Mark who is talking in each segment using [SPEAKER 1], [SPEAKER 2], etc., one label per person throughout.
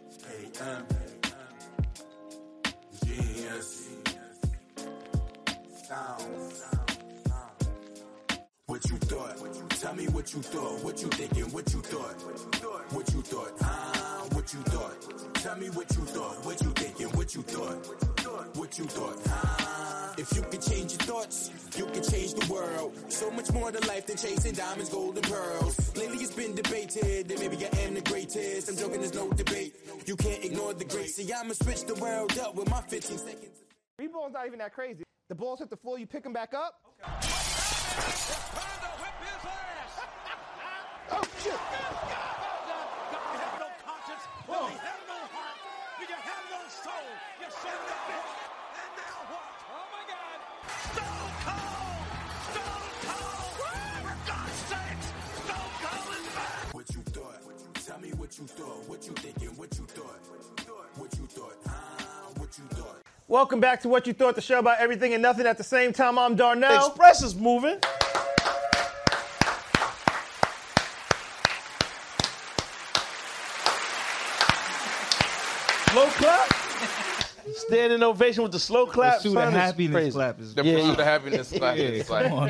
[SPEAKER 1] AM, GNC, sound, sound, sound. What you thought? Tell me what you thought. What you thinking? What you thought? What you thought? Ah, what you thought? Tell me what you thought. What you thinking? What you thought? What you thought? Ah, if you could change your thoughts, you could change the world. So much more to life than chasing diamonds, gold, and pearls. Lately it's been debated that maybe I am the greatest. I'm joking, there's no debate. You can't ignore the great. See, I'ma switch the world up with my 15 seconds.
[SPEAKER 2] Rebound's not even that crazy. The balls hit the floor, you pick them back up. Oh, shit.
[SPEAKER 1] What you thought? Tell me what you thought. What you thinking? What you thought? What you thought? Ah, what you thought?
[SPEAKER 2] Welcome back to What You Thought, the show about everything and nothing at the same time. I'm Darnell.
[SPEAKER 3] Express is moving. Slow clap. Standing ovation with the slow clap.
[SPEAKER 4] Pursue the
[SPEAKER 3] son, is
[SPEAKER 4] happiness
[SPEAKER 3] crazy.
[SPEAKER 4] clap is
[SPEAKER 5] The pursuit of happiness like, it's like
[SPEAKER 4] Come on.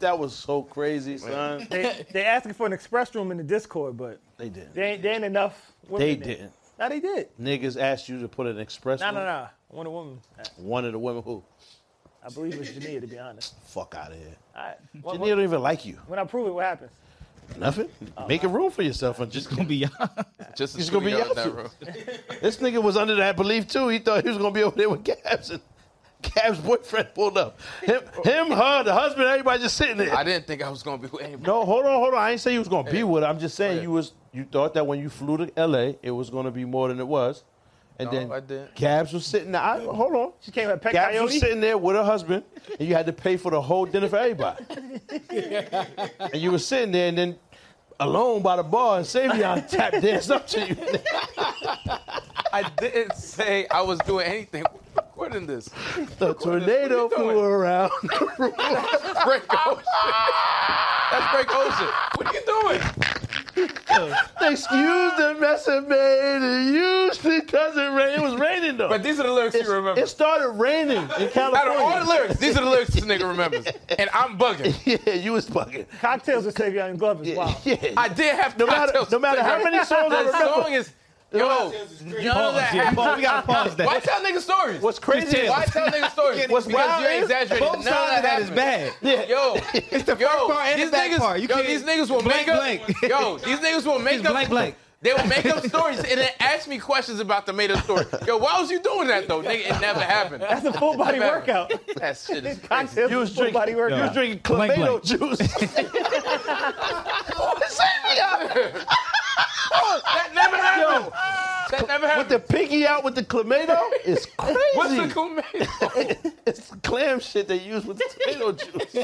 [SPEAKER 3] That was so crazy, son.
[SPEAKER 2] They, they asking for an express room in the Discord, but
[SPEAKER 3] they didn't.
[SPEAKER 2] they ain't, they ain't enough. women
[SPEAKER 3] They
[SPEAKER 2] there.
[SPEAKER 3] didn't.
[SPEAKER 2] No, they did.
[SPEAKER 3] Niggas asked you to put an express.
[SPEAKER 2] No, no,
[SPEAKER 3] room.
[SPEAKER 2] no. One woman.
[SPEAKER 3] One of the women who
[SPEAKER 2] I believe it was Jania, to be honest.
[SPEAKER 3] fuck out of here.
[SPEAKER 2] All right. When,
[SPEAKER 3] Janine don't even like you.
[SPEAKER 2] when I prove it, what happens?
[SPEAKER 3] Nothing. Making room for yourself and just
[SPEAKER 4] Gonna be y'all.
[SPEAKER 5] just
[SPEAKER 3] It's
[SPEAKER 5] as
[SPEAKER 3] gonna
[SPEAKER 5] gonna
[SPEAKER 3] be
[SPEAKER 5] be
[SPEAKER 3] your
[SPEAKER 5] in that
[SPEAKER 3] food.
[SPEAKER 5] room.
[SPEAKER 3] This nigga was under that belief too. He thought he was gonna be over there with Gabs and Gabs' boyfriend pulled up. Him, him, her, the husband, everybody just sitting there.
[SPEAKER 5] I didn't think I was gonna be with anybody.
[SPEAKER 3] no, hold on, hold on. I ain't say you was gonna be
[SPEAKER 5] Yeah.
[SPEAKER 3] with her. I'm just saying
[SPEAKER 5] Yeah.
[SPEAKER 3] you was you thought that when you flew to LA, it was gonna be more than it was. And
[SPEAKER 5] No,
[SPEAKER 3] then
[SPEAKER 5] I didn't.
[SPEAKER 3] Gabs was sitting there. I, hold on.
[SPEAKER 2] She came with Pet
[SPEAKER 3] Gabs was
[SPEAKER 2] Coyote.
[SPEAKER 3] sitting there with her husband, and you had to pay for the whole dinner for everybody. and you were sitting there, and then alone by the bar, and Savion tap danced up to you.
[SPEAKER 5] I didn't say I was doing anything. What in this?
[SPEAKER 3] The tornado
[SPEAKER 5] What are you
[SPEAKER 3] flew
[SPEAKER 5] doing?
[SPEAKER 3] around.
[SPEAKER 5] Frank Ocean. That's Frank Ocean. What are you doing?
[SPEAKER 3] Excuse the mess it made. It usually doesn't rain. It was raining though.
[SPEAKER 5] But these are the lyrics
[SPEAKER 3] It's-
[SPEAKER 5] you remember.
[SPEAKER 3] It started raining in
[SPEAKER 5] Out of all the
[SPEAKER 3] California.
[SPEAKER 5] lyrics, these are the lyrics this nigga remembers. And I'm bugging.
[SPEAKER 3] yeah, you was bugging.
[SPEAKER 2] Cocktails with Savion and Glover's
[SPEAKER 3] Yeah,
[SPEAKER 2] wow.
[SPEAKER 3] yeah.
[SPEAKER 5] I did have
[SPEAKER 3] no matter
[SPEAKER 5] cocktails
[SPEAKER 3] no matter how
[SPEAKER 5] with
[SPEAKER 3] many songs I
[SPEAKER 5] that
[SPEAKER 3] remember.
[SPEAKER 5] song is yo. None of
[SPEAKER 4] Pause,
[SPEAKER 5] that
[SPEAKER 4] yeah,
[SPEAKER 5] happened.
[SPEAKER 4] pause. We gotta pause
[SPEAKER 5] Why
[SPEAKER 4] that.
[SPEAKER 5] tell niggas stories?
[SPEAKER 3] What's crazy is
[SPEAKER 5] Why tell niggas stories?
[SPEAKER 3] What's
[SPEAKER 5] because
[SPEAKER 3] wild
[SPEAKER 5] you're
[SPEAKER 3] is
[SPEAKER 5] exaggerating.
[SPEAKER 4] Both sides of
[SPEAKER 5] None of
[SPEAKER 4] that is
[SPEAKER 5] happened.
[SPEAKER 4] bad.
[SPEAKER 3] yeah.
[SPEAKER 5] Yo, it's the yo,
[SPEAKER 4] part and the
[SPEAKER 5] these
[SPEAKER 4] back
[SPEAKER 5] niggas,
[SPEAKER 4] part. You
[SPEAKER 5] yo,
[SPEAKER 4] can't-
[SPEAKER 5] these niggas will
[SPEAKER 4] blank,
[SPEAKER 5] make up.
[SPEAKER 4] blank.
[SPEAKER 5] Yo, these niggas will make
[SPEAKER 4] It's
[SPEAKER 5] up.
[SPEAKER 4] blank, blank.
[SPEAKER 5] They will make up stories and then ask me questions about the made up story. Yo, why was you doing that though, nigga? It never happened.
[SPEAKER 2] That's a full body
[SPEAKER 5] Never.
[SPEAKER 2] workout.
[SPEAKER 5] That shit is crazy.
[SPEAKER 2] Cocktails
[SPEAKER 3] You was
[SPEAKER 2] with full body
[SPEAKER 3] drinking. You
[SPEAKER 2] workout.
[SPEAKER 3] was drinking
[SPEAKER 4] Blank,
[SPEAKER 3] clamato
[SPEAKER 4] blank.
[SPEAKER 3] juice.
[SPEAKER 5] That never happened. that never
[SPEAKER 3] with the
[SPEAKER 5] happened.
[SPEAKER 3] pinky out with the clamato is crazy.
[SPEAKER 5] What's the cool man?
[SPEAKER 3] It's the clam shit they use with the tomato juice.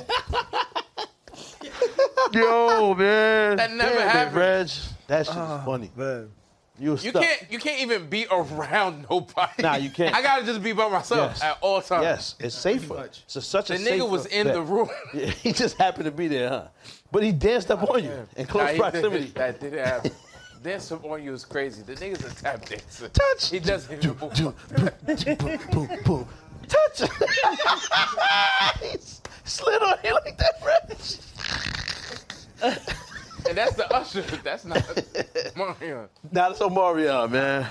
[SPEAKER 3] Yo, man.
[SPEAKER 5] That never
[SPEAKER 3] Damn it,
[SPEAKER 5] happened.
[SPEAKER 3] Reg. That shit is funny. You, was
[SPEAKER 5] You
[SPEAKER 3] stuck.
[SPEAKER 5] can't you can't even be around nobody.
[SPEAKER 3] Nah, you can't.
[SPEAKER 5] I gotta just be by myself
[SPEAKER 3] Yes.
[SPEAKER 5] at all times.
[SPEAKER 3] Yes, it's safer. It's a, such a
[SPEAKER 5] The nigga was
[SPEAKER 3] safer
[SPEAKER 5] in
[SPEAKER 3] bet.
[SPEAKER 5] the room.
[SPEAKER 3] Yeah, he just happened to be there, huh? But he danced up on you in
[SPEAKER 5] Nah,
[SPEAKER 3] close
[SPEAKER 5] he
[SPEAKER 3] proximity.
[SPEAKER 5] didn't- That didn't happen. Dance up on you is crazy. The nigga's a tap dancer.
[SPEAKER 3] Touch.
[SPEAKER 5] He doesn't even move.
[SPEAKER 3] Boom, boom, boom, boom. Touch. he s- slid on you like that, Reg.
[SPEAKER 5] And that's the usher. That's not Mario.
[SPEAKER 3] Now it's Omarion, man.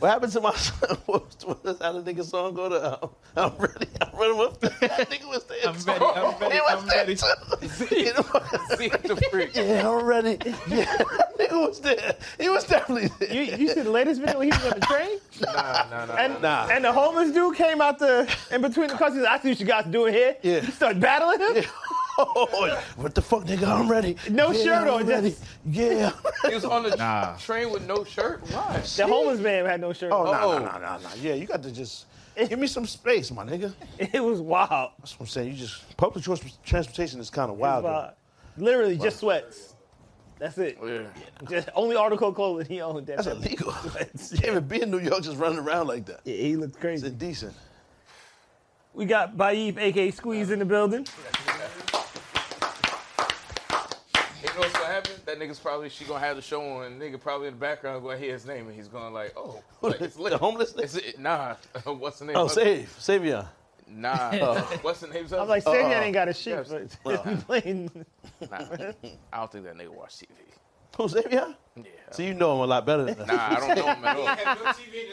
[SPEAKER 3] What happened to my son? What was, what was how the nigga song go to? Um, I'm ready. I'm ready. Up. That nigga was there.
[SPEAKER 4] I'm ready. I'm ready.
[SPEAKER 3] He was
[SPEAKER 4] I'm
[SPEAKER 3] there
[SPEAKER 4] ready.
[SPEAKER 3] too. You know?
[SPEAKER 5] See the freak.
[SPEAKER 3] yeah, I'm ready. Yeah, that nigga was there. He was definitely there.
[SPEAKER 2] You, you see the latest video when he was on the train?
[SPEAKER 5] Nah, nah, nah.
[SPEAKER 2] And,
[SPEAKER 3] Nah.
[SPEAKER 2] and the homeless dude came out the in between the cars. He said, I see what you guys doing here.
[SPEAKER 3] Yeah.
[SPEAKER 2] You start battling him.
[SPEAKER 3] Oh, what the fuck, nigga? I'm ready.
[SPEAKER 2] No
[SPEAKER 3] yeah,
[SPEAKER 2] shirt
[SPEAKER 3] I'm
[SPEAKER 2] on, just-
[SPEAKER 3] Ready. Yeah.
[SPEAKER 5] He was on the
[SPEAKER 4] Nah.
[SPEAKER 5] train with no shirt. Why?
[SPEAKER 2] The homeless man had no shirt.
[SPEAKER 3] Oh
[SPEAKER 2] on.
[SPEAKER 3] no,
[SPEAKER 5] Uh-oh.
[SPEAKER 3] no, no, no, no. Yeah, you got to just give me some space, my nigga.
[SPEAKER 2] It was wild. It was
[SPEAKER 3] That's what I'm saying. You just public trans- transportation is kind of wild. though. Oh,
[SPEAKER 2] wild. Literally just sweats. That's it.
[SPEAKER 5] Yeah.
[SPEAKER 2] Just only article of clothing he owned. That
[SPEAKER 3] That's illegal. you can't even be in New York just running around like that.
[SPEAKER 2] Yeah, he looked
[SPEAKER 3] It's
[SPEAKER 2] crazy.
[SPEAKER 3] indecent.
[SPEAKER 2] We got Baif, aka Squeeze, in the building.
[SPEAKER 5] You know what's gonna happen? That nigga's probably she gonna have the show on, and nigga probably in the background gonna hear his name, and he's going like, oh, like, it's lit.
[SPEAKER 3] The homeless nigga?
[SPEAKER 5] It's, it, nah, what's the name?
[SPEAKER 3] Oh, save, Savion.
[SPEAKER 5] Nah, what's the name's?
[SPEAKER 2] I'm like, Savion ain't got a sheep.
[SPEAKER 5] yes.
[SPEAKER 2] but it's plain.
[SPEAKER 5] nah, I don't think that nigga watch TV.
[SPEAKER 3] Who, Savion?
[SPEAKER 5] Yeah.
[SPEAKER 3] So you know him a lot better than us.
[SPEAKER 5] Nah, I don't know him at all.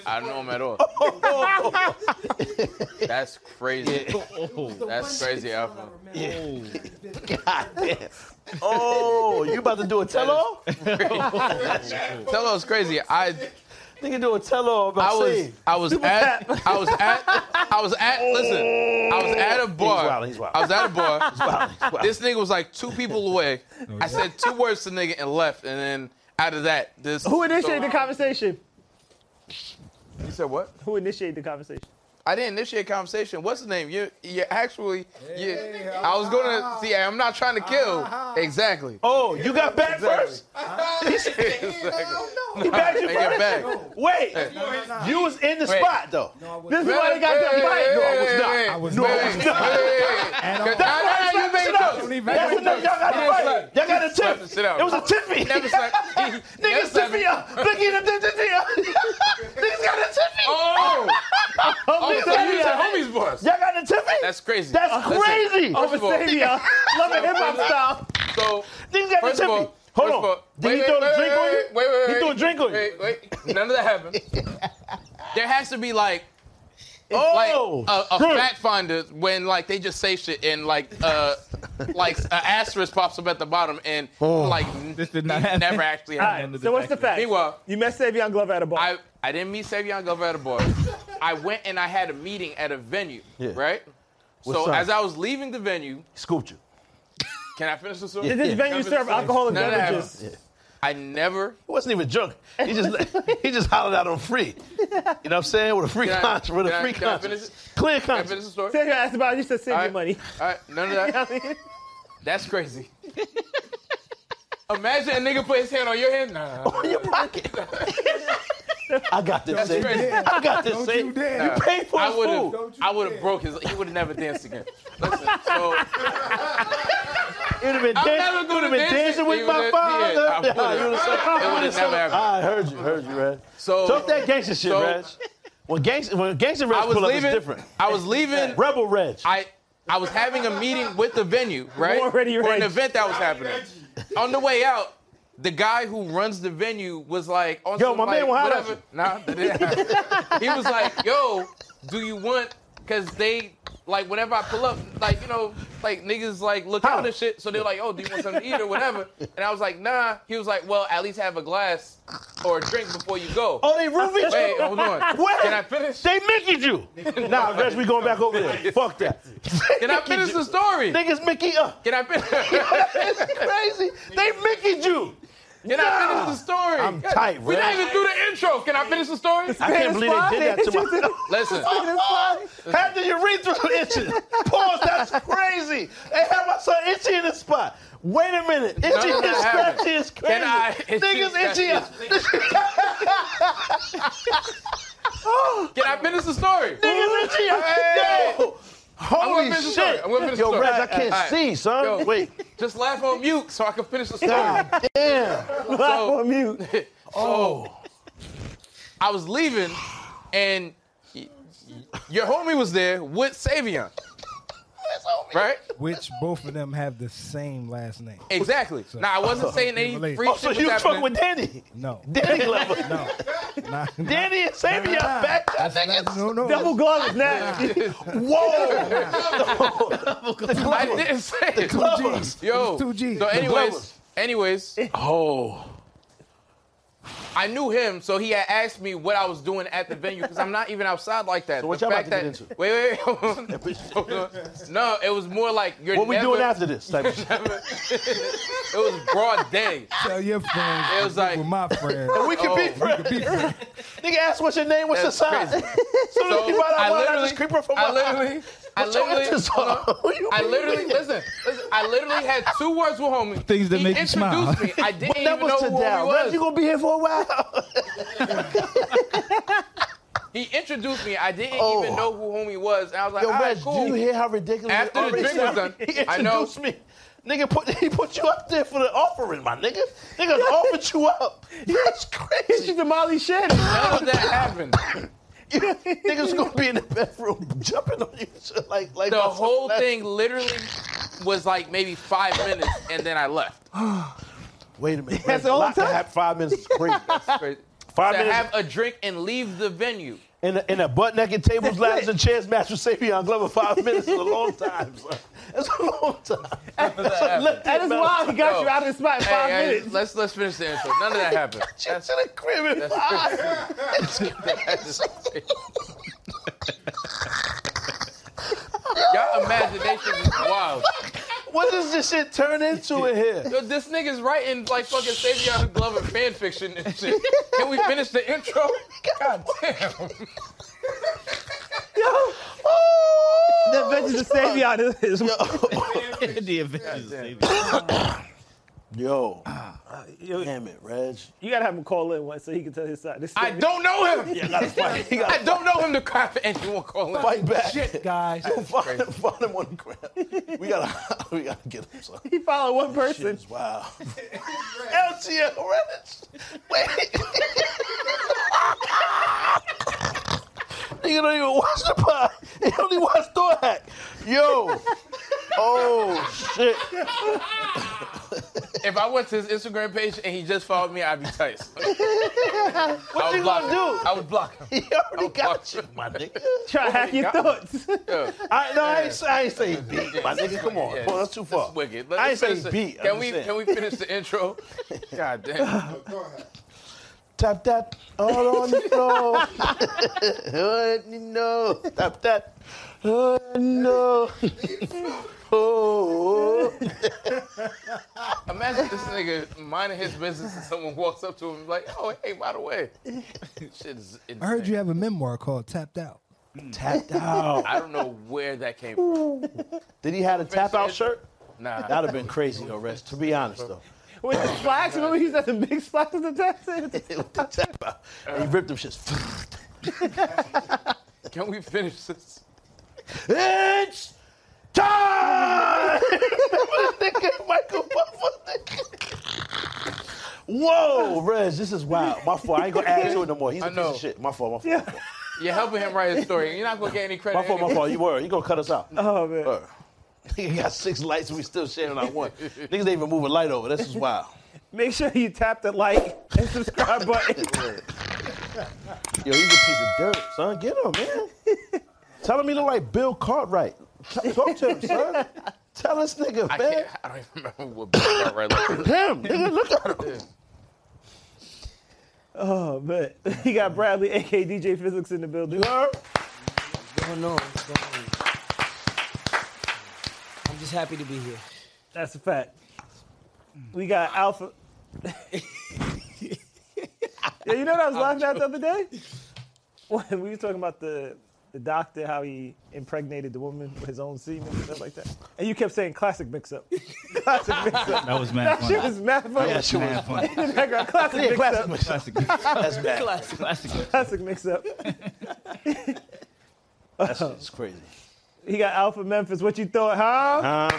[SPEAKER 5] I don't know him at all. That's crazy. That's crazy, Alpha.
[SPEAKER 3] God damn. Oh, you about to do a tell-all?
[SPEAKER 5] Tell us crazy. I
[SPEAKER 3] Nigga do a tell-all about
[SPEAKER 5] I was
[SPEAKER 3] Save.
[SPEAKER 5] I was at I was at I was at listen I was at a bar
[SPEAKER 3] wildin', he's wildin'.
[SPEAKER 5] I was at a bar
[SPEAKER 3] Wow, wow.
[SPEAKER 5] this nigga was like two people away I said two words to nigga and left and then out of that this
[SPEAKER 2] Who initiated the conversation?
[SPEAKER 5] you said what
[SPEAKER 2] Who initiated the conversation?
[SPEAKER 5] I didn't initiate conversation what's his name you you actually you, I was gonna see I'm not trying to kill exactly
[SPEAKER 3] oh, you got back first?
[SPEAKER 2] He bagged you
[SPEAKER 5] I get
[SPEAKER 2] first?
[SPEAKER 5] back
[SPEAKER 3] Wait, you was in the
[SPEAKER 5] Wait.
[SPEAKER 3] spot though.
[SPEAKER 2] This is why they got that
[SPEAKER 5] No,
[SPEAKER 2] fight.
[SPEAKER 5] I was not.
[SPEAKER 4] I was
[SPEAKER 5] no,
[SPEAKER 4] not.
[SPEAKER 5] I was not. That's
[SPEAKER 2] why
[SPEAKER 5] how you
[SPEAKER 2] I
[SPEAKER 5] make
[SPEAKER 2] slapped
[SPEAKER 5] jokes.
[SPEAKER 4] Don't even-
[SPEAKER 2] That's enough. Y'all got a fight.
[SPEAKER 3] Y'all got a
[SPEAKER 5] Slap the
[SPEAKER 3] tip.
[SPEAKER 5] shit out.
[SPEAKER 3] It was a tippy.
[SPEAKER 5] Never
[SPEAKER 3] Niggas
[SPEAKER 5] slapped. Never slapped
[SPEAKER 2] tippy
[SPEAKER 5] me.
[SPEAKER 2] up. Blinky and them tippy up.
[SPEAKER 3] Niggas got a tippy.
[SPEAKER 5] Oh,
[SPEAKER 2] Homie
[SPEAKER 5] oh, so you was
[SPEAKER 2] tippy
[SPEAKER 5] at
[SPEAKER 2] up.
[SPEAKER 5] homie's boss.
[SPEAKER 3] Y'all got a tippy.
[SPEAKER 5] That's crazy.
[SPEAKER 3] That's
[SPEAKER 5] Listen,
[SPEAKER 3] crazy.
[SPEAKER 5] first
[SPEAKER 2] Over
[SPEAKER 5] of all-
[SPEAKER 2] Savion. Love it hip hop style.
[SPEAKER 5] So,
[SPEAKER 3] Niggas got a
[SPEAKER 5] first of
[SPEAKER 3] tippy.
[SPEAKER 5] all,
[SPEAKER 3] Hold
[SPEAKER 5] first of
[SPEAKER 3] on.
[SPEAKER 5] all-
[SPEAKER 3] Did he
[SPEAKER 5] wait,
[SPEAKER 3] throw
[SPEAKER 5] wait,
[SPEAKER 3] the drink on you?
[SPEAKER 5] wait, Wait, wait, wait.
[SPEAKER 3] He threw a drink on you.
[SPEAKER 5] Wait, wait. None of that happened. There has to be like. Like
[SPEAKER 3] Oh,
[SPEAKER 5] a, a
[SPEAKER 3] Bruce.
[SPEAKER 5] fact finder when like they just say shit and like uh like an asterisk pops up at the bottom and
[SPEAKER 3] Oh.
[SPEAKER 5] like
[SPEAKER 4] This did not
[SPEAKER 5] it
[SPEAKER 4] happen.
[SPEAKER 5] never actually
[SPEAKER 2] All
[SPEAKER 5] happened.
[SPEAKER 2] right, so what's the fact?
[SPEAKER 5] Meanwhile,
[SPEAKER 2] You met Savion Glover at a bar.
[SPEAKER 5] I, I didn't meet Savion Glover at a bar. I went and I had a meeting at a venue,
[SPEAKER 3] Yeah.
[SPEAKER 5] right? so
[SPEAKER 3] What's up?
[SPEAKER 5] as I was leaving the venue,
[SPEAKER 3] Scooped you.
[SPEAKER 5] can I finish the story?
[SPEAKER 2] Did this
[SPEAKER 3] Yeah.
[SPEAKER 2] venue serve alcoholic
[SPEAKER 5] None of that
[SPEAKER 2] beverages?
[SPEAKER 5] happened. I never.
[SPEAKER 3] He wasn't even drunk. He just he just hollered out on free. You know what I'm saying? With a free
[SPEAKER 5] Can I-
[SPEAKER 3] conscience. With
[SPEAKER 5] can
[SPEAKER 3] a
[SPEAKER 5] I-
[SPEAKER 3] free
[SPEAKER 5] can I finish
[SPEAKER 3] conscience.
[SPEAKER 5] it?
[SPEAKER 3] Clear
[SPEAKER 5] Can I finish the
[SPEAKER 3] conscience.
[SPEAKER 5] story?
[SPEAKER 2] Savion asked about it. You said send me
[SPEAKER 5] Alright.
[SPEAKER 2] money.
[SPEAKER 5] All right, none of that. That's crazy. Imagine a nigga put his hand on your hand. Nah, nah, nah.
[SPEAKER 3] In your pocket. I got this. Safe.
[SPEAKER 4] you dare.
[SPEAKER 3] I got this.
[SPEAKER 4] Don't
[SPEAKER 3] Safe.
[SPEAKER 4] you dare.
[SPEAKER 3] You paid for
[SPEAKER 5] I
[SPEAKER 3] his
[SPEAKER 5] would
[SPEAKER 3] food.
[SPEAKER 5] have. I would have broke his. He would have never danced again. Listen, so
[SPEAKER 3] It would have been,
[SPEAKER 5] I'm
[SPEAKER 3] dan-
[SPEAKER 5] never
[SPEAKER 3] it
[SPEAKER 5] gonna
[SPEAKER 3] would've been
[SPEAKER 5] dance
[SPEAKER 3] dancing
[SPEAKER 5] it.
[SPEAKER 3] with
[SPEAKER 5] It
[SPEAKER 3] my
[SPEAKER 5] would've- yeah,
[SPEAKER 3] father.
[SPEAKER 5] I would've.
[SPEAKER 3] You would've said-
[SPEAKER 5] it would have never happened.
[SPEAKER 3] I heard you, heard you, Reg.
[SPEAKER 5] So
[SPEAKER 3] Talk that gangster shit,
[SPEAKER 5] So-
[SPEAKER 3] Reg. When gangster, when gangster Reg
[SPEAKER 5] I was
[SPEAKER 3] pull up, it's
[SPEAKER 5] leaving.
[SPEAKER 3] different.
[SPEAKER 5] I was leaving.
[SPEAKER 3] Rebel Reg.
[SPEAKER 5] I I was having a meeting with the venue, right?
[SPEAKER 2] Already
[SPEAKER 5] for an
[SPEAKER 2] Reggie.
[SPEAKER 5] event that was happening. On the way out, the guy who runs the venue was like, on
[SPEAKER 3] Yo,
[SPEAKER 5] some,
[SPEAKER 3] my man
[SPEAKER 5] like,
[SPEAKER 3] will holler at
[SPEAKER 5] whatever. Nah, that didn't happen. he was like, yo, do you want? Cause they like whenever I pull up, like you know, like niggas like look out
[SPEAKER 3] Holla.
[SPEAKER 5] and shit. So they're like, oh, do you want something to eat or whatever? And I was like, nah. He was like, well, at least have a glass or a drink before you go.
[SPEAKER 3] oh, they roofied you.
[SPEAKER 5] Wait, hold on.
[SPEAKER 3] Wait.
[SPEAKER 5] Can I finish?
[SPEAKER 3] They Mickey'd you. nah, Reg, we going back over there. Fuck that.
[SPEAKER 5] Can I finish the story?
[SPEAKER 3] Niggas Mickey up.
[SPEAKER 5] Can I finiey
[SPEAKER 3] Crazy. They Mickey'd you.
[SPEAKER 5] Can I finish the story?
[SPEAKER 3] I'm tight,
[SPEAKER 5] We're not
[SPEAKER 3] Reg.
[SPEAKER 5] even through the intro. Can I finish the story?
[SPEAKER 3] I can't believe they did that to
[SPEAKER 2] It's
[SPEAKER 3] my.
[SPEAKER 5] Listen,
[SPEAKER 3] After you read through itching, pause. That's crazy. They have my son itchy in the spot. Wait a minute, itchy
[SPEAKER 5] None of that
[SPEAKER 3] is
[SPEAKER 5] happened.
[SPEAKER 3] scratchy is crazy.
[SPEAKER 5] Can I-
[SPEAKER 3] Niggas itchy.
[SPEAKER 5] Scratchy can I finish the story?
[SPEAKER 3] Niggas itchy.
[SPEAKER 5] Hey.
[SPEAKER 3] No. Holy
[SPEAKER 5] finish the story.
[SPEAKER 3] shit.
[SPEAKER 5] I'm gonna finish the
[SPEAKER 3] Yo,
[SPEAKER 5] story.
[SPEAKER 3] Reg, I can't
[SPEAKER 5] All right.
[SPEAKER 3] see, son.
[SPEAKER 5] Yo.
[SPEAKER 3] Wait.
[SPEAKER 5] Just laugh on mute so I can finish the story.
[SPEAKER 3] God damn.
[SPEAKER 5] So-
[SPEAKER 2] on mute.
[SPEAKER 5] Oh. I was leaving, and y- y- your homie was there with Savion. Right?
[SPEAKER 4] Which both of them have the same last name.
[SPEAKER 5] Exactly. Now I wasn't saying any
[SPEAKER 4] Related.
[SPEAKER 5] free
[SPEAKER 3] Oh,
[SPEAKER 5] shit
[SPEAKER 3] so
[SPEAKER 5] was
[SPEAKER 3] you
[SPEAKER 5] happening.
[SPEAKER 3] fuck with Danny.
[SPEAKER 4] No.
[SPEAKER 3] Danny Glover.
[SPEAKER 4] No. Nah, nah.
[SPEAKER 3] Danny and Savion back to niggas.
[SPEAKER 4] No, no.
[SPEAKER 2] Double glove is nasty.
[SPEAKER 3] Whoa. the
[SPEAKER 5] I
[SPEAKER 3] Glover.
[SPEAKER 5] didn't say it.
[SPEAKER 3] Glovers.
[SPEAKER 5] Yo.
[SPEAKER 4] It's two Gs.
[SPEAKER 5] So,
[SPEAKER 4] The
[SPEAKER 5] anyways,
[SPEAKER 3] Glovers.
[SPEAKER 5] anyways,
[SPEAKER 4] Eh.
[SPEAKER 3] Oh.
[SPEAKER 5] I knew him, so he had asked me what I was doing at the venue because I'm not even outside like that.
[SPEAKER 3] So what
[SPEAKER 5] The
[SPEAKER 3] y'all
[SPEAKER 5] fact
[SPEAKER 3] about to
[SPEAKER 5] that,
[SPEAKER 3] get into?
[SPEAKER 5] Wait, wait, wait. Hold on. no, it was more like you're.
[SPEAKER 3] What we
[SPEAKER 5] never-
[SPEAKER 3] doing after this? Type of shit.
[SPEAKER 5] It was broad day.
[SPEAKER 4] Tell your friends.
[SPEAKER 5] It was like-
[SPEAKER 4] with my friends.
[SPEAKER 3] We can be
[SPEAKER 5] Oh,
[SPEAKER 3] friends. Nigga asked what's your name, what's
[SPEAKER 5] That's
[SPEAKER 3] your size.
[SPEAKER 5] crazy.
[SPEAKER 3] Soon as
[SPEAKER 5] So,
[SPEAKER 3] you find out
[SPEAKER 5] I
[SPEAKER 3] why, I
[SPEAKER 5] literally-
[SPEAKER 3] just creep her from
[SPEAKER 5] I
[SPEAKER 3] my
[SPEAKER 5] literally, I
[SPEAKER 3] What your
[SPEAKER 5] literally,
[SPEAKER 3] interests
[SPEAKER 5] hold
[SPEAKER 3] are?
[SPEAKER 5] on.
[SPEAKER 3] What you
[SPEAKER 5] I
[SPEAKER 3] mean?
[SPEAKER 5] literally, listen, listen, I literally had two words with homie.
[SPEAKER 4] Things that
[SPEAKER 5] he
[SPEAKER 4] make you
[SPEAKER 5] introduced
[SPEAKER 4] smile.
[SPEAKER 5] me. I didn't
[SPEAKER 3] That
[SPEAKER 5] even
[SPEAKER 3] was
[SPEAKER 5] know
[SPEAKER 3] to
[SPEAKER 5] who
[SPEAKER 3] down. Reg,
[SPEAKER 5] he
[SPEAKER 3] you
[SPEAKER 5] was.
[SPEAKER 3] gonna be here for a while.
[SPEAKER 5] He introduced me. I didn't
[SPEAKER 3] Oh.
[SPEAKER 5] even know who homie was, and I was like,
[SPEAKER 3] Yo,
[SPEAKER 5] all right,
[SPEAKER 3] Reg,
[SPEAKER 5] cool.
[SPEAKER 3] do you hear how ridiculous? it
[SPEAKER 5] After the
[SPEAKER 3] already
[SPEAKER 5] drink was
[SPEAKER 3] sounded?
[SPEAKER 5] done,
[SPEAKER 3] he
[SPEAKER 5] I know.
[SPEAKER 3] introduced me. Nigga put he put you up there for the offering, my nigga. Nigga offered you up. That's crazy.
[SPEAKER 2] She's the Molly Shannon.
[SPEAKER 5] How did that happen?
[SPEAKER 3] Niggas gonna be in the bedroom jumping on you shit like like
[SPEAKER 5] The
[SPEAKER 3] my
[SPEAKER 5] whole
[SPEAKER 3] last-
[SPEAKER 5] thing literally was like maybe five minutes, and then I left.
[SPEAKER 3] Wait a minute.
[SPEAKER 2] That's the only
[SPEAKER 3] Lot to
[SPEAKER 2] time?
[SPEAKER 3] have Five minutes is crazy.
[SPEAKER 5] Five
[SPEAKER 3] Five
[SPEAKER 5] to
[SPEAKER 3] minutes
[SPEAKER 5] have a drink and leave the venue.
[SPEAKER 3] in a, in a butt naked tables, ladders, and chairs match with Savion Glover. Five minutes is a long time. Son. That's a long time. That's a limited
[SPEAKER 2] That is
[SPEAKER 3] amount of
[SPEAKER 2] why he got you out of the spot in
[SPEAKER 5] Hey,
[SPEAKER 2] five
[SPEAKER 5] hey,
[SPEAKER 2] minutes.
[SPEAKER 5] let's let's finish the intro. None of that happened. That's,
[SPEAKER 3] to the crib in five.
[SPEAKER 5] that's Y'all imagination is wild.
[SPEAKER 3] What does this shit turn into in here?
[SPEAKER 5] Yo, this nigga's writing like fucking Savion Glover fan fiction and shit. Can we finish the intro? God damn.
[SPEAKER 2] That Avengers of Savion is, is
[SPEAKER 6] the Avengers. baby.
[SPEAKER 3] Yo, damn it, Reg.
[SPEAKER 2] You gotta have him call in once so he can tell his side. This
[SPEAKER 5] I
[SPEAKER 2] Savion-
[SPEAKER 5] don't know him.
[SPEAKER 3] You gotta fight. You
[SPEAKER 5] I
[SPEAKER 3] gotta
[SPEAKER 5] don't know him to cry for anyone calling.
[SPEAKER 3] fight back.
[SPEAKER 4] Guys,
[SPEAKER 3] Find him, find him on the ground. We gotta, we gotta get him. Son.
[SPEAKER 2] He followed one person.
[SPEAKER 3] Shit, wow. LTL Reg. Wait. Nigga don't even watch the pod. He only watch Thor Hack. Yo. Oh shit.
[SPEAKER 5] If I went to his Instagram page and he just followed me, I'd be tight. I
[SPEAKER 3] What
[SPEAKER 5] would
[SPEAKER 3] you
[SPEAKER 5] block
[SPEAKER 3] gonna
[SPEAKER 5] him.
[SPEAKER 3] do?
[SPEAKER 5] I would block him.
[SPEAKER 3] He already got
[SPEAKER 5] fuck.
[SPEAKER 3] you, my nigga.
[SPEAKER 2] Try to hack
[SPEAKER 5] Oh,
[SPEAKER 2] your thoughts.
[SPEAKER 5] Yeah.
[SPEAKER 3] I, no, I ain't, I ain't say beat, my nigga. Come on,
[SPEAKER 5] Yeah,
[SPEAKER 3] come on, that's too far.
[SPEAKER 5] That's wicked.
[SPEAKER 3] I ain't
[SPEAKER 5] us
[SPEAKER 3] say
[SPEAKER 5] finish the-
[SPEAKER 3] beat.
[SPEAKER 5] Can we can we finish the intro? God damn.
[SPEAKER 3] tap that all on the floor? Hood, no, tap that. Hood, no. Oh,
[SPEAKER 5] Imagine this nigga minding his business and someone walks up to him like, "Oh, hey, by the way, shit is insane.
[SPEAKER 4] I heard you have a memoir called Tapped Out.
[SPEAKER 3] tapped out.
[SPEAKER 5] I don't know where that came from.
[SPEAKER 3] Did he have a tap out shirt?
[SPEAKER 5] Nah.
[SPEAKER 3] That'd have been crazy, though, Rest. To be honest, though.
[SPEAKER 2] With the flags, remember he said the big flags in the Texas?
[SPEAKER 3] With the tap out. And he ripped them shits.
[SPEAKER 5] Can we finish this?
[SPEAKER 3] It's time! Nigga, Michael Buffer. Whoa, Rez, this is wild. My fault. I ain't gonna add to it no more. He's a
[SPEAKER 5] I know.
[SPEAKER 3] piece of shit. My fault. My fault. my fault.
[SPEAKER 5] You're helping him write his story. You're not gonna get any credit.
[SPEAKER 3] My fault. My
[SPEAKER 5] anyway.
[SPEAKER 3] fault. You were. You gonna cut us out?
[SPEAKER 5] Uh-huh.
[SPEAKER 2] Oh man.
[SPEAKER 3] Word. Nigga got six lights and we still sharing our one. Niggas ain't even move a light over. This is wild.
[SPEAKER 2] Make sure you tap the like and subscribe button.
[SPEAKER 3] Yo, he's a piece of dirt, son. Get him, man. Tell him he look like Bill Cartwright. T- Talk to him, son. Tell this nigga,
[SPEAKER 5] I
[SPEAKER 3] man.
[SPEAKER 5] can't. I don't even remember what Bill right like.
[SPEAKER 3] Him, nigga, look at him.
[SPEAKER 2] Oh man. He got Bradley, aka DJ Physics in the building.
[SPEAKER 3] You heard?
[SPEAKER 6] Don't know what's going on. I'm just happy to be here.
[SPEAKER 2] That's a fact. We got Alpha. yeah, you know what I was laughing at the other day? When we were talking about the the doctor, how he impregnated the woman with his own semen and stuff like that. And you kept saying classic mix up. classic mix up.
[SPEAKER 7] That was mad
[SPEAKER 2] Shit was
[SPEAKER 7] funny.
[SPEAKER 2] mad funny.
[SPEAKER 3] Yeah, sure.
[SPEAKER 7] Mad funny.
[SPEAKER 2] In the background, classic
[SPEAKER 3] Yeah,
[SPEAKER 2] mix
[SPEAKER 3] classic.
[SPEAKER 2] up.
[SPEAKER 3] mix.
[SPEAKER 7] Classic.
[SPEAKER 3] That's bad.
[SPEAKER 6] Classic.
[SPEAKER 7] Classic.
[SPEAKER 2] Classic mix up.
[SPEAKER 3] That's it's crazy.
[SPEAKER 2] He got Alpha Memphis. What you thought, huh?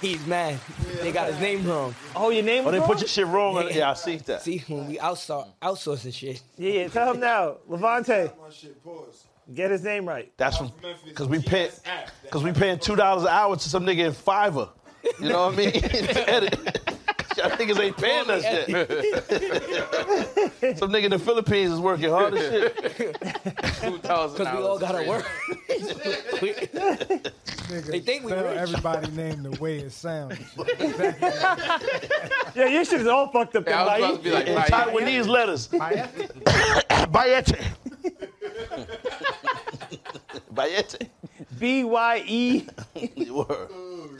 [SPEAKER 6] He's mad. They got his name wrong.
[SPEAKER 2] Oh, your name
[SPEAKER 3] oh,
[SPEAKER 2] was
[SPEAKER 3] they
[SPEAKER 2] wrong?
[SPEAKER 3] put your shit wrong. on- Yeah, I see that.
[SPEAKER 6] See, when we outsource, outsourcing shit,
[SPEAKER 2] Yeah, yeah. Tell him now. Levante,
[SPEAKER 8] My shit pause.
[SPEAKER 2] get his name right.
[SPEAKER 3] That's
[SPEAKER 8] Alpha Memphis
[SPEAKER 3] because we
[SPEAKER 8] is
[SPEAKER 3] pay
[SPEAKER 8] GS app.
[SPEAKER 3] because we paying two dollars an hour to some nigga in Fiverr. You know what I mean? to edit. 'Cause Y'all niggas ain't paying us yet. some nigga in the Philippines is working hard as shit.
[SPEAKER 5] Two thousand.
[SPEAKER 6] because we all gotta work.
[SPEAKER 4] They
[SPEAKER 6] They think we
[SPEAKER 4] spell
[SPEAKER 6] rich.
[SPEAKER 4] everybody name the way it sounds.
[SPEAKER 2] Yeah, your shit is all fucked up.
[SPEAKER 5] Yeah, I was
[SPEAKER 2] Lai.
[SPEAKER 5] about to be like,
[SPEAKER 3] In
[SPEAKER 5] right,
[SPEAKER 3] Taiwanese letters. Bayete. Bayete.
[SPEAKER 2] B Y E.
[SPEAKER 3] You were.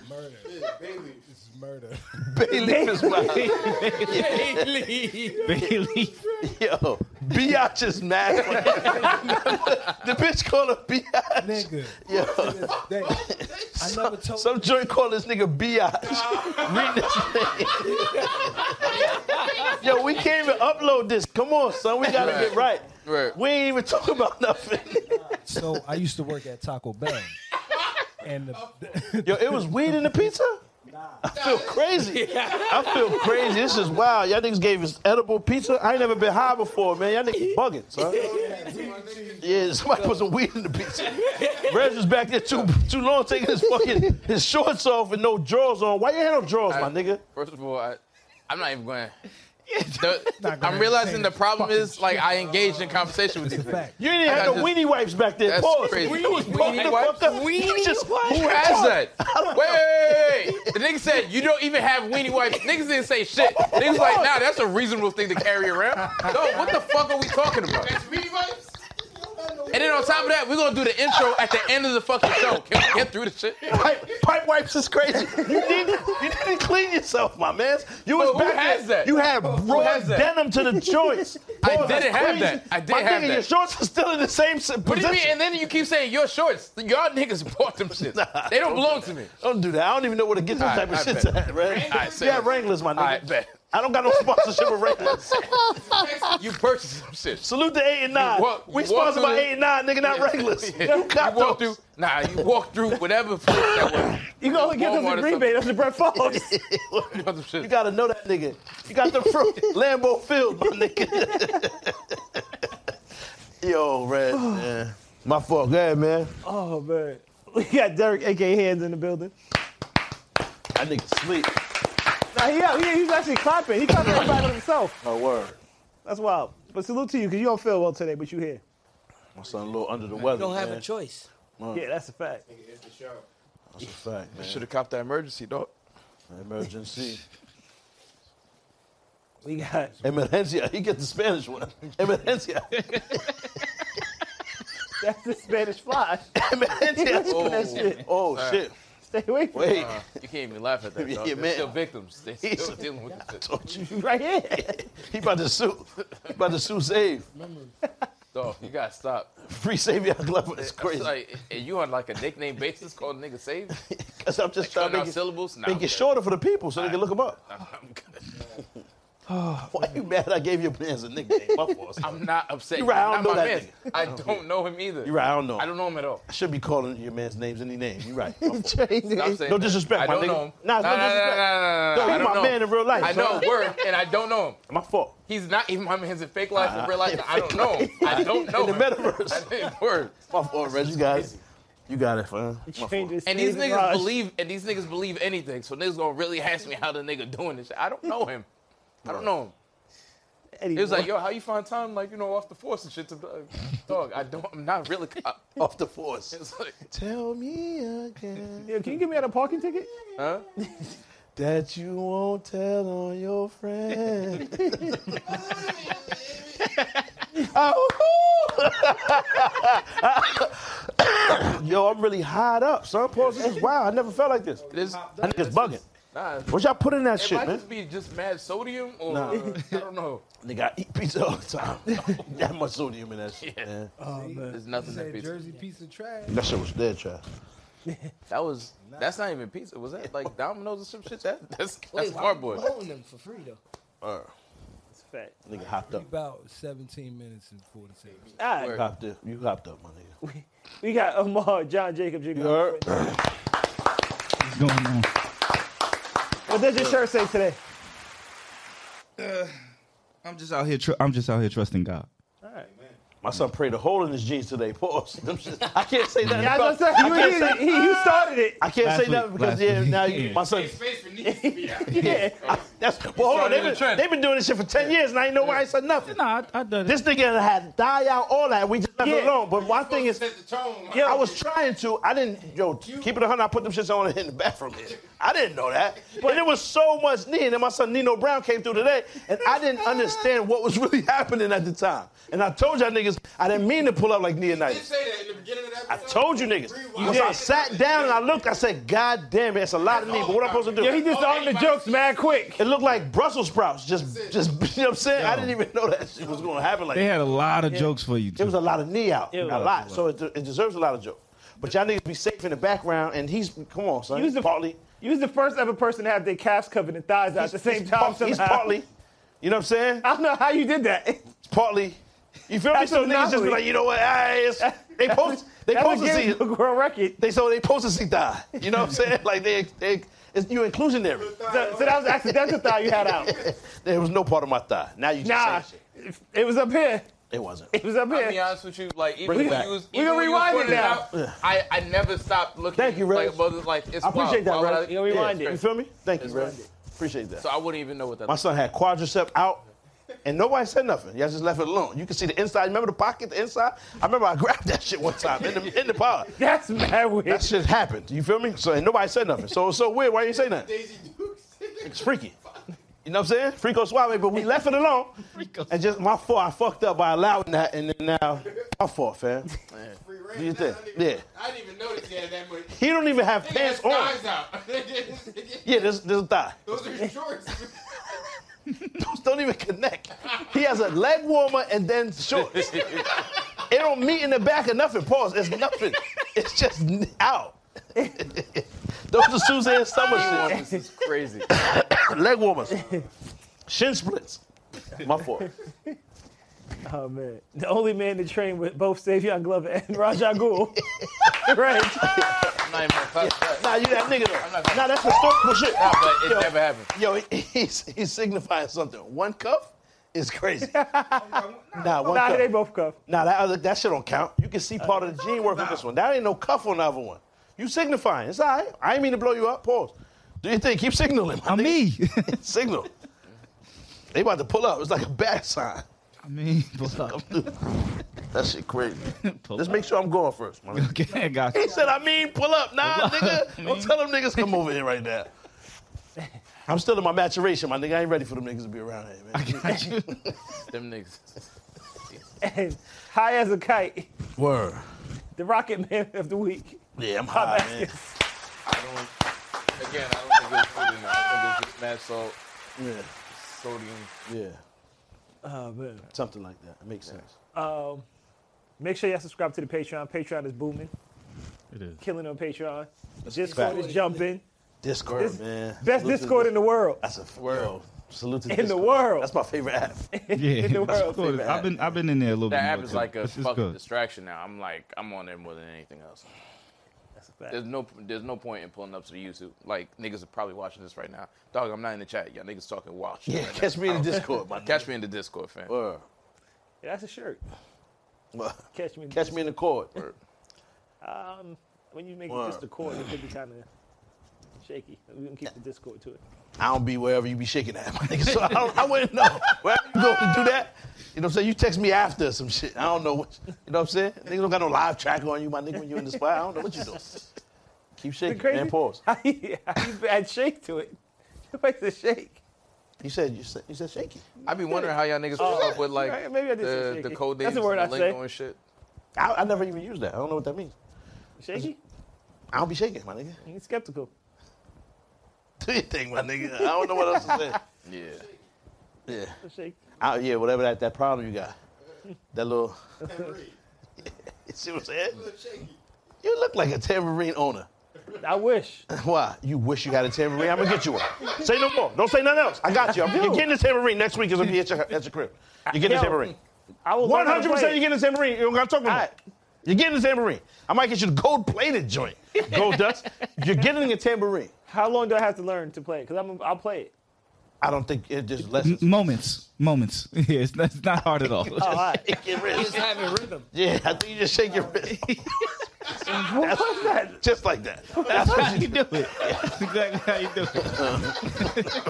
[SPEAKER 4] Murder.
[SPEAKER 8] Bailey.
[SPEAKER 4] It's murder.
[SPEAKER 3] Bailey is wild.
[SPEAKER 7] Bailey.
[SPEAKER 3] Yo, Biatch is mad. the bitch called her Biatch.
[SPEAKER 4] Nigga.
[SPEAKER 3] Yo,
[SPEAKER 4] to this day, I never told
[SPEAKER 3] some joint called this nigga Biatch. Read this thing. Yo, we can't even upload this. Come on, son, we gotta get right.
[SPEAKER 5] Right.
[SPEAKER 3] We ain't even talking about nothing.
[SPEAKER 4] So I used to work at Taco Bell. And the,
[SPEAKER 3] Yo, it was weed in the pizza? I feel crazy. I feel crazy. This is wild. Y'all niggas gave us edible pizza. I ain't never been high before, man. Y'all niggas bugging, son. Yeah, somebody put some weed in the pizza. Rez was back there too too long taking his fucking his shorts off and no drawers on. Why you had no drawers, my nigga?
[SPEAKER 5] First of all, I, I'm not even going.
[SPEAKER 4] Not gonna
[SPEAKER 5] I'm realizing
[SPEAKER 4] entertain
[SPEAKER 5] the
[SPEAKER 4] this
[SPEAKER 5] problem
[SPEAKER 4] fucking
[SPEAKER 5] is like I engaged in conversation with these niggas.
[SPEAKER 3] You didn't have
[SPEAKER 5] I
[SPEAKER 3] no
[SPEAKER 5] just-
[SPEAKER 3] weenie wipes back there.
[SPEAKER 5] That's
[SPEAKER 3] Pause.
[SPEAKER 5] crazy.
[SPEAKER 3] You was poking the
[SPEAKER 5] Weenie wipes?
[SPEAKER 3] fuck up. You just,
[SPEAKER 5] Who has that? Wait, wait, wait, wait. The nigga said you don't even have weenie wipes. Niggas didn't say shit. Niggas like, nah, that's a reasonable thing to carry around. No, what the fuck are we talking about? And then on top of that, we're gonna do the intro at the end of the fucking show. Can we get through the shit?
[SPEAKER 3] Pipe, pipe wipes is crazy. You didn't, you didn't clean yourself, my man. You was
[SPEAKER 5] Who
[SPEAKER 3] back
[SPEAKER 5] has
[SPEAKER 3] there.
[SPEAKER 5] that?
[SPEAKER 3] You had raw
[SPEAKER 5] has that?
[SPEAKER 3] denim to the joints.
[SPEAKER 5] I
[SPEAKER 3] Boy, that's
[SPEAKER 5] didn't have
[SPEAKER 3] crazy.
[SPEAKER 5] that. I did
[SPEAKER 3] my
[SPEAKER 5] have
[SPEAKER 3] nigga,
[SPEAKER 5] that.
[SPEAKER 3] Your shorts are still in the same s-
[SPEAKER 5] What do you
[SPEAKER 3] position.
[SPEAKER 5] mean? And then you keep saying your shorts. Y'all niggas bought them shit. They don't belong to me.
[SPEAKER 3] Don't do that. I don't even know where to get this
[SPEAKER 5] All
[SPEAKER 3] type of
[SPEAKER 5] right, I
[SPEAKER 3] shit
[SPEAKER 5] bet.
[SPEAKER 3] at, right?
[SPEAKER 5] All right, say
[SPEAKER 3] yeah,
[SPEAKER 5] it.
[SPEAKER 3] Wranglers, my nigga.
[SPEAKER 5] All right, bet.
[SPEAKER 3] I don't got no sponsorship with Wranglers.
[SPEAKER 5] You purchased some shit.
[SPEAKER 3] Salute to 8 and 9.
[SPEAKER 5] You walk-
[SPEAKER 3] we
[SPEAKER 5] you walk
[SPEAKER 3] sponsored by
[SPEAKER 5] through the-
[SPEAKER 3] 8 and 9, nigga, not Wranglers.
[SPEAKER 5] Yeah.
[SPEAKER 3] You cop
[SPEAKER 5] you walked
[SPEAKER 3] those.
[SPEAKER 5] through. Nah, you walked through whatever place that was.
[SPEAKER 2] You can only get those
[SPEAKER 5] Walmart
[SPEAKER 2] in
[SPEAKER 5] or
[SPEAKER 2] Green Bay. That's the Brett Favre.
[SPEAKER 5] You bought some shit.
[SPEAKER 3] You gotta know that nigga. You got the from Lambeau Field, my nigga. Yo, Red, man. My fault. Go ahead, man.
[SPEAKER 2] oh man, we got Derek, aka Hands, in the building.
[SPEAKER 3] That nigga sleep.
[SPEAKER 2] Now he out. He, he's actually clapping. He clapping everybody but himself.
[SPEAKER 3] My word.
[SPEAKER 2] That's wild. But salute to you because you don't feel well today, but you here.
[SPEAKER 3] My son a little under the weather.
[SPEAKER 6] don't have
[SPEAKER 3] man.
[SPEAKER 6] a choice.
[SPEAKER 2] Yeah, that's a fact.
[SPEAKER 3] That's a fact, man.
[SPEAKER 5] Should have copped that emergency, dog.
[SPEAKER 3] Emergency.
[SPEAKER 2] We got
[SPEAKER 3] Emergencia. He gets the Spanish one. Emergencia.
[SPEAKER 2] that's the Spanish fly.
[SPEAKER 3] Emergencia.
[SPEAKER 5] Oh,
[SPEAKER 2] That shit.
[SPEAKER 3] Oh, shit.
[SPEAKER 2] Stay away from
[SPEAKER 3] Wait.
[SPEAKER 5] you can't even laugh at that. Dog.
[SPEAKER 3] Yeah,
[SPEAKER 5] They're
[SPEAKER 3] man.
[SPEAKER 5] still victims. They're still
[SPEAKER 3] He's-
[SPEAKER 5] dealing with this shit.
[SPEAKER 3] Told you.
[SPEAKER 2] you right here.
[SPEAKER 3] He about to sue. He about to sue Save.
[SPEAKER 5] Dog, you gotta stop.
[SPEAKER 3] Free Savior Glover. It's
[SPEAKER 5] It's
[SPEAKER 3] crazy.
[SPEAKER 5] like, and you on like a nickname basis called nigga save?
[SPEAKER 3] Because I'm just trying
[SPEAKER 5] Cutting
[SPEAKER 3] to
[SPEAKER 5] out
[SPEAKER 3] make it,
[SPEAKER 5] syllables? Nah,
[SPEAKER 3] make
[SPEAKER 5] I'm
[SPEAKER 3] it
[SPEAKER 5] good.
[SPEAKER 3] shorter for the people so they can look him up.
[SPEAKER 5] I'm, I'm good.
[SPEAKER 3] Why you mad I gave your man's a nickname? My fault. son.
[SPEAKER 5] I'm not upset.
[SPEAKER 3] You're right, I
[SPEAKER 5] Not
[SPEAKER 3] don't know
[SPEAKER 5] my
[SPEAKER 3] that
[SPEAKER 5] man. I don't know him either.
[SPEAKER 3] You're right, I don't know.
[SPEAKER 5] I don't know him at all.
[SPEAKER 3] I should be calling your man's names any name. You're right. My fault.
[SPEAKER 5] I'm
[SPEAKER 2] Crazy.
[SPEAKER 5] saying
[SPEAKER 3] No
[SPEAKER 5] that.
[SPEAKER 3] disrespect,
[SPEAKER 5] I
[SPEAKER 3] my
[SPEAKER 5] don't
[SPEAKER 3] nigga.
[SPEAKER 5] know him.
[SPEAKER 3] Nah, it's no disrespect.
[SPEAKER 5] Nah, nah, nah, nah, nah,
[SPEAKER 3] Yo,
[SPEAKER 5] nah.
[SPEAKER 3] he
[SPEAKER 5] I don't
[SPEAKER 3] my
[SPEAKER 5] know
[SPEAKER 3] man
[SPEAKER 5] him.
[SPEAKER 3] in real life,
[SPEAKER 5] I know,
[SPEAKER 3] son.
[SPEAKER 5] word, and I don't know him.
[SPEAKER 3] My fault.
[SPEAKER 5] He's not even my man's in fake life
[SPEAKER 3] Nah,
[SPEAKER 5] and real life.
[SPEAKER 3] in
[SPEAKER 5] I don't
[SPEAKER 3] Uh, fake
[SPEAKER 5] know him. I don't know
[SPEAKER 3] In the
[SPEAKER 5] him.
[SPEAKER 3] metaverse.
[SPEAKER 5] I didn't word.
[SPEAKER 3] My fault, Reggie. Guys, you got it, fam. My fault.
[SPEAKER 2] Change his
[SPEAKER 5] And these
[SPEAKER 2] season,
[SPEAKER 5] niggas
[SPEAKER 2] Raj.
[SPEAKER 5] believe, and these niggas believe anything. So niggas gonna really ask me how the nigga doing this. shit. I don't know him. I don't know him.
[SPEAKER 2] Eddie
[SPEAKER 5] It was like,
[SPEAKER 2] Moore.
[SPEAKER 5] yo, how you find time, like you know, off the force and shit to dog. I don't. I'm not really. I,
[SPEAKER 3] Off the force.
[SPEAKER 5] it's like,
[SPEAKER 3] Tell me again
[SPEAKER 2] Yo, can you give me out a parking ticket?
[SPEAKER 5] huh?
[SPEAKER 3] that you won't tell on your friend. Oh, Yo, I'm really high up, son. Pause. This is wild. I never felt like this.
[SPEAKER 5] This,
[SPEAKER 3] That nigga's bugging.
[SPEAKER 5] nah. It
[SPEAKER 3] What y'all put in that shit,
[SPEAKER 5] might
[SPEAKER 3] man?
[SPEAKER 5] just be just mad sodium, or
[SPEAKER 3] Nah.
[SPEAKER 5] I don't know.
[SPEAKER 3] Nigga, I eat pizza all the time. that much sodium in that shit, man.
[SPEAKER 2] Oh man,
[SPEAKER 5] There's nothing that
[SPEAKER 4] said
[SPEAKER 5] pizza.
[SPEAKER 4] Jersey piece of trash.
[SPEAKER 3] That shit was dead trash.
[SPEAKER 5] That was. That's not even pizza. Was that like Domino's or some shit? That, that's
[SPEAKER 6] why
[SPEAKER 5] that's cardboard.
[SPEAKER 6] we Holding them for free though.
[SPEAKER 3] Uh,
[SPEAKER 2] it's fact.
[SPEAKER 3] nigga hopped up.
[SPEAKER 4] About 17 minutes and 40 seconds.
[SPEAKER 2] All right,
[SPEAKER 5] Word.
[SPEAKER 3] Hopped up. You hopped up, my nigga.
[SPEAKER 2] we got Omar, John Jacob, Jigga.
[SPEAKER 3] You heard?
[SPEAKER 7] What's going on?
[SPEAKER 2] What does your shirt say today?
[SPEAKER 7] I'm just out here. Tr- I'm just out here trusting God.
[SPEAKER 3] My son prayed a hole in his jeans today. Pause. Them shit- I can't say nothing.
[SPEAKER 2] Yeah, I was
[SPEAKER 3] about,
[SPEAKER 2] gonna say, you,
[SPEAKER 3] I can't say,
[SPEAKER 2] he, he, you started it.
[SPEAKER 3] I can't
[SPEAKER 7] Last
[SPEAKER 3] say
[SPEAKER 7] week,
[SPEAKER 3] nothing because
[SPEAKER 7] last
[SPEAKER 3] yeah,
[SPEAKER 7] week.
[SPEAKER 3] now you, my son.
[SPEAKER 2] Yeah.
[SPEAKER 3] That's well, hold on.
[SPEAKER 5] started
[SPEAKER 3] They've
[SPEAKER 5] the
[SPEAKER 3] been,
[SPEAKER 5] trend.
[SPEAKER 3] they been doing this shit for ten years, and I ain't know why I said nothing.
[SPEAKER 7] Nah, I, I done
[SPEAKER 3] This nigga had die out all that. We just left
[SPEAKER 2] Yeah.
[SPEAKER 3] it alone. But one thing is,
[SPEAKER 2] Yo,
[SPEAKER 3] I was trying to. I didn't. Yo, keep it a hundred. I put them shits on in the bathroom. Here. I didn't know that. But it was so much need. And then my son Nino Brown came through today, and I didn't understand what was really happening at the time. And I told y'all niggas, I didn't mean to pull up like Neonites. I told you niggas. Once I sat down and I looked, I said, God damn it, it's a lot of me. But what am I supposed to do?
[SPEAKER 2] yo, he just on the jokes mad quick.
[SPEAKER 3] It looked like Brussels sprouts. Just, just you know what I'm saying? I didn't even know that shit was going to happen like
[SPEAKER 7] They
[SPEAKER 3] that.
[SPEAKER 7] had a lot of jokes for you. Too.
[SPEAKER 3] It was a lot of knee out.
[SPEAKER 2] It
[SPEAKER 3] a
[SPEAKER 2] was.
[SPEAKER 3] lot. So it, it deserves a lot of joke. But y'all niggas be safe in the background, and he's, come on, son.
[SPEAKER 2] You was the-
[SPEAKER 3] partly.
[SPEAKER 2] You was the first ever person to have their calves covered and thighs out at the same
[SPEAKER 3] he's
[SPEAKER 2] time.
[SPEAKER 3] part- he's
[SPEAKER 2] somehow.
[SPEAKER 3] partly. You know what I'm saying?
[SPEAKER 2] I don't know how you did that.
[SPEAKER 3] It's partly. You feel me?
[SPEAKER 2] That's
[SPEAKER 3] Some niggas just be
[SPEAKER 2] anomaly.
[SPEAKER 3] like, you know what? Ah, it's, They post. They
[SPEAKER 2] That would
[SPEAKER 3] post to
[SPEAKER 2] give
[SPEAKER 3] see.
[SPEAKER 2] you a world record.
[SPEAKER 3] They so they post to see die. You know what I'm saying? Like they, they it's, you inclusionary.
[SPEAKER 2] So, so that was accidental thigh you had out.
[SPEAKER 3] There was no part of my thigh. Now you just
[SPEAKER 2] Nah,
[SPEAKER 3] saying shit.
[SPEAKER 2] if- it was up here.
[SPEAKER 3] It wasn't.
[SPEAKER 2] It was up
[SPEAKER 5] I'll be
[SPEAKER 2] here.
[SPEAKER 5] honest with you, like even
[SPEAKER 3] Bring it
[SPEAKER 5] when
[SPEAKER 3] back.
[SPEAKER 5] you was
[SPEAKER 2] We
[SPEAKER 5] even
[SPEAKER 2] gonna
[SPEAKER 5] when you was
[SPEAKER 2] rewind it
[SPEAKER 5] pointing
[SPEAKER 2] now.
[SPEAKER 5] out, I, I never stopped looking.
[SPEAKER 3] Thank you, Reg.
[SPEAKER 5] Like, above it, like it's
[SPEAKER 3] I appreciate
[SPEAKER 5] wild.
[SPEAKER 3] that,
[SPEAKER 5] Why would
[SPEAKER 3] Reg.
[SPEAKER 5] I-
[SPEAKER 2] Yeah, rewind
[SPEAKER 5] it's
[SPEAKER 2] it.
[SPEAKER 3] You
[SPEAKER 5] crazy.
[SPEAKER 3] feel me? Thank you, bro. Appreciate that.
[SPEAKER 5] So I wouldn't even know what that.
[SPEAKER 3] my son had quadricep out, and nobody said nothing. Y'all just left it alone. You can see the inside. Remember the pocket, the inside. I remember I grabbed that shit one time in the in the pod.
[SPEAKER 2] That's mad weird.
[SPEAKER 3] That shit happened. You feel me? So and nobody said nothing. So it's so weird. Why you say nothing?
[SPEAKER 1] Daisy Dukes.
[SPEAKER 3] It's freaky. You know what I'm saying? Freako suave, but we left it alone. And just my fault. I fucked up by allowing that, and then now my fault, fam.
[SPEAKER 1] Free
[SPEAKER 3] Do you
[SPEAKER 1] reign.
[SPEAKER 3] think?
[SPEAKER 1] I didn't even-
[SPEAKER 3] Yeah.
[SPEAKER 1] I didn't even notice he had that much.
[SPEAKER 3] He don't even have
[SPEAKER 1] They
[SPEAKER 3] pants
[SPEAKER 1] got
[SPEAKER 3] on.
[SPEAKER 1] thighs out.
[SPEAKER 3] Yeah, there's there's a thigh.
[SPEAKER 1] Those are shorts.
[SPEAKER 3] Those don't even connect. He has a leg warmer and then shorts. it don't meet in the back or nothing. Pause. It's nothing. It's just n- out. Those are Suzanne Summer shit.
[SPEAKER 5] was. This is crazy.
[SPEAKER 3] Leg warmers. Shin splints. My fault.
[SPEAKER 2] Oh man, the only man to train with both Savion Glover and Rajah Ghul. right?
[SPEAKER 5] I'm not even gonna touch that.
[SPEAKER 3] Nah, you that nigga
[SPEAKER 5] I'm not
[SPEAKER 3] though.
[SPEAKER 5] gonna-
[SPEAKER 3] Nah, that's historical shit.
[SPEAKER 5] Nah, but it
[SPEAKER 3] Yo.
[SPEAKER 5] never happened.
[SPEAKER 3] Yo, he- he's, he's signifying something. One cuff is crazy. nah, one
[SPEAKER 2] Nah,
[SPEAKER 3] cuff.
[SPEAKER 2] they both cuff.
[SPEAKER 3] Nah, that other that shit don't count. You can see part of the gene work with this one. That ain't no cuff on the other one. You signifying. It's all right. I ain't mean to blow you up. Pause. Do you think? Keep signaling. my
[SPEAKER 7] I
[SPEAKER 3] nigga.
[SPEAKER 7] mean,
[SPEAKER 3] Signal. They about to pull up. It's like a bad sign.
[SPEAKER 7] I mean, pull up.
[SPEAKER 3] That shit crazy.
[SPEAKER 7] Pull
[SPEAKER 3] Just
[SPEAKER 7] up.
[SPEAKER 3] make sure I'm going first. My nigga.
[SPEAKER 7] Okay, got
[SPEAKER 3] He
[SPEAKER 7] you.
[SPEAKER 3] said, I mean, pull up. Nah, nigga. Don't tell them niggas come over here right now. I'm still in my maturation, my nigga. I ain't ready for them niggas to be around here, man.
[SPEAKER 7] Got you.
[SPEAKER 5] Them niggas.
[SPEAKER 2] And high as a kite,
[SPEAKER 3] Word.
[SPEAKER 2] the Rocket Man of the week.
[SPEAKER 3] Yeah, I'm high, Ah, man.
[SPEAKER 5] I don't. Again, I don't think it's food enough. I think it's just mad salt,
[SPEAKER 3] Yeah,
[SPEAKER 5] sodium.
[SPEAKER 3] yeah.
[SPEAKER 2] Oh man.
[SPEAKER 3] Something like that. It makes sense.
[SPEAKER 2] Um, make sure y'all subscribe to the Patreon. Patreon is booming.
[SPEAKER 7] It is.
[SPEAKER 2] Killing on Patreon.
[SPEAKER 3] fact.
[SPEAKER 2] Discord is jumping.
[SPEAKER 3] Discord,
[SPEAKER 2] This-
[SPEAKER 3] man.
[SPEAKER 2] Best
[SPEAKER 3] Salute to
[SPEAKER 2] Discord
[SPEAKER 3] Dis-
[SPEAKER 2] in the world.
[SPEAKER 3] That's a world. Salute to
[SPEAKER 2] In the
[SPEAKER 3] Discord.
[SPEAKER 2] world.
[SPEAKER 3] That's my favorite app.
[SPEAKER 7] Yeah,
[SPEAKER 2] In the
[SPEAKER 7] that's
[SPEAKER 2] world,
[SPEAKER 7] cool.
[SPEAKER 2] favorite
[SPEAKER 7] I've been I've been in there a little
[SPEAKER 5] That
[SPEAKER 7] bit.
[SPEAKER 5] app
[SPEAKER 7] more
[SPEAKER 5] is
[SPEAKER 7] too.
[SPEAKER 5] like a
[SPEAKER 7] It's just
[SPEAKER 5] fucking
[SPEAKER 7] good.
[SPEAKER 5] distraction now. I'm like, I'm on there more than anything else.
[SPEAKER 2] That's a fact.
[SPEAKER 5] There's no, there's no point in pulling up to the YouTube. Like niggas are probably watching this right now. Dog, I'm not in the chat. Y'all niggas talking wild shit.
[SPEAKER 3] Yeah,
[SPEAKER 5] right now.
[SPEAKER 3] catch me in
[SPEAKER 5] I
[SPEAKER 3] the
[SPEAKER 5] don't-
[SPEAKER 3] Discord, my
[SPEAKER 5] Catch me in the Discord, fam.
[SPEAKER 3] Word.
[SPEAKER 2] Yeah, that's a shirt.
[SPEAKER 3] Word.
[SPEAKER 2] Catch me.
[SPEAKER 3] Catch me in the court.
[SPEAKER 2] Um, when you make it
[SPEAKER 3] Word.
[SPEAKER 2] just a chord, it could be kind of shaky. We can keep the Discord to it.
[SPEAKER 3] I don't be wherever you be shaking at, my nigga. So I, don't, I wouldn't know. Wherever you go to do that, you know what I'm saying? You text me after some shit. I don't know what, you know what I'm saying? Niggas don't got no live tracker on you, my nigga, when you're in the spot. I don't know what you doing. Keep shaking,
[SPEAKER 2] It's crazy.
[SPEAKER 3] man. Pause.
[SPEAKER 2] How you, how you add shake to it? It makes a shake.
[SPEAKER 3] You said, you said, you said shaky.
[SPEAKER 5] I be wondering how y'all niggas come up with like
[SPEAKER 2] Right, Oh. maybe I did say
[SPEAKER 5] the,
[SPEAKER 2] shaky.
[SPEAKER 5] the code
[SPEAKER 2] That's
[SPEAKER 5] names,
[SPEAKER 2] the word I
[SPEAKER 5] and the lingo
[SPEAKER 2] say.
[SPEAKER 5] and shit.
[SPEAKER 3] I, I never even used that. I don't know what that means.
[SPEAKER 2] Shaky?
[SPEAKER 3] I don't be shaking, my nigga.
[SPEAKER 2] He's skeptical.
[SPEAKER 3] Do your thing, my nigga. I don't know what else to say.
[SPEAKER 5] Yeah,
[SPEAKER 3] Yeah.
[SPEAKER 2] It's Shaky.
[SPEAKER 3] I, yeah, whatever that, that problem you got. That little. You see what I'm saying? You look like a tambourine owner.
[SPEAKER 2] I wish.
[SPEAKER 3] Why? You wish you had a tambourine? I'm gonna get you one. Say no more. Don't say nothing else. I got you. I'm, you're getting a tambourine next week. It's gonna be at your, at your crib. You're getting
[SPEAKER 2] Yo,
[SPEAKER 3] a tambourine.
[SPEAKER 2] I will learn how to
[SPEAKER 3] 100
[SPEAKER 2] play
[SPEAKER 3] percent
[SPEAKER 2] it.
[SPEAKER 3] you're getting a tambourine. You don't gotta talk no more.
[SPEAKER 2] Alright.
[SPEAKER 3] You're getting a tambourine. I might get you the gold plated joint. Gold dust. You're getting a tambourine.
[SPEAKER 2] How long do I have to learn to play it? Because I'm I'll play it.
[SPEAKER 3] I don't think it just lessons.
[SPEAKER 7] M- moments, moments. Yeah, it's not, it's not hard at all.
[SPEAKER 2] Oh, all right.
[SPEAKER 3] Get rid.
[SPEAKER 6] Just having rhythm.
[SPEAKER 3] Yeah, I think you just shake your wrist.
[SPEAKER 2] what was that?
[SPEAKER 3] just like that. That's what you do.
[SPEAKER 7] That's exactly how you do it.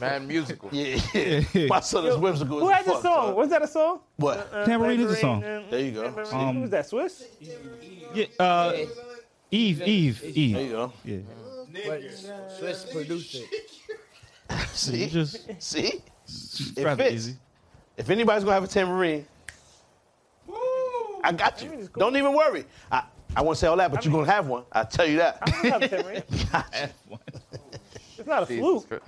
[SPEAKER 5] man, musical.
[SPEAKER 3] Yeah, yeah. My son is whimsical.
[SPEAKER 2] Who
[SPEAKER 3] as
[SPEAKER 2] had this
[SPEAKER 3] fuck,
[SPEAKER 2] song? Uh-uh.
[SPEAKER 3] son.
[SPEAKER 2] Was that a song?
[SPEAKER 3] What?
[SPEAKER 7] Tambourine is a song.
[SPEAKER 2] There
[SPEAKER 3] There you go.
[SPEAKER 7] Um,
[SPEAKER 2] Who was that? Swiss?
[SPEAKER 7] Yeah, uh, Eve, Eve,
[SPEAKER 3] There you
[SPEAKER 7] Eve.
[SPEAKER 3] go.
[SPEAKER 7] Yeah.
[SPEAKER 6] But let's produce it.
[SPEAKER 7] You
[SPEAKER 3] See?
[SPEAKER 7] just
[SPEAKER 3] See?
[SPEAKER 7] it's rather
[SPEAKER 3] fits.
[SPEAKER 7] easy.
[SPEAKER 3] If anybody's gonna have a tambourine, I got you.
[SPEAKER 2] Tambourine is cool.
[SPEAKER 3] Don't even worry. I, I won't say all that, but you're gonna have one. I'll tell you that.
[SPEAKER 2] I don't have tambourine. It's not a
[SPEAKER 5] Jesus
[SPEAKER 2] flute.
[SPEAKER 5] Christ.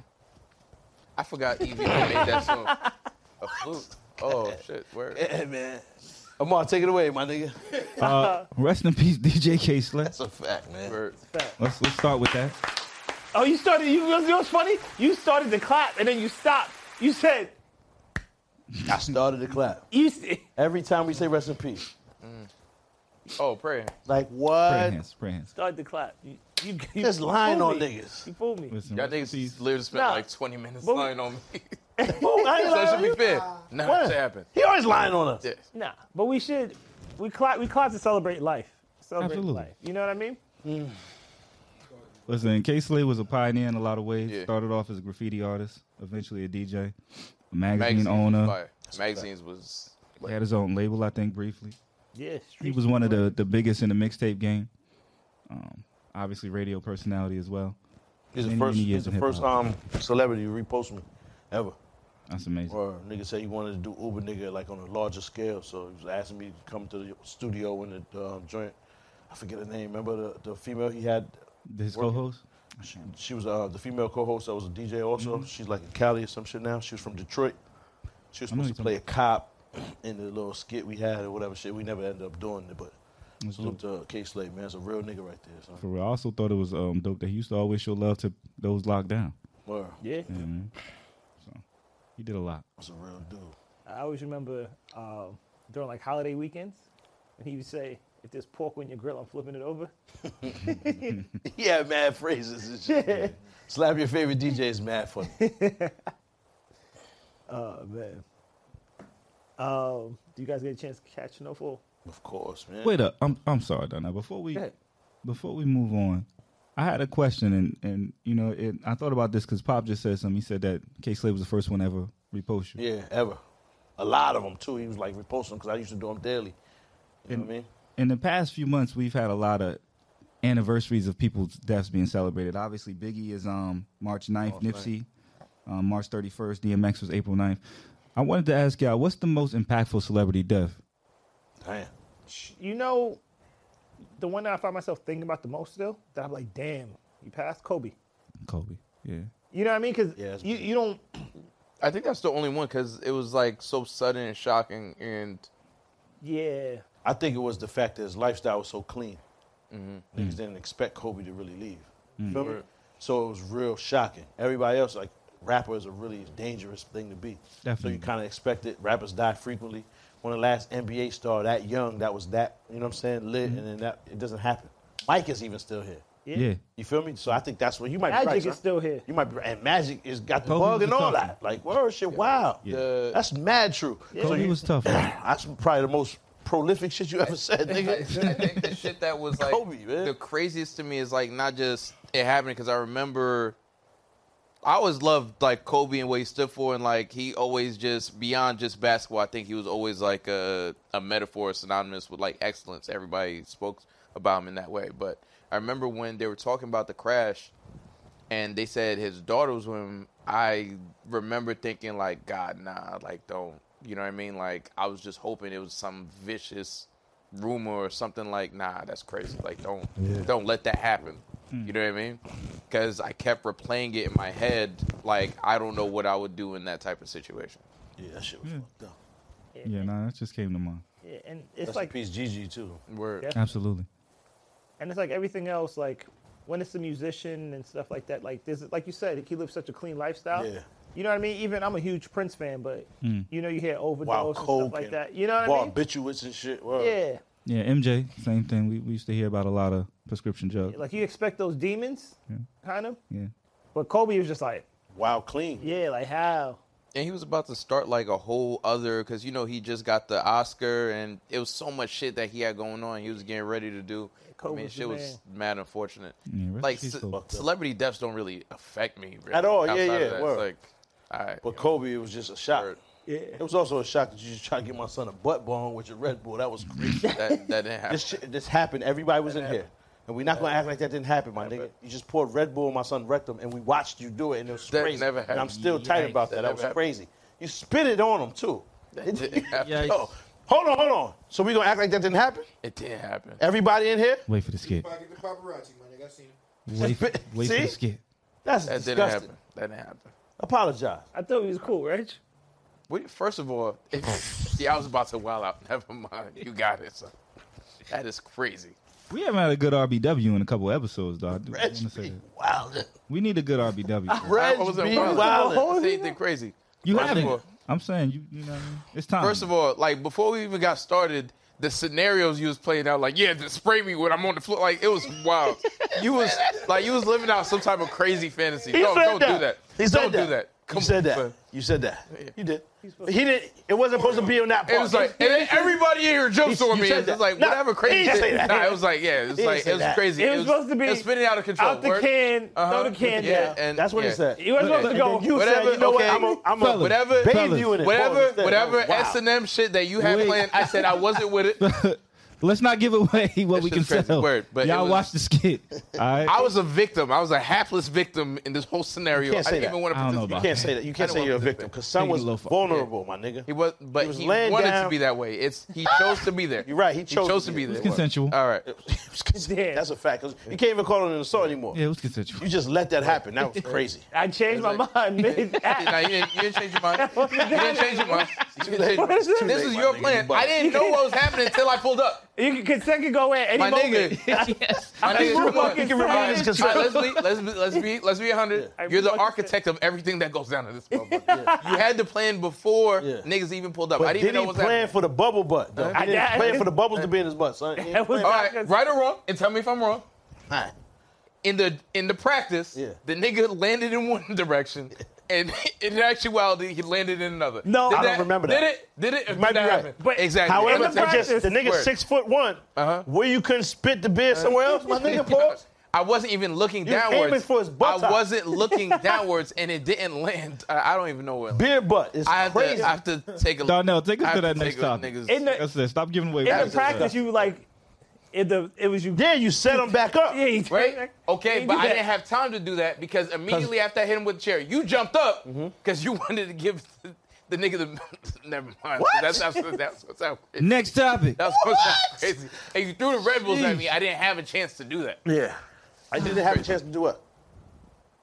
[SPEAKER 5] I forgot Evie made that song. A flute. Oh shit, word.
[SPEAKER 3] Yeah, man. Amar, take it away, my nigga.
[SPEAKER 7] Uh, rest in peace, DJ K Slick.
[SPEAKER 3] That's a fact, man.
[SPEAKER 5] word.
[SPEAKER 7] Let's let's start with that.
[SPEAKER 2] Oh, you started. You, you know what's funny? You started to clap and then you stopped. You said,
[SPEAKER 3] I started to clap.
[SPEAKER 2] "You." s-
[SPEAKER 3] Every time we say rest in peace,
[SPEAKER 5] Oh, prayer.
[SPEAKER 3] Like
[SPEAKER 7] Prayer
[SPEAKER 3] what?
[SPEAKER 7] hands, prayer hands.
[SPEAKER 2] Start to clap. You, you, you
[SPEAKER 3] Just lying
[SPEAKER 2] fooled
[SPEAKER 3] on
[SPEAKER 2] me.
[SPEAKER 3] niggas.
[SPEAKER 2] You fooled me.
[SPEAKER 7] Listen,
[SPEAKER 5] Y'all
[SPEAKER 7] rest in
[SPEAKER 5] niggas
[SPEAKER 7] peace.
[SPEAKER 5] literally spent
[SPEAKER 2] Nah.
[SPEAKER 5] like 20 minutes
[SPEAKER 2] But-
[SPEAKER 5] lying on me.
[SPEAKER 3] Who? I ain't
[SPEAKER 5] so it
[SPEAKER 3] lying on
[SPEAKER 5] should be
[SPEAKER 3] you.
[SPEAKER 5] fair. Nah,
[SPEAKER 3] What?
[SPEAKER 5] what happened?
[SPEAKER 3] He always lying on us.
[SPEAKER 5] Yeah.
[SPEAKER 2] Nah, but we should. We clap. We clap to celebrate life. Celebrate
[SPEAKER 7] Absolutely.
[SPEAKER 2] life. You know what I mean?
[SPEAKER 7] Listen, K Slade was a pioneer in a lot of ways.
[SPEAKER 5] Yeah.
[SPEAKER 7] Started off as a graffiti artist, eventually a DJ, a magazine
[SPEAKER 5] Magazines was
[SPEAKER 7] owner.
[SPEAKER 5] fire. Magazines was.
[SPEAKER 7] He had his own label, I think, briefly.
[SPEAKER 2] Yeah.
[SPEAKER 7] He was one of the, the biggest in the mixtape game. Um, obviously, radio personality as well.
[SPEAKER 3] He's the
[SPEAKER 7] Many,
[SPEAKER 3] first.
[SPEAKER 7] many years
[SPEAKER 3] He's the
[SPEAKER 7] in
[SPEAKER 3] first
[SPEAKER 7] hip-hop.
[SPEAKER 3] um celebrity to repost me, ever.
[SPEAKER 7] That's amazing.
[SPEAKER 3] Or nigga said he wanted to do Uber nigga like on a larger scale, so he was asking me to come to the studio in the um, joint. I forget her name. Remember the, the female he had?
[SPEAKER 7] His
[SPEAKER 3] working-
[SPEAKER 7] co-host.
[SPEAKER 3] She, she was uh, the female co-host that was a DJ also.
[SPEAKER 7] Mm-hmm.
[SPEAKER 3] She's like in Cali or some shit now. She was from Detroit. She was
[SPEAKER 7] I know
[SPEAKER 3] supposed to play a
[SPEAKER 7] you're
[SPEAKER 3] cop in the little skit we had or whatever shit. We never ended up doing it, but
[SPEAKER 7] That's
[SPEAKER 3] salute to K Slade, man. That's a real nigga right there. Son.
[SPEAKER 7] For real, I also thought it was um, dope that he used to always show love to those locked down.
[SPEAKER 3] Word.
[SPEAKER 2] Yeah.
[SPEAKER 7] You know what I mean? So he did a lot.
[SPEAKER 3] That's a real dude.
[SPEAKER 2] I always remember um, during like holiday weekends, and he would say, "If there's pork on your grill, I'm flipping it over."
[SPEAKER 3] Yeah, mad phrases and shit. man. Slap your favorite DJ is mad for me.
[SPEAKER 2] Oh man. Um, do you guys get a chance to catch Snowfall?
[SPEAKER 3] of course, man.
[SPEAKER 7] Wait up, I'm I'm sorry, Donna. Before we
[SPEAKER 2] ahead.
[SPEAKER 7] before we move on, I had a question, and and you know, it, I thought about this because Pop just said something. He said that K Slade was the first one to ever repost you.
[SPEAKER 3] Yeah, ever. A lot of them too. He was like reposting because I used to do them daily. You know what I mean?
[SPEAKER 7] in the past few months we've had a lot of anniversaries of people's deaths being celebrated obviously biggie is um march 9th nipsey um, march 31st dmx was april 9th i wanted to ask y'all what's the most impactful celebrity death
[SPEAKER 3] Damn.
[SPEAKER 2] You know, the one that I find myself thinking about the most still, that I'm like, "Damn, you passed Kobe."
[SPEAKER 7] kobe yeah
[SPEAKER 2] You know what I mean? Because
[SPEAKER 3] Yeah, that's
[SPEAKER 2] you,
[SPEAKER 3] big.
[SPEAKER 2] you don't
[SPEAKER 5] I think that's the only one because it was like so sudden and shocking, and
[SPEAKER 2] Yeah.
[SPEAKER 3] I think it was the fact that his lifestyle was so clean.
[SPEAKER 7] Mm.
[SPEAKER 3] Niggas didn't expect Kobe to really leave. Feel me? So it was real shocking. Everybody else, like, rapper is a really dangerous thing to be. So
[SPEAKER 7] Definitely.
[SPEAKER 3] you kind of expect it. Rappers die frequently. When the last NBA star that young, that was that, you know what I'm saying, lit,
[SPEAKER 7] Mm-hmm.
[SPEAKER 3] and then that, it doesn't happen. Mike is even still here.
[SPEAKER 7] yeah,
[SPEAKER 3] You feel me? So I think that's what you might be
[SPEAKER 2] Magic
[SPEAKER 3] right.
[SPEAKER 2] is
[SPEAKER 3] son.
[SPEAKER 2] still here.
[SPEAKER 3] You might be right. And Magic is got the
[SPEAKER 7] Kobe
[SPEAKER 3] bug
[SPEAKER 7] was
[SPEAKER 3] and all
[SPEAKER 7] tough.
[SPEAKER 3] that. Like, word shit, wow.
[SPEAKER 5] Yeah.
[SPEAKER 3] That's mad true.
[SPEAKER 7] kobe
[SPEAKER 3] you-
[SPEAKER 7] was tough man.
[SPEAKER 3] That's probably the most prolific shit you ever said,
[SPEAKER 5] I
[SPEAKER 3] nigga.
[SPEAKER 5] think the shit that was like
[SPEAKER 3] Kobe, man.
[SPEAKER 5] the craziest to me is like not just it happening because I remember I always loved like Kobe and what he stood for and like he always just beyond just basketball. I think he was always like a a metaphor synonymous with like excellence. Everybody spoke about him in that way. But I remember when they were talking about the crash and they said his daughter was with him. I remember thinking like, God, nah, like don't, you know what I mean? Like I was just hoping it was some vicious rumor or something like, nah, that's crazy. Like don't, don't let that happen. You know what I mean? Because I kept replaying it in my head. Like I don't know what I would do in that type of situation.
[SPEAKER 3] Yeah, that shit was
[SPEAKER 2] Hmm.
[SPEAKER 3] fucked up.
[SPEAKER 7] yeah nah that just came to mind
[SPEAKER 2] Yeah, and it's
[SPEAKER 3] That's
[SPEAKER 2] like
[SPEAKER 3] like piece Gigi too.
[SPEAKER 5] Word.
[SPEAKER 2] Yeah.
[SPEAKER 7] absolutely
[SPEAKER 2] and it's like everything else like when it's a musician and stuff like that like this like you said he lives such a clean lifestyle
[SPEAKER 3] Yeah.
[SPEAKER 2] you know what i mean even i'm a huge prince fan but you know you hear overdose
[SPEAKER 3] Wild
[SPEAKER 2] and
[SPEAKER 3] coke
[SPEAKER 2] stuff like
[SPEAKER 3] and
[SPEAKER 2] that you know what i mean
[SPEAKER 3] barbiturates and shit. Word.
[SPEAKER 2] yeah
[SPEAKER 7] yeah mj same thing we, we used to hear about a lot of prescription drugs
[SPEAKER 2] like you expect those demons kind of
[SPEAKER 7] yeah
[SPEAKER 2] but kobe was just like
[SPEAKER 3] Wild clean.
[SPEAKER 2] yeah like how
[SPEAKER 5] And he was about to start like a whole other because you know he just got the Oscar and it was so much shit that he had going on. He was getting ready to do. I
[SPEAKER 2] Kobe
[SPEAKER 5] mean,
[SPEAKER 2] was
[SPEAKER 5] shit
[SPEAKER 2] the
[SPEAKER 5] was mad unfortunate.
[SPEAKER 7] Yeah, rest
[SPEAKER 5] like
[SPEAKER 7] in peace,
[SPEAKER 5] ce-
[SPEAKER 7] Kobe.
[SPEAKER 5] celebrity deaths don't really affect me really,
[SPEAKER 3] At all, yeah,
[SPEAKER 5] outside of
[SPEAKER 3] yeah,
[SPEAKER 5] that.
[SPEAKER 3] word.
[SPEAKER 5] It's like, all right,
[SPEAKER 3] But Kobe, it was just a shock.
[SPEAKER 5] Word.
[SPEAKER 2] yeah
[SPEAKER 3] It was also a shock that you just tried to get my son a butt bone with your Red Bull. That was crazy.
[SPEAKER 5] that, that didn't happen.
[SPEAKER 3] this shit, this happened. Everybody was in here. And we're not gonna act like that didn't happen, my nigga. You just poured Red Bull in my son's rectum, and we watched you do it, and it was
[SPEAKER 5] That
[SPEAKER 3] crazy.
[SPEAKER 5] never
[SPEAKER 3] And I'm
[SPEAKER 5] happened.
[SPEAKER 3] still tight about that.
[SPEAKER 5] That
[SPEAKER 3] That
[SPEAKER 5] never
[SPEAKER 3] was crazy.
[SPEAKER 5] happened.
[SPEAKER 3] You spit it on him too.
[SPEAKER 5] That didn't happen.
[SPEAKER 3] Yo, hold on, hold on. So we gonna act like that didn't happen?
[SPEAKER 5] It didn't happen.
[SPEAKER 3] Everybody in here?
[SPEAKER 7] wait for the skit
[SPEAKER 8] Probably get the paparazzi, my nigga. I seen him.
[SPEAKER 7] wait, for- wait for
[SPEAKER 3] See?
[SPEAKER 7] the skit
[SPEAKER 3] That's
[SPEAKER 5] That didn't
[SPEAKER 3] disgusting.
[SPEAKER 5] happen. That didn't happen.
[SPEAKER 3] Apologize.
[SPEAKER 2] i thought he was cool reg
[SPEAKER 5] We, first of all, if, yeah, I was about to wild out. Never mind. You got it. Son. That is crazy.
[SPEAKER 7] we haven't had a good rbw in a couple episodes though I do want
[SPEAKER 3] Reg
[SPEAKER 7] to say
[SPEAKER 3] B.
[SPEAKER 7] that.
[SPEAKER 3] Wilder.
[SPEAKER 7] we need a good rbw
[SPEAKER 3] Reg
[SPEAKER 5] I wasn't
[SPEAKER 3] B.
[SPEAKER 5] wild.
[SPEAKER 3] Wilder.
[SPEAKER 5] Say anything crazy.
[SPEAKER 7] You
[SPEAKER 5] First of
[SPEAKER 7] haven't.
[SPEAKER 5] all-
[SPEAKER 7] I'm saying you. You know, what I mean? it's time.
[SPEAKER 5] First of all, like before we even got started, the scenarios you was playing out, like, yeah, just spray me when I'm on the floor. Like, it was wild. you was like, you was living out some type of crazy fantasy.
[SPEAKER 3] He
[SPEAKER 5] don't
[SPEAKER 3] said
[SPEAKER 5] don't do that.
[SPEAKER 3] He said
[SPEAKER 5] don't
[SPEAKER 3] that.
[SPEAKER 5] do that. Come
[SPEAKER 3] you said that.
[SPEAKER 5] on, man.
[SPEAKER 3] You said that. You did. He did. It wasn't supposed to be on that part.
[SPEAKER 5] It was like, and then everybody in here jokes
[SPEAKER 3] You-
[SPEAKER 5] on
[SPEAKER 3] you
[SPEAKER 5] me.
[SPEAKER 3] said
[SPEAKER 5] It's
[SPEAKER 3] that.
[SPEAKER 5] just like
[SPEAKER 3] No,
[SPEAKER 5] whatever
[SPEAKER 3] he
[SPEAKER 5] crazy.
[SPEAKER 3] didn't say
[SPEAKER 5] shit.
[SPEAKER 3] that.
[SPEAKER 5] Nah, it was like, yeah, it was
[SPEAKER 3] didn't
[SPEAKER 5] like
[SPEAKER 3] say
[SPEAKER 5] it was
[SPEAKER 3] that.
[SPEAKER 5] crazy.
[SPEAKER 2] It was supposed to be
[SPEAKER 5] it was spinning out of control.
[SPEAKER 2] Out the
[SPEAKER 5] Word.
[SPEAKER 2] can, throw the can
[SPEAKER 5] yeah,
[SPEAKER 2] down.
[SPEAKER 5] and
[SPEAKER 3] That's what
[SPEAKER 5] yeah.
[SPEAKER 3] he said.
[SPEAKER 2] You were supposed to go.
[SPEAKER 3] You
[SPEAKER 5] Whatever,
[SPEAKER 3] said, you know
[SPEAKER 5] okay.
[SPEAKER 3] what? I'm a, I'm a
[SPEAKER 5] Whatever,
[SPEAKER 3] bathe
[SPEAKER 7] fellas,
[SPEAKER 3] you in it. Pause
[SPEAKER 5] whatever,
[SPEAKER 3] instead.
[SPEAKER 5] whatever
[SPEAKER 3] Wow.
[SPEAKER 5] S and M shit that you had
[SPEAKER 7] Wait.
[SPEAKER 5] planned. I said I wasn't with it.
[SPEAKER 7] Let's not give away what
[SPEAKER 5] shit's
[SPEAKER 7] we can
[SPEAKER 5] crazy.
[SPEAKER 7] sell.
[SPEAKER 5] Word, but it
[SPEAKER 7] Y'all
[SPEAKER 5] was-
[SPEAKER 7] watch the skit. All
[SPEAKER 5] I
[SPEAKER 7] right.
[SPEAKER 5] was a victim. I was a hapless victim in this whole scenario. I
[SPEAKER 3] can't say
[SPEAKER 5] didn't
[SPEAKER 3] that.
[SPEAKER 5] even want to
[SPEAKER 7] I don't know
[SPEAKER 5] participate.
[SPEAKER 7] about
[SPEAKER 3] You can't say that. You can't
[SPEAKER 5] I
[SPEAKER 3] say
[SPEAKER 5] don't
[SPEAKER 3] you're a
[SPEAKER 5] want to
[SPEAKER 3] victim because son
[SPEAKER 7] Take it
[SPEAKER 3] was
[SPEAKER 7] a little far.
[SPEAKER 3] vulnerable, my nigga.
[SPEAKER 5] He was, but he,
[SPEAKER 3] was laying
[SPEAKER 5] wanted to
[SPEAKER 3] down.
[SPEAKER 5] be that way. It's he chose to be there.
[SPEAKER 3] You're right. He chose
[SPEAKER 5] to be there.
[SPEAKER 7] consensual.
[SPEAKER 5] All right.
[SPEAKER 2] Yeah.
[SPEAKER 3] That's a fact. 'cause You can't even call it an assault anymore.
[SPEAKER 7] Yeah, it was consensual.
[SPEAKER 3] You just let that happen. That was crazy.
[SPEAKER 2] I changed my
[SPEAKER 5] It's
[SPEAKER 2] mind Ah, mid
[SPEAKER 5] Nah, you,
[SPEAKER 2] act.
[SPEAKER 5] didn't, you didn't change your mind.
[SPEAKER 2] That was
[SPEAKER 5] You didn't change your mind. You didn't change your
[SPEAKER 2] What is
[SPEAKER 5] mind.
[SPEAKER 2] that?
[SPEAKER 5] This is your plan. I didn't know what was happening until I pulled up.
[SPEAKER 2] You can consent could go in any
[SPEAKER 5] My
[SPEAKER 2] moment.
[SPEAKER 5] nigga. My nigga,
[SPEAKER 2] remove
[SPEAKER 5] come on.
[SPEAKER 2] fucking
[SPEAKER 5] All right,
[SPEAKER 2] signs.
[SPEAKER 5] all right, let's be let's be let's be let's be hundred.
[SPEAKER 2] I
[SPEAKER 5] You're
[SPEAKER 2] remove
[SPEAKER 5] the
[SPEAKER 2] fucking
[SPEAKER 5] architect of everything that goes down in this motherfucker. You had the plan before
[SPEAKER 3] Yeah.
[SPEAKER 5] niggas even pulled up.
[SPEAKER 3] But
[SPEAKER 5] I didn't
[SPEAKER 3] did
[SPEAKER 5] even know
[SPEAKER 3] he
[SPEAKER 5] what was
[SPEAKER 3] plan
[SPEAKER 5] happening.
[SPEAKER 3] for the bubble butt? Though.
[SPEAKER 5] I-
[SPEAKER 3] He didn't
[SPEAKER 2] I-
[SPEAKER 3] plan for the bubbles to be in his butt, son. He didn't
[SPEAKER 2] That was
[SPEAKER 3] plan-
[SPEAKER 5] All right, right or wrong, and tell me if I'm
[SPEAKER 3] All
[SPEAKER 5] wrong.
[SPEAKER 3] right.
[SPEAKER 5] in the in the practice,
[SPEAKER 3] Yeah.
[SPEAKER 5] the nigga landed in one direction, and in actuality, he landed in another.
[SPEAKER 2] No,
[SPEAKER 5] did
[SPEAKER 2] I
[SPEAKER 3] don't remember
[SPEAKER 5] Did
[SPEAKER 3] that.
[SPEAKER 5] it? Did it? Did
[SPEAKER 3] might
[SPEAKER 5] that
[SPEAKER 3] be right.
[SPEAKER 5] happen?
[SPEAKER 2] But-
[SPEAKER 5] exactly.
[SPEAKER 2] In
[SPEAKER 3] However,
[SPEAKER 2] the
[SPEAKER 3] the,
[SPEAKER 5] I'm gonna tell you-
[SPEAKER 2] practice-
[SPEAKER 3] just, the nigga
[SPEAKER 5] Word.
[SPEAKER 3] six foot one,
[SPEAKER 5] Uh-huh.
[SPEAKER 3] where you couldn't spit the beer somewhere else, my nigga, pause.
[SPEAKER 5] I wasn't even looking
[SPEAKER 3] You
[SPEAKER 5] downwards.
[SPEAKER 3] aiming for his
[SPEAKER 5] I
[SPEAKER 3] buttock.
[SPEAKER 5] wasn't looking downwards, and it didn't land. I, I don't even know where. it landed.
[SPEAKER 3] Beer butt. It's
[SPEAKER 5] I have,
[SPEAKER 3] crazy.
[SPEAKER 5] to, I have to take a look.
[SPEAKER 7] Darnell, take us
[SPEAKER 5] I
[SPEAKER 7] to
[SPEAKER 5] have
[SPEAKER 7] that
[SPEAKER 5] to
[SPEAKER 7] next
[SPEAKER 5] take a-
[SPEAKER 7] topic.
[SPEAKER 5] niggas-
[SPEAKER 2] In the-
[SPEAKER 7] That's it. Stop giving away.
[SPEAKER 2] In the
[SPEAKER 5] That's-
[SPEAKER 2] practice, you like, in the it was you.
[SPEAKER 3] yeah, you set him back up.
[SPEAKER 2] Yeah, you-
[SPEAKER 5] Right? Okay,
[SPEAKER 2] you
[SPEAKER 5] but
[SPEAKER 2] do
[SPEAKER 5] I
[SPEAKER 2] that.
[SPEAKER 5] didn't have time to do that because immediately after I hit him with the chair, you jumped up
[SPEAKER 3] Mm-hmm.
[SPEAKER 5] because you wanted to give the, the nigga the. Never mind.
[SPEAKER 3] What?
[SPEAKER 5] That's, that's, that's what's out.
[SPEAKER 7] Next topic.
[SPEAKER 5] That was what? crazy. And you threw the Red Bulls at me. I didn't have a chance to do that.
[SPEAKER 3] Yeah. I didn't have a chance to do what?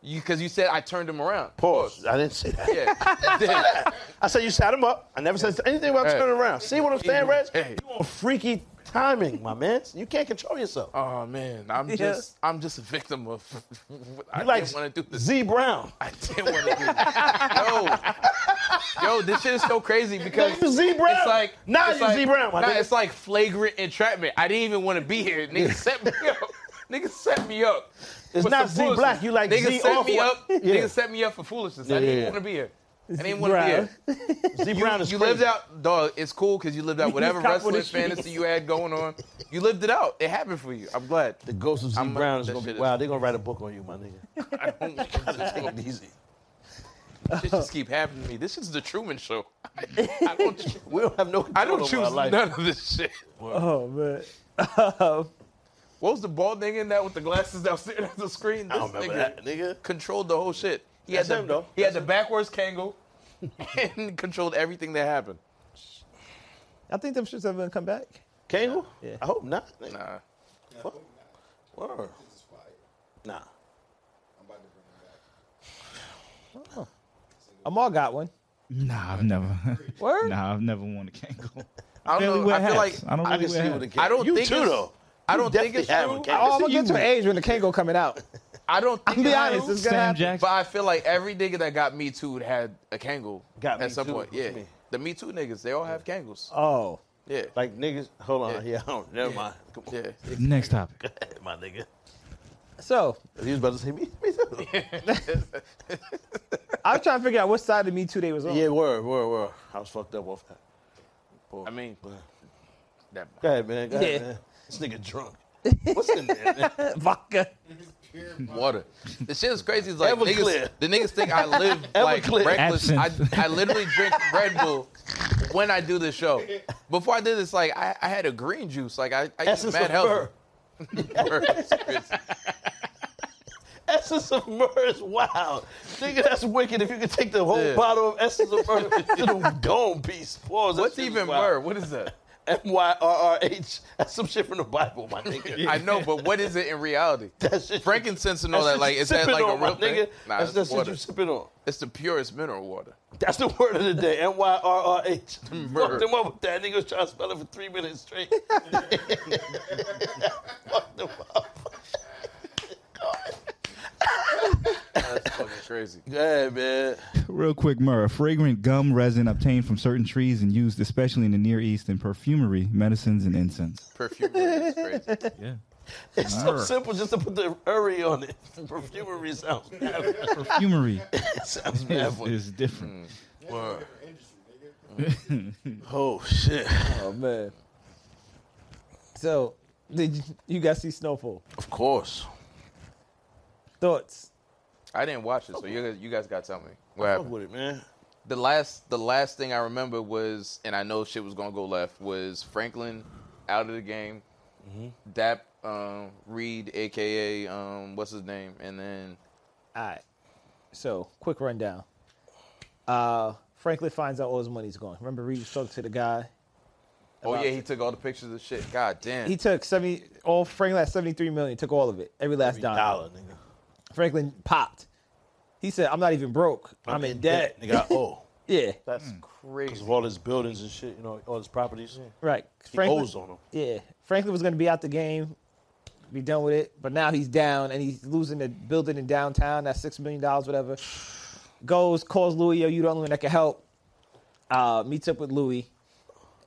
[SPEAKER 5] Because you, said I turned him around.
[SPEAKER 3] Pause. I didn't say that.
[SPEAKER 5] Yeah.
[SPEAKER 3] I said you sat him up. I never said anything about
[SPEAKER 5] Hey.
[SPEAKER 3] turning around. See what I'm saying, Reg?
[SPEAKER 5] Hey.
[SPEAKER 3] You on freaky timing, my man. You can't control yourself.
[SPEAKER 5] oh man, I'm just I'm just a victim of. I
[SPEAKER 3] you like
[SPEAKER 5] didn't want to do this.
[SPEAKER 3] Z Brown.
[SPEAKER 5] I didn't want to do this. Yo, yo, this shit is so crazy because
[SPEAKER 3] You Z Brown.
[SPEAKER 5] it's like
[SPEAKER 3] now
[SPEAKER 5] it's
[SPEAKER 3] you
[SPEAKER 5] like,
[SPEAKER 3] Z Brown. My
[SPEAKER 5] nah,
[SPEAKER 3] nigga.
[SPEAKER 5] it's like flagrant entrapment. I didn't even want to be here. Niggas set me up. Niggas set me up.
[SPEAKER 3] It's
[SPEAKER 5] for
[SPEAKER 3] not
[SPEAKER 5] some
[SPEAKER 3] Z
[SPEAKER 5] foolishness.
[SPEAKER 3] Black. You like
[SPEAKER 5] Niggas
[SPEAKER 3] Z
[SPEAKER 5] set
[SPEAKER 3] off
[SPEAKER 5] me
[SPEAKER 3] white.
[SPEAKER 5] up.
[SPEAKER 3] Yeah.
[SPEAKER 5] Niggas set me up for foolishness. I
[SPEAKER 3] Yeah,
[SPEAKER 5] didn't
[SPEAKER 3] yeah,
[SPEAKER 5] want to be here. I didn't want to be
[SPEAKER 2] Bruh.
[SPEAKER 5] here.
[SPEAKER 3] Z Brown is
[SPEAKER 5] you
[SPEAKER 3] crazy.
[SPEAKER 5] lived out, dog. It's cool because you lived out whatever
[SPEAKER 2] cop on the
[SPEAKER 5] wrestling
[SPEAKER 2] street.
[SPEAKER 5] fantasy you had going on. You lived it out. It happened for you. I'm glad.
[SPEAKER 3] The ghost of Z
[SPEAKER 5] I'm-
[SPEAKER 3] Brown is
[SPEAKER 5] that
[SPEAKER 3] gonna be
[SPEAKER 5] shit is-
[SPEAKER 3] wow. They're gonna write a book on you, my nigga.
[SPEAKER 5] I don't want to take it easy. This just keep happening to me. This is the Truman Show. I, I don't. choo-
[SPEAKER 3] We don't have no. Control
[SPEAKER 5] I don't
[SPEAKER 3] over our
[SPEAKER 5] choose
[SPEAKER 3] life.
[SPEAKER 5] none of this shit.
[SPEAKER 2] Oh man. Um,
[SPEAKER 5] What was the bald nigga in that with the glasses that was staring at the screen? This
[SPEAKER 3] I don't remember
[SPEAKER 5] nigga
[SPEAKER 3] that, nigga.
[SPEAKER 5] controlled the whole shit. He
[SPEAKER 3] That's
[SPEAKER 5] had the
[SPEAKER 3] him, though.
[SPEAKER 5] he
[SPEAKER 3] That's
[SPEAKER 5] had the backwards kangle and controlled everything that happened.
[SPEAKER 2] I think them shits ever come back.
[SPEAKER 3] Kangle? I hope not. Nigga.
[SPEAKER 5] Nah.
[SPEAKER 3] Word. Nah.
[SPEAKER 2] Amar got one.
[SPEAKER 7] Nah, I've never.
[SPEAKER 2] Word?
[SPEAKER 7] Nah, I've never worn a Kangol.
[SPEAKER 5] I don't know. I feel like
[SPEAKER 7] I don't
[SPEAKER 3] I
[SPEAKER 7] really
[SPEAKER 3] can see
[SPEAKER 7] wear
[SPEAKER 3] what
[SPEAKER 7] hats.
[SPEAKER 3] it
[SPEAKER 5] I don't
[SPEAKER 3] You
[SPEAKER 5] think
[SPEAKER 3] too
[SPEAKER 5] it's-
[SPEAKER 3] though.
[SPEAKER 5] I don't
[SPEAKER 3] You
[SPEAKER 5] think it's
[SPEAKER 3] definitely
[SPEAKER 5] true.
[SPEAKER 3] have one,
[SPEAKER 2] Oh,
[SPEAKER 3] Kango.
[SPEAKER 2] I'm gonna get to an age when the Kango coming out.
[SPEAKER 5] I don't. Think
[SPEAKER 2] be
[SPEAKER 5] it's
[SPEAKER 2] honest,
[SPEAKER 5] true.
[SPEAKER 2] it's gonna
[SPEAKER 7] Sam
[SPEAKER 2] happen.
[SPEAKER 7] Jackson.
[SPEAKER 5] But I feel like every nigga that got Me Too had a Kangol
[SPEAKER 3] Got
[SPEAKER 5] at
[SPEAKER 3] Me
[SPEAKER 5] some
[SPEAKER 3] Too'd,
[SPEAKER 5] point.
[SPEAKER 3] what you
[SPEAKER 5] Yeah.
[SPEAKER 3] mean?
[SPEAKER 5] The Me Too niggas, they all have Kangles.
[SPEAKER 2] Oh.
[SPEAKER 5] Yeah.
[SPEAKER 3] Like niggas, hold on.
[SPEAKER 5] Yeah.
[SPEAKER 3] Yeah, I don't, never mind. Come on,
[SPEAKER 5] Yeah.
[SPEAKER 7] Next topic.
[SPEAKER 3] my nigga.
[SPEAKER 2] So
[SPEAKER 3] He was about to say me. me too.
[SPEAKER 2] I was trying to figure out what side of Me Too they was on.
[SPEAKER 3] yeah, word, word, word. I was fucked up off that.
[SPEAKER 5] I mean, that,
[SPEAKER 3] Go ahead, man. Go ahead,
[SPEAKER 2] Yeah.
[SPEAKER 3] man. This nigga drunk. What's in there? Man?
[SPEAKER 2] Vodka.
[SPEAKER 5] water. The shit is crazy. It's like niggas,
[SPEAKER 3] Everclear.
[SPEAKER 5] the niggas think I live like
[SPEAKER 3] Everclear.
[SPEAKER 5] reckless. I,
[SPEAKER 7] Absinthe.
[SPEAKER 5] I literally drink Red Bull when I do the show. Before I did this, like I, I had a green juice. Like I, I
[SPEAKER 3] Essence of
[SPEAKER 5] mad healthy.
[SPEAKER 3] myrrh. Essence of myrrh is wild. Nigga, that's wicked. If you could take the whole
[SPEAKER 5] Yeah.
[SPEAKER 3] bottle of essence of myrrh to the dome piece. Pause. that
[SPEAKER 5] What's
[SPEAKER 3] shit is
[SPEAKER 5] even
[SPEAKER 3] wild.
[SPEAKER 5] myrrh? What is that?
[SPEAKER 3] M Y R R H. That's some shit from the Bible, my nigga.
[SPEAKER 5] I know, but what is it in reality?
[SPEAKER 3] That's shit-
[SPEAKER 5] Frankincense and all
[SPEAKER 3] that's
[SPEAKER 5] that, like,
[SPEAKER 3] shit
[SPEAKER 5] is
[SPEAKER 3] you
[SPEAKER 5] that
[SPEAKER 3] sipping
[SPEAKER 5] like a
[SPEAKER 3] on, my
[SPEAKER 5] real thing?
[SPEAKER 3] nigga?
[SPEAKER 5] Nah,
[SPEAKER 3] that's
[SPEAKER 5] it's
[SPEAKER 3] that's what
[SPEAKER 5] water.
[SPEAKER 3] you sipping on.
[SPEAKER 5] It's the purest mineral water.
[SPEAKER 3] That's the word of the day. M Y R R H.
[SPEAKER 5] Myrrh.
[SPEAKER 3] Fucked him up with that. Nigga was trying to spell it for three minutes straight. Fucked him up.
[SPEAKER 5] crazy.
[SPEAKER 3] Yeah, man.
[SPEAKER 7] Real quick, Murr. A fragrant gum resin obtained from certain trees and used especially in the Near East in perfumery, medicines, and incense.
[SPEAKER 5] Perfume is crazy.
[SPEAKER 7] Yeah.
[SPEAKER 3] It's so simple just to put the uri on it. Perfumery sounds bad.
[SPEAKER 7] Perfumery
[SPEAKER 3] sounds bad.
[SPEAKER 7] is,
[SPEAKER 3] for
[SPEAKER 7] is different.
[SPEAKER 3] Word. Oh shit!
[SPEAKER 6] Oh man.
[SPEAKER 2] So, did you, you guys see Snowfall?
[SPEAKER 3] Of course.
[SPEAKER 2] Thoughts?
[SPEAKER 5] I didn't watch it, so you guys, you guys got to tell me what
[SPEAKER 3] Fuck
[SPEAKER 5] happened.
[SPEAKER 3] with it, man.
[SPEAKER 5] The last the last thing I remember was, and I know shit was gonna go left, was Franklin out of the game,
[SPEAKER 2] Mm-hmm.
[SPEAKER 5] Dap um, Reed, aka um, what's his name, and then
[SPEAKER 2] All right. So, quick rundown. Uh, Franklin finds out all his money's gone. Remember, Reed was talking to the guy.
[SPEAKER 5] oh
[SPEAKER 2] About-
[SPEAKER 5] yeah, he took all the pictures of shit. God damn.
[SPEAKER 2] He took seventy. All Franklin had seventy-three million. Took all of it. Every last dime.
[SPEAKER 3] Dollar, nigga.
[SPEAKER 2] Franklin popped. He said, "I'm not even broke. I'm, in debt."
[SPEAKER 3] Nigga, I owe.
[SPEAKER 2] Yeah.
[SPEAKER 3] That's crazy. Because of all his buildings and shit, you know, all his properties.
[SPEAKER 2] Right.
[SPEAKER 3] He owes on him.
[SPEAKER 2] Yeah, Franklin was going to be out the game, be done with it, but now he's down and he's losing the building in downtown. That's six million dollars, whatever. Goes calls Louis, yo, you the only one that can help. Uh, meets up with Louis,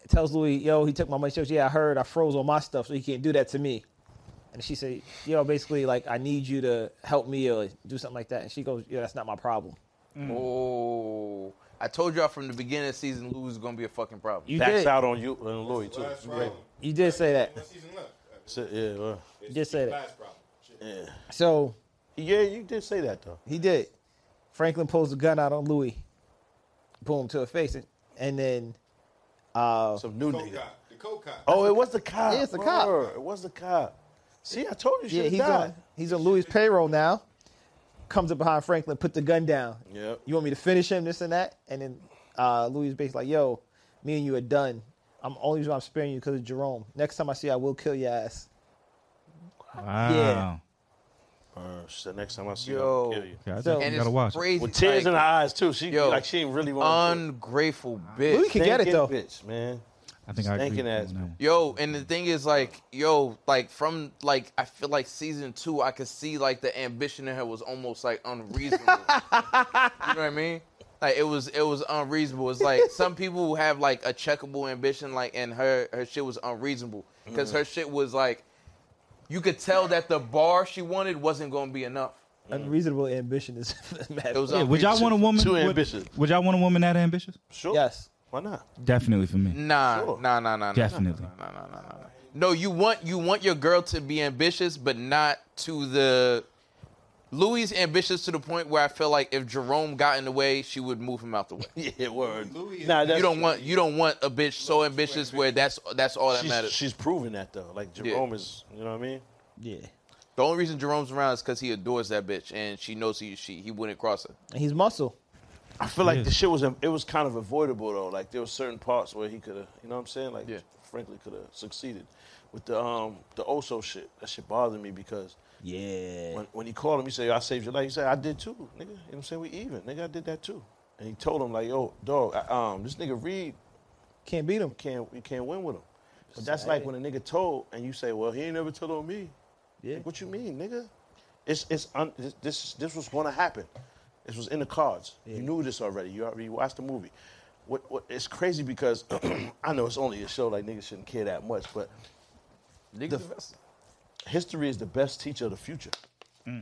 [SPEAKER 2] tells Louis, yo, he took my money. She goes, yeah, I heard, I froze on my stuff, so he can't do that to me. And she said, yo, basically, like I need you to help me or do something like that. And she goes, yo, that's not my problem.
[SPEAKER 5] Oh, I told y'all from the beginning of the season, Lou was gonna be a fucking problem.
[SPEAKER 2] You
[SPEAKER 3] Backs
[SPEAKER 2] did,
[SPEAKER 3] out on you and Louis too.
[SPEAKER 8] Last problem.
[SPEAKER 2] you did say that.
[SPEAKER 8] One season left.
[SPEAKER 3] So, yeah, uh, well.
[SPEAKER 2] You did say that.
[SPEAKER 8] Last problem. Shit.
[SPEAKER 2] So
[SPEAKER 3] yeah, you did say that though.
[SPEAKER 2] He did. Franklin pulls the gun out on Louis. Boom to her face, and, and then
[SPEAKER 3] Some new
[SPEAKER 8] Coke
[SPEAKER 3] nigga.
[SPEAKER 8] cop. The coke cop.
[SPEAKER 3] Oh, it was the cop.
[SPEAKER 2] Oh. Yeah, it's the cop.
[SPEAKER 3] Word, It was the cop. See, I told
[SPEAKER 2] yeah,
[SPEAKER 3] you. should've
[SPEAKER 2] he's
[SPEAKER 3] died.
[SPEAKER 2] on he's on Louis' payroll now. Comes up behind Franklin, put the gun down.
[SPEAKER 3] Yep.
[SPEAKER 2] You want me to finish him, this and that, and then uh, Louis is basically like, "Yo, me and you are done. I'm only reason why I'm sparing you because of Jerome. Next time I see, you, I will kill your ass."
[SPEAKER 7] Wow.
[SPEAKER 2] Yeah.
[SPEAKER 3] Uh, shit, the next time I see
[SPEAKER 5] Yo.
[SPEAKER 3] her, I'll kill you.
[SPEAKER 7] Okay, I
[SPEAKER 2] So-
[SPEAKER 7] definitely
[SPEAKER 5] and
[SPEAKER 7] gotta
[SPEAKER 5] it's
[SPEAKER 7] watch. it.
[SPEAKER 5] crazy.
[SPEAKER 3] With tears
[SPEAKER 5] like,
[SPEAKER 3] in her eyes too. She
[SPEAKER 5] Yo.
[SPEAKER 3] like she didn't really want. to
[SPEAKER 5] ungrateful
[SPEAKER 2] Louis
[SPEAKER 5] bitch.
[SPEAKER 2] can get it though.
[SPEAKER 3] bitch, man.
[SPEAKER 7] I think I agree with
[SPEAKER 3] Stinking
[SPEAKER 7] you
[SPEAKER 3] ass
[SPEAKER 7] on that one.
[SPEAKER 5] Yo, and the thing is, like, yo, like from like I feel like season two, I could see like the ambition in her was almost like unreasonable. you know what I mean? Like it was, it was unreasonable. It's like some people have like a checkable ambition, like, and her her shit was unreasonable because
[SPEAKER 7] Mm.
[SPEAKER 5] her shit was like, you could tell that the bar she wanted wasn't gonna be enough.
[SPEAKER 3] Mm-hmm.
[SPEAKER 2] Unreasonable ambition is mad.
[SPEAKER 5] It was
[SPEAKER 2] funny.
[SPEAKER 7] Yeah, would y'all want a woman?
[SPEAKER 3] Too
[SPEAKER 7] would-
[SPEAKER 3] ambitious.
[SPEAKER 7] Would, y'all want a woman that ambitious?
[SPEAKER 3] Sure.
[SPEAKER 2] yes.
[SPEAKER 3] Why not?
[SPEAKER 7] Definitely for me.
[SPEAKER 5] Nah,
[SPEAKER 3] Sure.
[SPEAKER 5] nah, nah, nah, nah.
[SPEAKER 7] Definitely.
[SPEAKER 5] Nah, nah, nah, nah, nah. No, you want you want your girl to be ambitious, but not to the. Louis ambitious to the point where I feel like if Jerome got in the way, she would move him out the way.
[SPEAKER 3] Yeah, word.
[SPEAKER 8] Louis
[SPEAKER 3] Nah,
[SPEAKER 8] is-
[SPEAKER 3] that's,
[SPEAKER 5] You don't want you don't want a bitch so ambitious where that's that's all that
[SPEAKER 3] She's,
[SPEAKER 5] matters.
[SPEAKER 3] she's proven that though. Like Jerome is, you know what I mean?
[SPEAKER 2] Yeah.
[SPEAKER 5] the only reason Jerome's around is because he adores that bitch and she knows he she he wouldn't cross her.
[SPEAKER 2] And he's muscle.
[SPEAKER 3] I feel like
[SPEAKER 7] Yeah.
[SPEAKER 3] the shit was it was kind of avoidable though. Like there were certain parts where he could have, you know what I'm saying? Like
[SPEAKER 5] Yeah.
[SPEAKER 3] frankly could have succeeded with the um the Oso shit. That shit bothered me because
[SPEAKER 2] Yeah.
[SPEAKER 3] when, when he called him, he said, "I saved your life." He said, "I did too, nigga." You know what I'm saying? We even, nigga. I did that too. And he told him like, "Yo, dog, I, um, this nigga Reed
[SPEAKER 2] Can't beat him.
[SPEAKER 3] can't you can't win with him." But that's like when a nigga told and you say, "Well, he ain't never told on me."
[SPEAKER 2] Yeah.
[SPEAKER 3] Like, what you mean, nigga? It's it's un, this, this this was going to happen. This was in the cards. You knew this already. You already watched the movie. What, what it's crazy because I know it's only a show like niggas shouldn't care that much, but history is the best teacher of the future. You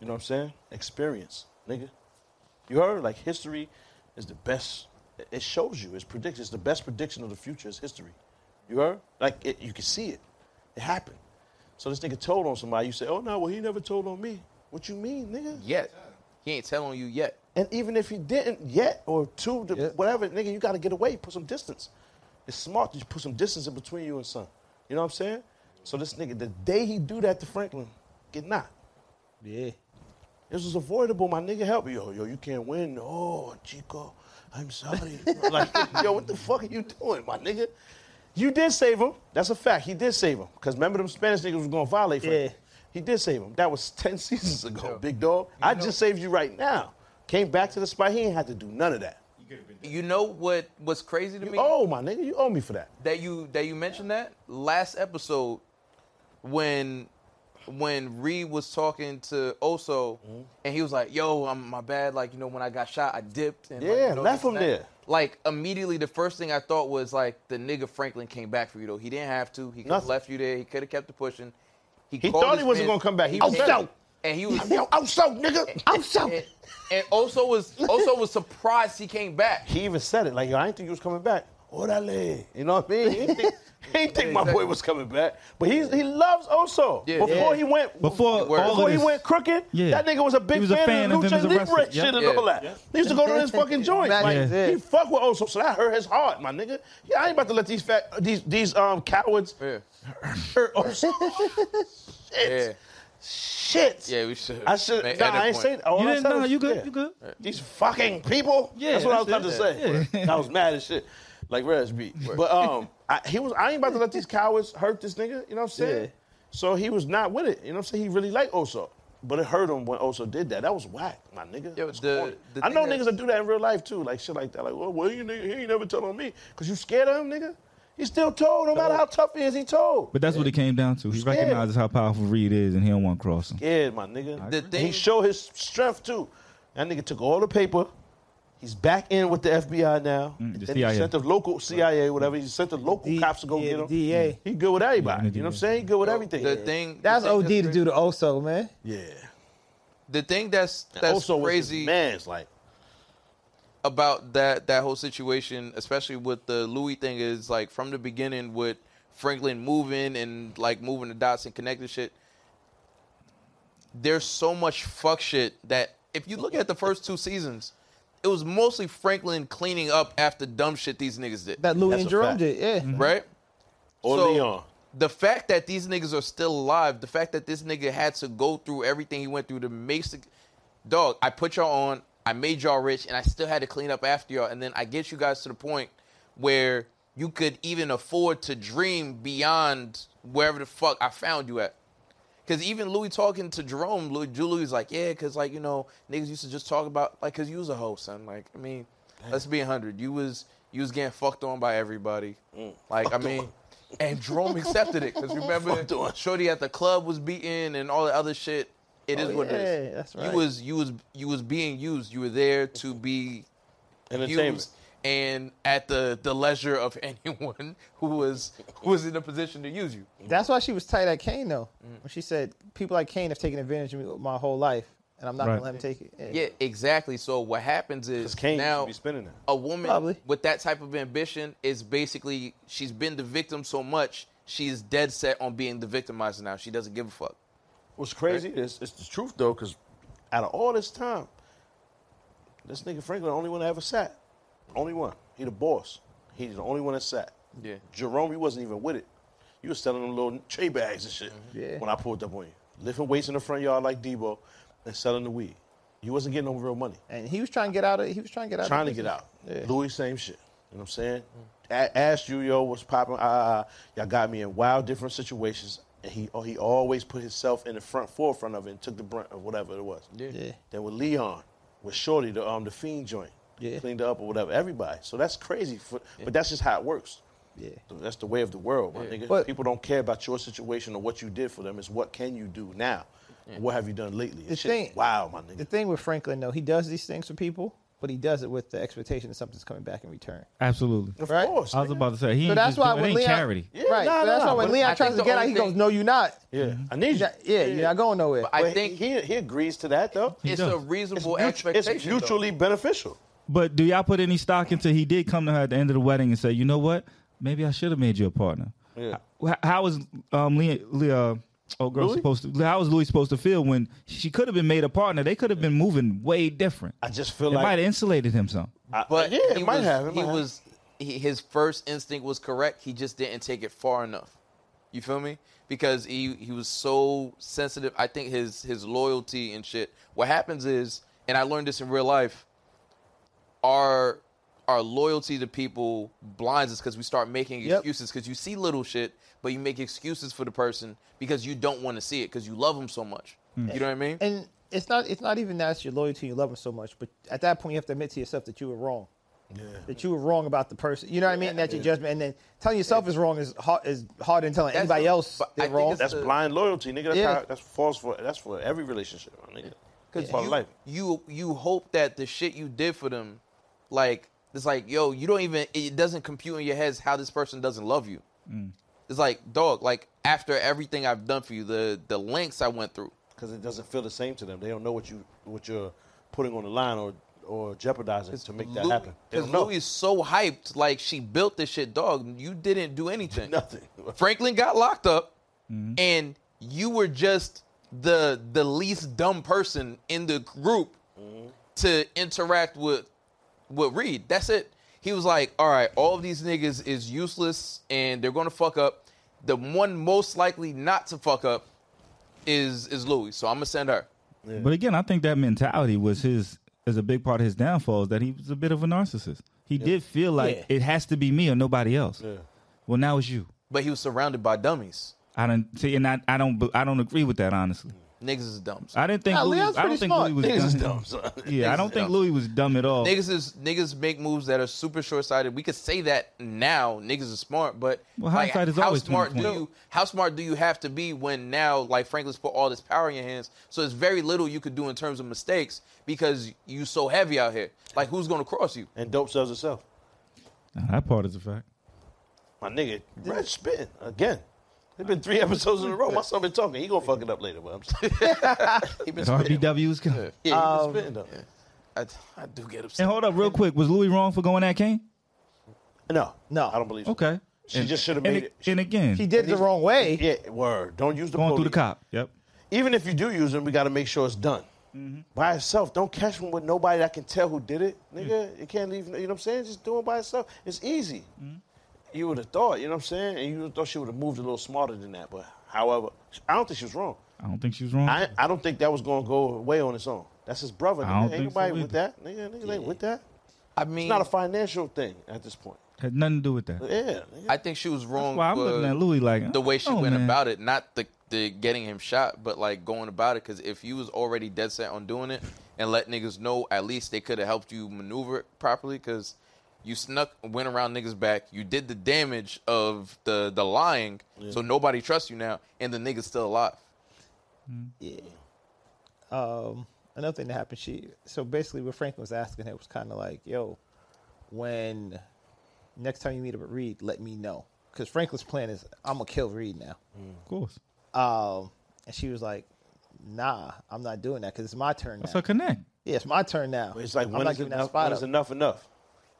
[SPEAKER 3] know what I'm saying? Experience, nigga. You heard? Like history is the best. it- It shows you. It's predicts. It's the best prediction of the future is history. You heard? Like it, you can see it. It happened. So this nigga told on somebody. You say, "Oh no, well he never told on me." What you mean, nigga?
[SPEAKER 5] Yet he ain't telling you yet.
[SPEAKER 3] And even if he didn't yet or two, to
[SPEAKER 2] Yeah.
[SPEAKER 3] whatever, nigga, you got to get away. Put some distance. It's smart to put some distance in between you and son. You know what I'm saying? So this nigga, the day he do that to Franklin, get knocked.
[SPEAKER 2] Yeah.
[SPEAKER 3] This was avoidable. My nigga, help me. Yo, yo, you can't win. Oh, Chico, I'm sorry. like, yo, what the fuck are you doing, my nigga? You did save him. That's a fact. He did save him. Because remember them Spanish niggas was going to violate Franklin.
[SPEAKER 2] Yeah.
[SPEAKER 3] He did save him. That was 10 seasons ago, big dog. I just saved you right now. Came back to the spot. He ain't had to do none of that.
[SPEAKER 8] You could have been dead.
[SPEAKER 5] You know what what's crazy to me?
[SPEAKER 3] Oh, my nigga, you owe me for that.
[SPEAKER 5] that you that you mentioned that last episode when when Reed was talking to Oso,
[SPEAKER 3] Mm-hmm.
[SPEAKER 5] and he was like, "Yo, I'm my bad. Like, you know, when I got shot, I dipped." And, like,
[SPEAKER 3] Yeah,
[SPEAKER 5] you know,
[SPEAKER 3] left
[SPEAKER 5] this and
[SPEAKER 3] him
[SPEAKER 5] that."
[SPEAKER 3] there.
[SPEAKER 5] Like immediately, the first thing I thought was like, "The nigga Franklin came back for you, though. He didn't have to. He could have
[SPEAKER 3] Nothing.
[SPEAKER 5] left you there. He could have kept the pushing."
[SPEAKER 3] He
[SPEAKER 5] called
[SPEAKER 3] thought
[SPEAKER 5] his
[SPEAKER 3] he wasn't
[SPEAKER 5] man-
[SPEAKER 3] gonna come back. He
[SPEAKER 5] came-
[SPEAKER 3] was out.
[SPEAKER 5] and he was
[SPEAKER 3] Yo, I'm so nigga. I'm so.
[SPEAKER 5] and, and also was also was surprised he came back.
[SPEAKER 3] He even said it like, yo, I didn't think you was coming back. Orale. You know what I mean? He didn't think, he didn't think my boy was coming back, but he's he loves Oso.
[SPEAKER 5] Yeah.
[SPEAKER 3] Before
[SPEAKER 5] Yeah.
[SPEAKER 3] he went,
[SPEAKER 7] Before
[SPEAKER 5] Word.
[SPEAKER 7] all
[SPEAKER 3] before
[SPEAKER 7] of
[SPEAKER 3] he
[SPEAKER 7] this,
[SPEAKER 3] went crooked,
[SPEAKER 7] Yeah.
[SPEAKER 3] that nigga was a big
[SPEAKER 7] He was a fan of him
[SPEAKER 3] Lucha
[SPEAKER 7] as a
[SPEAKER 3] Libre
[SPEAKER 7] wrestler.
[SPEAKER 3] shit
[SPEAKER 7] Yep.
[SPEAKER 3] and
[SPEAKER 5] Yeah.
[SPEAKER 3] all that. He used to go to his fucking joints.
[SPEAKER 6] That
[SPEAKER 3] Like,
[SPEAKER 7] is
[SPEAKER 6] it.
[SPEAKER 3] He fuck with Oso, so that hurt his heart, my nigga. Yeah, I ain't about to let these fat these these um cowards
[SPEAKER 5] Yeah,
[SPEAKER 3] hurt Oso.
[SPEAKER 5] yeah,
[SPEAKER 3] shit. Shit.
[SPEAKER 5] yeah. We should.
[SPEAKER 3] I should.
[SPEAKER 5] make-
[SPEAKER 3] Nah,
[SPEAKER 5] at that
[SPEAKER 3] I ain't
[SPEAKER 5] point.
[SPEAKER 3] saying. All
[SPEAKER 7] you
[SPEAKER 3] I
[SPEAKER 7] didn't
[SPEAKER 3] said
[SPEAKER 7] know.
[SPEAKER 3] was-
[SPEAKER 7] You good?
[SPEAKER 3] yeah.
[SPEAKER 7] You good?
[SPEAKER 3] These fucking people.
[SPEAKER 7] Yeah,
[SPEAKER 3] that's what I was about
[SPEAKER 7] that's
[SPEAKER 3] to
[SPEAKER 7] it.
[SPEAKER 3] say. I was mad as shit, like Rez beat. But um, I, he was. I ain't about to let these cowards hurt this nigga. You know what I'm saying?
[SPEAKER 6] Yeah.
[SPEAKER 3] So he was not with it. You know what I'm saying? He really liked Oso, but it hurt him when Oso did that. That was whack, my nigga.
[SPEAKER 5] Yo,
[SPEAKER 3] That was
[SPEAKER 5] the-
[SPEAKER 3] corny.
[SPEAKER 5] the
[SPEAKER 3] I know
[SPEAKER 5] thing
[SPEAKER 3] niggas
[SPEAKER 5] that-
[SPEAKER 3] that do that in real life too, like shit like that. Like, well, well you nigga, he ain't never told on me, cause you scared of him, nigga. He still told, no matter how tough he is, he told.
[SPEAKER 7] But that's what it came down to. He
[SPEAKER 3] Scared.
[SPEAKER 7] recognizes how powerful Reed is, and he don't want to cross him.
[SPEAKER 3] Yeah, my nigga.
[SPEAKER 5] The
[SPEAKER 3] And
[SPEAKER 5] thing-
[SPEAKER 3] he showed his strength too. That nigga took all the paper. He's back in with the FBI now.
[SPEAKER 7] Mm, the
[SPEAKER 3] then
[SPEAKER 7] CIA.
[SPEAKER 3] he sent the local CIA, whatever. He sent the local
[SPEAKER 2] D-
[SPEAKER 3] cops to go
[SPEAKER 2] yeah,
[SPEAKER 3] get
[SPEAKER 2] the
[SPEAKER 3] him.
[SPEAKER 2] DEA.
[SPEAKER 3] He good with everybody.
[SPEAKER 7] Mm. Yeah,
[SPEAKER 3] you know what I'm
[SPEAKER 7] DEA.
[SPEAKER 3] saying? He good with
[SPEAKER 5] Yo,
[SPEAKER 3] everything.
[SPEAKER 5] The thing
[SPEAKER 6] That's
[SPEAKER 5] the thing
[SPEAKER 6] OD to do to Oso, man.
[SPEAKER 3] Yeah.
[SPEAKER 5] The thing that's that's
[SPEAKER 3] also
[SPEAKER 5] crazy
[SPEAKER 3] Man's like
[SPEAKER 5] about that that whole situation, especially with the Louis thing, is like from the beginning with Franklin moving and like moving the dots and connecting shit. There's so much fuck shit that if you look at the first two seasons, it was mostly Franklin cleaning up after dumb shit these niggas did,
[SPEAKER 6] That Louis
[SPEAKER 3] That's
[SPEAKER 6] and
[SPEAKER 3] a
[SPEAKER 6] Jerome
[SPEAKER 3] fact.
[SPEAKER 6] did, yeah.
[SPEAKER 5] right?
[SPEAKER 3] or
[SPEAKER 5] So-
[SPEAKER 3] Leon.
[SPEAKER 5] the fact that these niggas are still alive, the fact that this nigga had to go through everything he went through to make sig- dog, I put y'all on, I made y'all rich, and I still had to clean up after y'all, and then I get you guys to the point where you could even afford to dream beyond wherever the fuck I found you at. Cause even Louis talking to Jerome, Louis, Louis like, yeah, cause like you know niggas used to just talk about like, cause you was a hoe, son. Like, I mean, let's be hundred. You was you was getting fucked on by everybody. Like, I mean, and Jerome accepted it. Cause remember,
[SPEAKER 3] Fucked on.
[SPEAKER 5] Shorty at the club was beaten and all the other shit. It is what it is.
[SPEAKER 6] yeah, that's
[SPEAKER 5] You
[SPEAKER 6] right.
[SPEAKER 5] was you was you was being used. You were there to be
[SPEAKER 3] Entertainment.
[SPEAKER 5] used and at the the leisure of anyone who was who was in a position to use you.
[SPEAKER 6] That's why she was tight at Kane though. When she said, People like Kane have taken advantage of me my whole life and I'm not
[SPEAKER 7] Right.
[SPEAKER 6] gonna let him take it.
[SPEAKER 5] Yeah, exactly. So what happens is
[SPEAKER 3] Because Kane
[SPEAKER 5] now
[SPEAKER 3] should be spinning that.
[SPEAKER 5] a woman
[SPEAKER 6] Probably.
[SPEAKER 5] with that type of ambition is basically she's been the victim so much she's dead set on being the victimizer now. She doesn't give a fuck.
[SPEAKER 3] What's crazy is it's the truth though, because out of all this time, this nigga Franklin the only one that ever sat. Only one. He the boss. He's the only one that sat.
[SPEAKER 5] Yeah.
[SPEAKER 3] Jerome, you wasn't even with it. You was selling them little tray bags and shit
[SPEAKER 6] Yeah.
[SPEAKER 3] when I pulled up on you. Lifting weights in the front yard like Debo and selling the weed. You wasn't getting no real money.
[SPEAKER 6] And he was trying to get out of he was trying to get out
[SPEAKER 3] Trying
[SPEAKER 6] of the
[SPEAKER 3] to get
[SPEAKER 6] business.
[SPEAKER 3] out. Louis, same shit. You know what I'm saying? A- asked you, yo, what's popping? Ah, ah, ah. y'all got me in wild different situations. And he oh, he always put himself in the front forefront of it and took the brunt of whatever it was.
[SPEAKER 6] Yeah.
[SPEAKER 3] Then with Leon, with Shorty, the um the fiend joint,
[SPEAKER 6] Yeah.
[SPEAKER 3] cleaned up or whatever. Everybody. So that's crazy. For, But that's just how it works.
[SPEAKER 6] Yeah.
[SPEAKER 3] That's the way of the world, my nigga.
[SPEAKER 6] But-
[SPEAKER 3] People don't care about your situation or what you did for them. It's what can you do now? What have you done lately?
[SPEAKER 6] The
[SPEAKER 3] Shit,
[SPEAKER 6] thing-
[SPEAKER 3] wow, my nigga.
[SPEAKER 6] The thing with Franklin though, he does these things for people, but he does it with the expectation that something's coming back in return.
[SPEAKER 7] Absolutely.
[SPEAKER 3] of
[SPEAKER 6] right?
[SPEAKER 3] course.
[SPEAKER 7] I was
[SPEAKER 3] nigga.
[SPEAKER 7] about to say he.
[SPEAKER 6] So
[SPEAKER 7] ain't
[SPEAKER 6] that's
[SPEAKER 7] just
[SPEAKER 6] why
[SPEAKER 7] doing- it
[SPEAKER 6] when
[SPEAKER 7] ain't
[SPEAKER 6] Leon
[SPEAKER 7] charity.
[SPEAKER 3] Yeah,
[SPEAKER 6] right,
[SPEAKER 3] nah,
[SPEAKER 6] so that's
[SPEAKER 3] nah,
[SPEAKER 6] why when
[SPEAKER 3] but
[SPEAKER 5] I
[SPEAKER 6] Leon
[SPEAKER 5] think
[SPEAKER 6] tries
[SPEAKER 5] the
[SPEAKER 6] to get out,
[SPEAKER 5] only
[SPEAKER 6] he goes,
[SPEAKER 5] thing-
[SPEAKER 6] "No, you're not."
[SPEAKER 3] Yeah, I need you.
[SPEAKER 6] Yeah, yeah, you're not going nowhere.
[SPEAKER 5] But I
[SPEAKER 3] Well,
[SPEAKER 5] think
[SPEAKER 3] he, he he agrees to that though.
[SPEAKER 7] He
[SPEAKER 5] it's
[SPEAKER 7] does.
[SPEAKER 5] a
[SPEAKER 7] It's
[SPEAKER 3] It's,
[SPEAKER 5] reasonable
[SPEAKER 3] mutu- it's
[SPEAKER 5] expectation. though.
[SPEAKER 3] mutually beneficial.
[SPEAKER 7] But do y'all put any stock into he did come to her at the end of the wedding and say, you know what? Maybe I should have made you a partner.
[SPEAKER 3] Yeah.
[SPEAKER 7] How, how was um Leah, Leah old girl
[SPEAKER 3] Louis?
[SPEAKER 7] supposed to? How was Louis supposed to feel when she could have been made a partner? They could have been moving way different.
[SPEAKER 3] I just feel
[SPEAKER 7] it
[SPEAKER 3] like-
[SPEAKER 7] might have insulated him some.
[SPEAKER 3] I-
[SPEAKER 5] But
[SPEAKER 3] yeah,
[SPEAKER 5] he
[SPEAKER 3] it might
[SPEAKER 5] was,
[SPEAKER 3] have. It
[SPEAKER 5] he
[SPEAKER 3] might have.
[SPEAKER 5] was he, his first instinct was correct. He just didn't take it far enough. You feel me? Because he he was so sensitive. I think his his loyalty and shit. What happens is, and I learned this in real life. Our our loyalty to people blinds us because we start making
[SPEAKER 6] Yep.
[SPEAKER 5] excuses because you see little shit, but you make excuses for the person because you don't want to see it because you love them so much.
[SPEAKER 3] Mm.
[SPEAKER 5] You know what I mean?
[SPEAKER 6] and it's not it's not even that it's your loyalty and you love him so much, but at that point you have to admit to yourself that you were wrong. that you were wrong about the person. You know what I mean? That's your judgment, and then telling yourself is wrong is hard, is harder than telling anybody
[SPEAKER 5] the-
[SPEAKER 6] else
[SPEAKER 5] but I
[SPEAKER 6] they're
[SPEAKER 5] think
[SPEAKER 6] wrong.
[SPEAKER 5] it's
[SPEAKER 3] That's
[SPEAKER 5] the-
[SPEAKER 3] blind loyalty, nigga. That's
[SPEAKER 6] Yeah.
[SPEAKER 3] how, that's false for that's for every relationship, my nigga. That's for
[SPEAKER 5] you,
[SPEAKER 3] life.
[SPEAKER 5] You you hope that the shit you did for them, like it's like yo, you don't even it doesn't compute in your heads how this person doesn't love you. It's like dog, like after everything I've done for you, the the lengths I went through.
[SPEAKER 3] Because it doesn't feel the same to them. They don't know what you what you're putting on the line or or jeopardizing to make that happen. They
[SPEAKER 5] Because
[SPEAKER 3] don't know.
[SPEAKER 5] Louis is so hyped, like she built this shit, dog. You didn't do anything.
[SPEAKER 3] nothing.
[SPEAKER 5] Franklin got locked up, and you were just the the least dumb person in the group to interact with with Reed. That's it. He was like, "All right, all of these niggas is useless, and they're gonna fuck up. The one most likely not to fuck up is is Louis. So I'm gonna send her."
[SPEAKER 7] But again, I think that mentality was his is a big part of his downfall is that he was a bit of a narcissist. He did feel like
[SPEAKER 6] Yeah.
[SPEAKER 7] it has to be me or nobody else. Well, now it's you.
[SPEAKER 5] But he was surrounded by dummies.
[SPEAKER 7] I don't see, and I, I don't I don't agree with that honestly.
[SPEAKER 5] Niggas is dumb.
[SPEAKER 7] I didn't think
[SPEAKER 6] Nah,
[SPEAKER 7] Louis,
[SPEAKER 6] Leon's
[SPEAKER 7] I don't
[SPEAKER 6] pretty
[SPEAKER 7] think
[SPEAKER 6] smart.
[SPEAKER 7] Louis was
[SPEAKER 3] Niggas is
[SPEAKER 7] dumb.
[SPEAKER 3] dumb, son.
[SPEAKER 7] Yeah, I
[SPEAKER 5] Niggas
[SPEAKER 7] don't
[SPEAKER 5] is
[SPEAKER 7] think
[SPEAKER 5] dumb.
[SPEAKER 7] Louis was dumb at all.
[SPEAKER 5] Niggas is niggas make moves that are super short sighted. We could say that now. Niggas is smart, but
[SPEAKER 7] Well,
[SPEAKER 5] like,
[SPEAKER 7] hindsight is
[SPEAKER 5] how
[SPEAKER 7] always
[SPEAKER 5] smart do
[SPEAKER 7] 20.
[SPEAKER 5] you how smart do you have to be when now like Franklin's put all this power in your hands? So it's very little you could do in terms of mistakes because you so heavy out here. Like who's gonna cross you?
[SPEAKER 3] And dope sells itself.
[SPEAKER 7] Nah, that part is a fact.
[SPEAKER 3] My nigga, Red spitting again. It's been three episodes in a row. My son been talking. He gonna fuck it up later, but I'm saying. he been spitting.
[SPEAKER 7] RBW's coming.
[SPEAKER 3] Yeah, he been spitting though.
[SPEAKER 5] I, I do get upset.
[SPEAKER 7] And hold up, real quick, was Louis wrong for going at Kane?
[SPEAKER 3] No,
[SPEAKER 6] No.
[SPEAKER 3] I don't believe so.
[SPEAKER 7] Okay,
[SPEAKER 3] She just should have
[SPEAKER 7] and,
[SPEAKER 3] made it.
[SPEAKER 7] And again,
[SPEAKER 6] He did it the wrong way.
[SPEAKER 3] Yeah, word. Don't use the
[SPEAKER 7] going through the
[SPEAKER 3] police.
[SPEAKER 7] cop. Yep.
[SPEAKER 3] Even if you do use them, we got to make sure it's done.
[SPEAKER 7] Mm-hmm.
[SPEAKER 3] By itself, don't catch them with nobody that can tell who did it, nigga. You can't leave. You know what I'm saying? Just do it by itself. It's easy.
[SPEAKER 7] Mm-hmm.
[SPEAKER 3] You would have thought. You know what I'm saying? And you would have thought she would have moved a little smarter than that. But however, I don't think she was wrong.
[SPEAKER 7] I don't think she was wrong.
[SPEAKER 3] I, I don't think that was gonna go away on its own. That's his brother.
[SPEAKER 7] I don't
[SPEAKER 3] Nigga. Ain't
[SPEAKER 7] think so
[SPEAKER 3] nobody with
[SPEAKER 7] either.
[SPEAKER 3] that. Nigga, nigga ain't with that.
[SPEAKER 5] I mean,
[SPEAKER 3] It's not a financial thing at this point.
[SPEAKER 7] Had nothing to do with that.
[SPEAKER 3] Yeah. nigga.
[SPEAKER 5] I think she was wrong.
[SPEAKER 7] Well, I'm
[SPEAKER 5] for
[SPEAKER 7] looking at Louis like
[SPEAKER 5] the way she
[SPEAKER 7] oh,
[SPEAKER 5] went
[SPEAKER 7] man.
[SPEAKER 5] about it, not the the getting him shot, but like going about it. Because if you was already dead set on doing it and let niggas know, at least they could have helped you maneuver it properly. Because you snuck, went around niggas back. You did the damage of the the lying, so nobody trusts you now, and the niggas still alive.
[SPEAKER 6] um, another thing that happened, she so basically what Franklin was asking her was kind of like, yo, when next time you meet up with Reed, let me know. Because Franklin's plan is, I'm going to kill Reed now.
[SPEAKER 7] Of course,
[SPEAKER 5] Mm.
[SPEAKER 6] Um, and she was like, nah, I'm not doing that because it's my turn
[SPEAKER 7] that's
[SPEAKER 6] now.
[SPEAKER 7] a connect.
[SPEAKER 6] Yeah, it's my turn now.
[SPEAKER 3] It's like
[SPEAKER 6] I'm
[SPEAKER 3] when
[SPEAKER 6] not
[SPEAKER 3] is
[SPEAKER 6] giving that
[SPEAKER 3] enough,
[SPEAKER 6] spot
[SPEAKER 3] when
[SPEAKER 6] up.
[SPEAKER 3] is enough enough?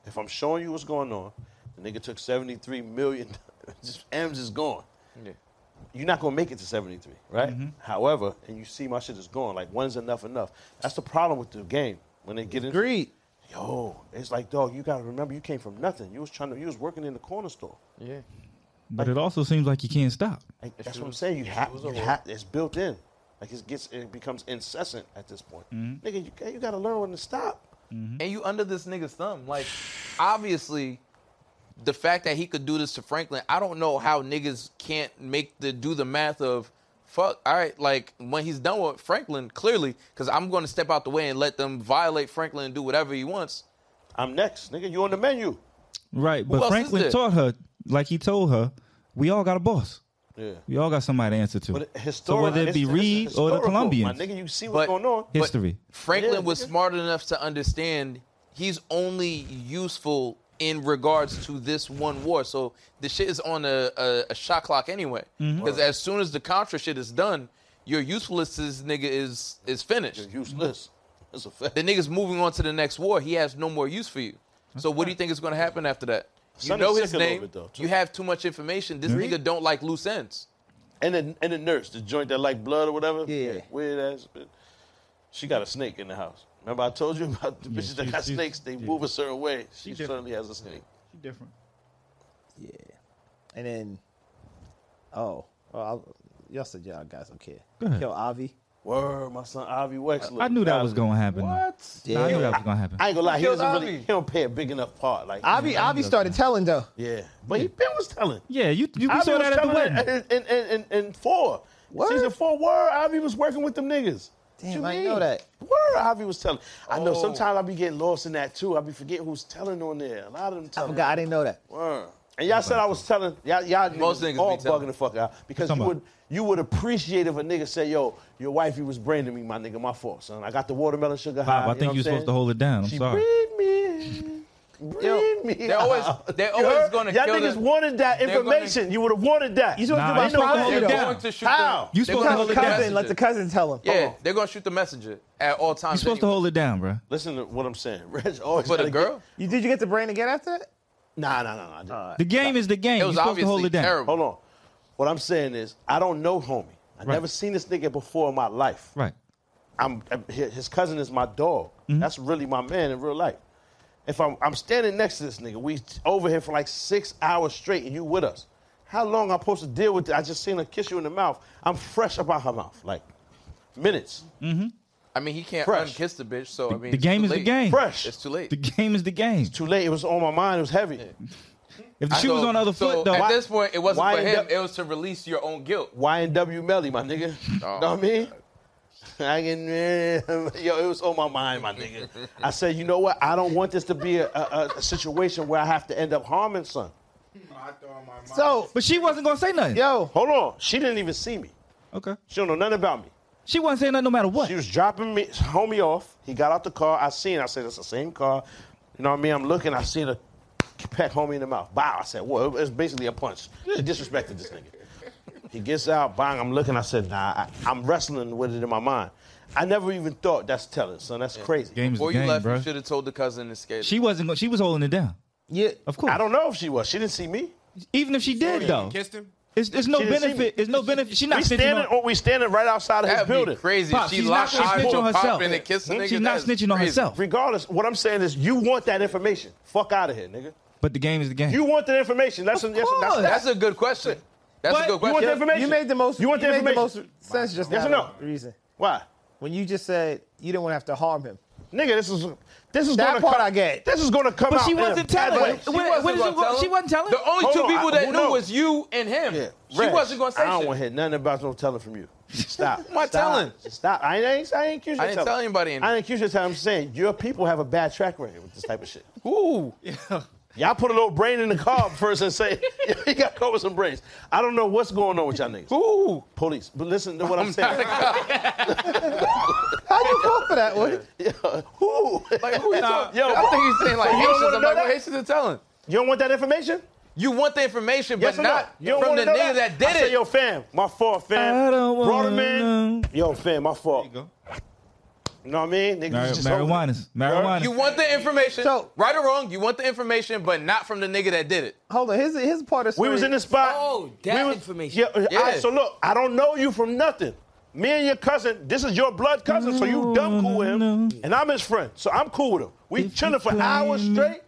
[SPEAKER 3] If I'm showing you what's going on, the nigga took 73 million. just M's is gone.
[SPEAKER 5] Yeah.
[SPEAKER 3] You're not gonna make it to 73, right?
[SPEAKER 6] Mm-hmm.
[SPEAKER 3] However, and you see my shit is gone. Like when's enough enough? That's the problem with the game when they get into
[SPEAKER 6] Agreed.
[SPEAKER 3] Yo, it's like dog. You gotta remember, you came from nothing. You was trying to, you was working in the corner store.
[SPEAKER 5] Yeah.
[SPEAKER 7] But it also seems like you can't stop.
[SPEAKER 3] Like, that's what I'm saying. You have, you ha- it's built in. Like it gets, it becomes incessant at this point.
[SPEAKER 6] Mm-hmm.
[SPEAKER 3] Nigga, you, you gotta learn when to stop.
[SPEAKER 5] and you under this nigga's thumb. Like, obviously, the fact that he could do this to Franklin, I don't know how niggas can't make the do the math of fuck. All right, like when he's done with Franklin, clearly, because I'm going to step out the way and let them violate Franklin and do whatever he wants.
[SPEAKER 3] I'm next, nigga. You on the menu?
[SPEAKER 7] Right,
[SPEAKER 5] else
[SPEAKER 7] but
[SPEAKER 5] is
[SPEAKER 7] Franklin
[SPEAKER 5] there?
[SPEAKER 7] taught her, like he told her, we all got a boss.
[SPEAKER 3] Yeah.
[SPEAKER 7] We all got somebody to answer to.
[SPEAKER 3] But
[SPEAKER 7] so
[SPEAKER 3] historical,
[SPEAKER 7] whether it be Reed or the
[SPEAKER 3] Colombian,
[SPEAKER 7] Colombians,
[SPEAKER 3] My nigga, you see what's
[SPEAKER 5] But-
[SPEAKER 3] going on.
[SPEAKER 5] but
[SPEAKER 7] history.
[SPEAKER 5] Franklin
[SPEAKER 3] Yeah,
[SPEAKER 5] was
[SPEAKER 3] nigga.
[SPEAKER 5] smart enough to understand he's only useful in regards to this one war. So the shit is on a, a, a shot clock anyway.
[SPEAKER 7] Mm-hmm.
[SPEAKER 5] Because as soon as the Contra shit is done, your usefulness nigga is is finished.
[SPEAKER 3] You're useless. That's a fact.
[SPEAKER 5] The nigga's moving on to the next war. He has no more use for you. So what do you think is going to happen after that? You
[SPEAKER 3] Sonny's
[SPEAKER 5] know his
[SPEAKER 3] sick a little
[SPEAKER 5] name.
[SPEAKER 3] bit, though, too.
[SPEAKER 5] you have too much information. This nigga don't like loose ends.
[SPEAKER 3] And the, and the nurse, the joint that like blood or whatever.
[SPEAKER 6] Yeah.
[SPEAKER 3] Weird ass. bitch. She got a snake in the house. Remember I told you about the bitches that
[SPEAKER 7] she-
[SPEAKER 3] got
[SPEAKER 7] she-
[SPEAKER 3] snakes? They
[SPEAKER 7] yeah.
[SPEAKER 3] move a certain way. She,
[SPEAKER 7] different.
[SPEAKER 3] certainly has a snake.
[SPEAKER 7] Different.
[SPEAKER 6] Yeah. And then, oh, well, I'll, y'all said y'all guys don't care.
[SPEAKER 7] ahead.
[SPEAKER 6] Kill Avi.
[SPEAKER 3] Word, my son Ivy Wexler.
[SPEAKER 7] I knew that was going to happen. though.
[SPEAKER 6] Yeah.
[SPEAKER 7] I knew that was going to happen.
[SPEAKER 3] I ain't gonna lie, he
[SPEAKER 5] Killed
[SPEAKER 3] doesn't
[SPEAKER 5] Ivy.
[SPEAKER 3] really he don't play a big enough part. Like
[SPEAKER 6] Avi, Avi started telling though.
[SPEAKER 3] Yeah. But he been was telling.
[SPEAKER 7] yeah, you, you
[SPEAKER 3] Ivy
[SPEAKER 7] saw
[SPEAKER 3] was
[SPEAKER 7] that at the
[SPEAKER 3] telling
[SPEAKER 7] wedding.
[SPEAKER 3] in, in, in, in four. Season four, word, Ivy was working with them niggas.
[SPEAKER 6] Damn,
[SPEAKER 3] you
[SPEAKER 6] I
[SPEAKER 3] mean?
[SPEAKER 6] know that.
[SPEAKER 3] Word, Javi was telling. I
[SPEAKER 7] Oh.
[SPEAKER 3] know sometimes I be getting lost in that too. I be forgetting who's telling on there. A lot of them
[SPEAKER 6] I
[SPEAKER 3] telling.
[SPEAKER 6] forgot. Oh, I didn't know that.
[SPEAKER 3] Word. Uh. And y'all said I was telling y'all, y'all
[SPEAKER 5] Most
[SPEAKER 3] niggas
[SPEAKER 5] niggas
[SPEAKER 3] all
[SPEAKER 5] be telling.
[SPEAKER 3] bugging the fuck out because you
[SPEAKER 7] Come on.
[SPEAKER 3] would you would appreciate if a nigga say, "Yo, your wifey was branding me, my nigga, my fault, son. I got the watermelon sugar high."
[SPEAKER 7] Bob, I think
[SPEAKER 3] you
[SPEAKER 7] you're supposed to hold it down. I'm
[SPEAKER 3] She
[SPEAKER 7] sorry.
[SPEAKER 3] breed me. Breed me.
[SPEAKER 5] they're always-
[SPEAKER 3] out.
[SPEAKER 5] they're
[SPEAKER 3] You
[SPEAKER 5] always
[SPEAKER 3] heard?
[SPEAKER 5] gonna
[SPEAKER 3] Y'all
[SPEAKER 5] kill
[SPEAKER 3] niggas
[SPEAKER 5] the-
[SPEAKER 3] wanted that
[SPEAKER 5] they're gonna-
[SPEAKER 3] information. you would have wanted that. You
[SPEAKER 2] supposed
[SPEAKER 7] Nah,
[SPEAKER 2] to
[SPEAKER 7] you're
[SPEAKER 2] do
[SPEAKER 7] supposed to
[SPEAKER 2] my
[SPEAKER 7] hold it
[SPEAKER 5] They're
[SPEAKER 7] down.
[SPEAKER 5] going to shoot
[SPEAKER 3] How?
[SPEAKER 5] the- they're
[SPEAKER 7] You supposed
[SPEAKER 5] going
[SPEAKER 7] to hold it
[SPEAKER 5] shoot
[SPEAKER 7] down.
[SPEAKER 2] cousin, let the cousin tell him.
[SPEAKER 5] Yeah, they're gonna shoot the messenger at all times.
[SPEAKER 7] You're supposed to
[SPEAKER 5] anyway.
[SPEAKER 7] hold it down, bro.
[SPEAKER 3] Listen to what I'm saying. Reg always
[SPEAKER 5] for the
[SPEAKER 3] gotta get-
[SPEAKER 5] girl.
[SPEAKER 2] You did you get the brain again after that?
[SPEAKER 3] Nah, nah, nah, nah. I didn't.
[SPEAKER 7] The game is the game.
[SPEAKER 5] It
[SPEAKER 7] You're
[SPEAKER 5] was
[SPEAKER 7] supposed to hold
[SPEAKER 5] obviously
[SPEAKER 7] it down.
[SPEAKER 5] terrible.
[SPEAKER 3] Hold on. What I'm saying is, I don't know homie. I never seen this nigga before in my life.
[SPEAKER 7] Right.
[SPEAKER 3] I'm, I'm- hi- his cousin is my dog. That's really my man in real life. If I'm, I'm standing next to this nigga, we over here for like six hours straight, and you with us. How long I'm supposed to deal with? It? I just seen her kiss you in the mouth. I'm fresh about her mouth, like minutes,
[SPEAKER 5] I mean, he can't
[SPEAKER 3] Fresh.
[SPEAKER 5] unkiss the bitch. So I mean,
[SPEAKER 7] the
[SPEAKER 5] it's
[SPEAKER 7] game
[SPEAKER 5] too
[SPEAKER 7] is the
[SPEAKER 5] late.
[SPEAKER 7] game.
[SPEAKER 3] fresh.
[SPEAKER 5] It's too late.
[SPEAKER 7] The game is the game.
[SPEAKER 3] Too late. It was on my mind. It was heavy.
[SPEAKER 7] If the shoe
[SPEAKER 5] So-
[SPEAKER 7] was on the other
[SPEAKER 5] so
[SPEAKER 7] foot, though,
[SPEAKER 5] At this point, it wasn't
[SPEAKER 3] why
[SPEAKER 5] for
[SPEAKER 3] end
[SPEAKER 5] him.
[SPEAKER 3] up-
[SPEAKER 5] It was to release your own guilt.
[SPEAKER 3] Y and W Melly, my nigga.
[SPEAKER 5] Oh.
[SPEAKER 3] Know what I mean? I can, yo, it was on my mind, my nigga. I said, you know what? I don't want this to be a, a, a situation where I have to end up harming son.
[SPEAKER 6] So,
[SPEAKER 7] but she wasn't gonna say nothing.
[SPEAKER 6] yo,
[SPEAKER 3] Hold on, she didn't even see me.
[SPEAKER 7] Okay.
[SPEAKER 3] She don't know nothing about me.
[SPEAKER 7] She wasn't saying nothing no matter what.
[SPEAKER 3] She was dropping me, homie off. He got out the car. I seen. I said, it's the same car. You know what I mean? I'm looking. I seen a peck homie in the mouth. Bow. I said, well, it's basically a punch. He disrespected this nigga. He gets out. Bang. I'm looking. I said, nah. I, I'm wrestling with it in my mind. I never even thought that's telling, son. That's crazy.
[SPEAKER 7] game is
[SPEAKER 5] Before
[SPEAKER 7] the
[SPEAKER 5] you
[SPEAKER 7] game,
[SPEAKER 5] left,
[SPEAKER 7] bro.
[SPEAKER 5] you should have told the cousin and scared.
[SPEAKER 7] She wasn't. go- She was holding it down.
[SPEAKER 6] yeah,
[SPEAKER 7] Of course.
[SPEAKER 3] I don't know if she was. She didn't see me.
[SPEAKER 7] Even if she did, though,
[SPEAKER 8] Kissed him.
[SPEAKER 7] it's, it's no
[SPEAKER 3] She didn't see me.
[SPEAKER 7] benefit. It's no benefit. She's not
[SPEAKER 3] We
[SPEAKER 7] snitching
[SPEAKER 3] standing.
[SPEAKER 7] on.
[SPEAKER 3] or we standing right outside of his
[SPEAKER 5] That'd be
[SPEAKER 3] building.
[SPEAKER 5] crazy.
[SPEAKER 7] Pop,
[SPEAKER 5] if she
[SPEAKER 7] she's
[SPEAKER 5] locked
[SPEAKER 7] not gonna
[SPEAKER 5] eyes
[SPEAKER 7] snitch
[SPEAKER 5] with
[SPEAKER 7] on
[SPEAKER 5] a
[SPEAKER 7] herself.
[SPEAKER 5] pop and a kiss a nigga.
[SPEAKER 7] She's not
[SPEAKER 5] That's
[SPEAKER 7] snitching on
[SPEAKER 5] crazy.
[SPEAKER 7] herself.
[SPEAKER 3] Regardless, what I'm saying is, you want that information. Fuck out of here, nigga.
[SPEAKER 7] But the game is the game.
[SPEAKER 3] You want that information. That's a, that's, a- that's,
[SPEAKER 7] course.
[SPEAKER 5] That's a good question. That's
[SPEAKER 7] But
[SPEAKER 5] a good
[SPEAKER 7] you
[SPEAKER 5] question.
[SPEAKER 3] want the information?
[SPEAKER 2] You made the most.
[SPEAKER 3] You want the
[SPEAKER 2] made the most
[SPEAKER 3] information?
[SPEAKER 2] sense just
[SPEAKER 3] Yes or
[SPEAKER 2] now.
[SPEAKER 3] no?
[SPEAKER 2] Reason
[SPEAKER 3] Why?
[SPEAKER 2] when you just said you didn't want to have to harm him.
[SPEAKER 3] Nigga, this is this is
[SPEAKER 2] That
[SPEAKER 3] gonna
[SPEAKER 2] part
[SPEAKER 3] come,
[SPEAKER 2] I get.
[SPEAKER 3] This is gonna come
[SPEAKER 7] But
[SPEAKER 3] out.
[SPEAKER 7] she
[SPEAKER 3] in a
[SPEAKER 7] wasn't
[SPEAKER 3] bad
[SPEAKER 7] telling.
[SPEAKER 3] way.
[SPEAKER 7] She What- wasn't what is gonna it- what- tell him. she wasn't telling?
[SPEAKER 5] The only
[SPEAKER 3] Hold
[SPEAKER 5] two
[SPEAKER 3] on,
[SPEAKER 5] people
[SPEAKER 3] I-
[SPEAKER 5] that
[SPEAKER 3] who
[SPEAKER 5] knew
[SPEAKER 3] knows?
[SPEAKER 5] was you and him. She
[SPEAKER 3] Reg,
[SPEAKER 5] wasn't going to say
[SPEAKER 3] I don't
[SPEAKER 5] shit.
[SPEAKER 3] want to hear nothing about no telling from you. Stop.
[SPEAKER 5] Why
[SPEAKER 3] Stop.
[SPEAKER 5] telling?
[SPEAKER 3] Stop. I ain't, I ain't, I ain't accused you
[SPEAKER 5] I
[SPEAKER 3] of
[SPEAKER 5] didn't tell anybody
[SPEAKER 3] I
[SPEAKER 5] anything.
[SPEAKER 3] ain't accused you of telling. I'm saying your people have a bad track record with this type of shit.
[SPEAKER 5] Ooh.
[SPEAKER 3] Y'all put a little brain in the car first and say, you got to go with some brains. I don't know what's going on with y'all niggas.
[SPEAKER 5] Ooh.
[SPEAKER 3] Police. But listen to what I'm,
[SPEAKER 5] I'm
[SPEAKER 3] saying.
[SPEAKER 2] How do you fall for that one?
[SPEAKER 3] Who?
[SPEAKER 5] Like, who you talking?
[SPEAKER 3] Yo,
[SPEAKER 5] I think he's saying like
[SPEAKER 3] So you don't
[SPEAKER 5] Haitians.
[SPEAKER 3] wanna know
[SPEAKER 5] I'm like, what
[SPEAKER 3] that?
[SPEAKER 5] Haitians are telling?
[SPEAKER 3] you don't want that information?
[SPEAKER 5] You want the information,
[SPEAKER 3] Yes
[SPEAKER 5] but
[SPEAKER 3] or no?
[SPEAKER 5] not
[SPEAKER 3] You don't
[SPEAKER 5] from
[SPEAKER 3] wanna
[SPEAKER 5] the
[SPEAKER 3] know
[SPEAKER 5] nigga that,
[SPEAKER 3] I say,
[SPEAKER 5] did
[SPEAKER 3] yo,
[SPEAKER 5] it.
[SPEAKER 3] fam, my fault, fam.
[SPEAKER 7] I don't wanna
[SPEAKER 3] Brought him in.
[SPEAKER 7] know.
[SPEAKER 3] Yo, fam, my fault. You, know what I mean? Niggas
[SPEAKER 7] Mar-
[SPEAKER 3] just over it.
[SPEAKER 7] marijuanas. Marijuana.
[SPEAKER 5] You want the information,
[SPEAKER 2] So-
[SPEAKER 5] right or wrong, you want the information, but not from the nigga that did it.
[SPEAKER 2] Hold on, his his part of the
[SPEAKER 3] We
[SPEAKER 2] story-
[SPEAKER 3] was in the spot.
[SPEAKER 9] Oh, that
[SPEAKER 3] we was,
[SPEAKER 9] information.
[SPEAKER 3] Yeah,
[SPEAKER 5] Yeah.
[SPEAKER 3] All right, so look, I don't know you from nothing. Me and your cousin, this is your blood cousin, so you dumb cool with him, and I'm his friend, so I'm cool with him. We
[SPEAKER 7] If
[SPEAKER 3] chilling
[SPEAKER 7] you
[SPEAKER 3] for
[SPEAKER 7] claim
[SPEAKER 3] hours
[SPEAKER 7] me.
[SPEAKER 3] straight.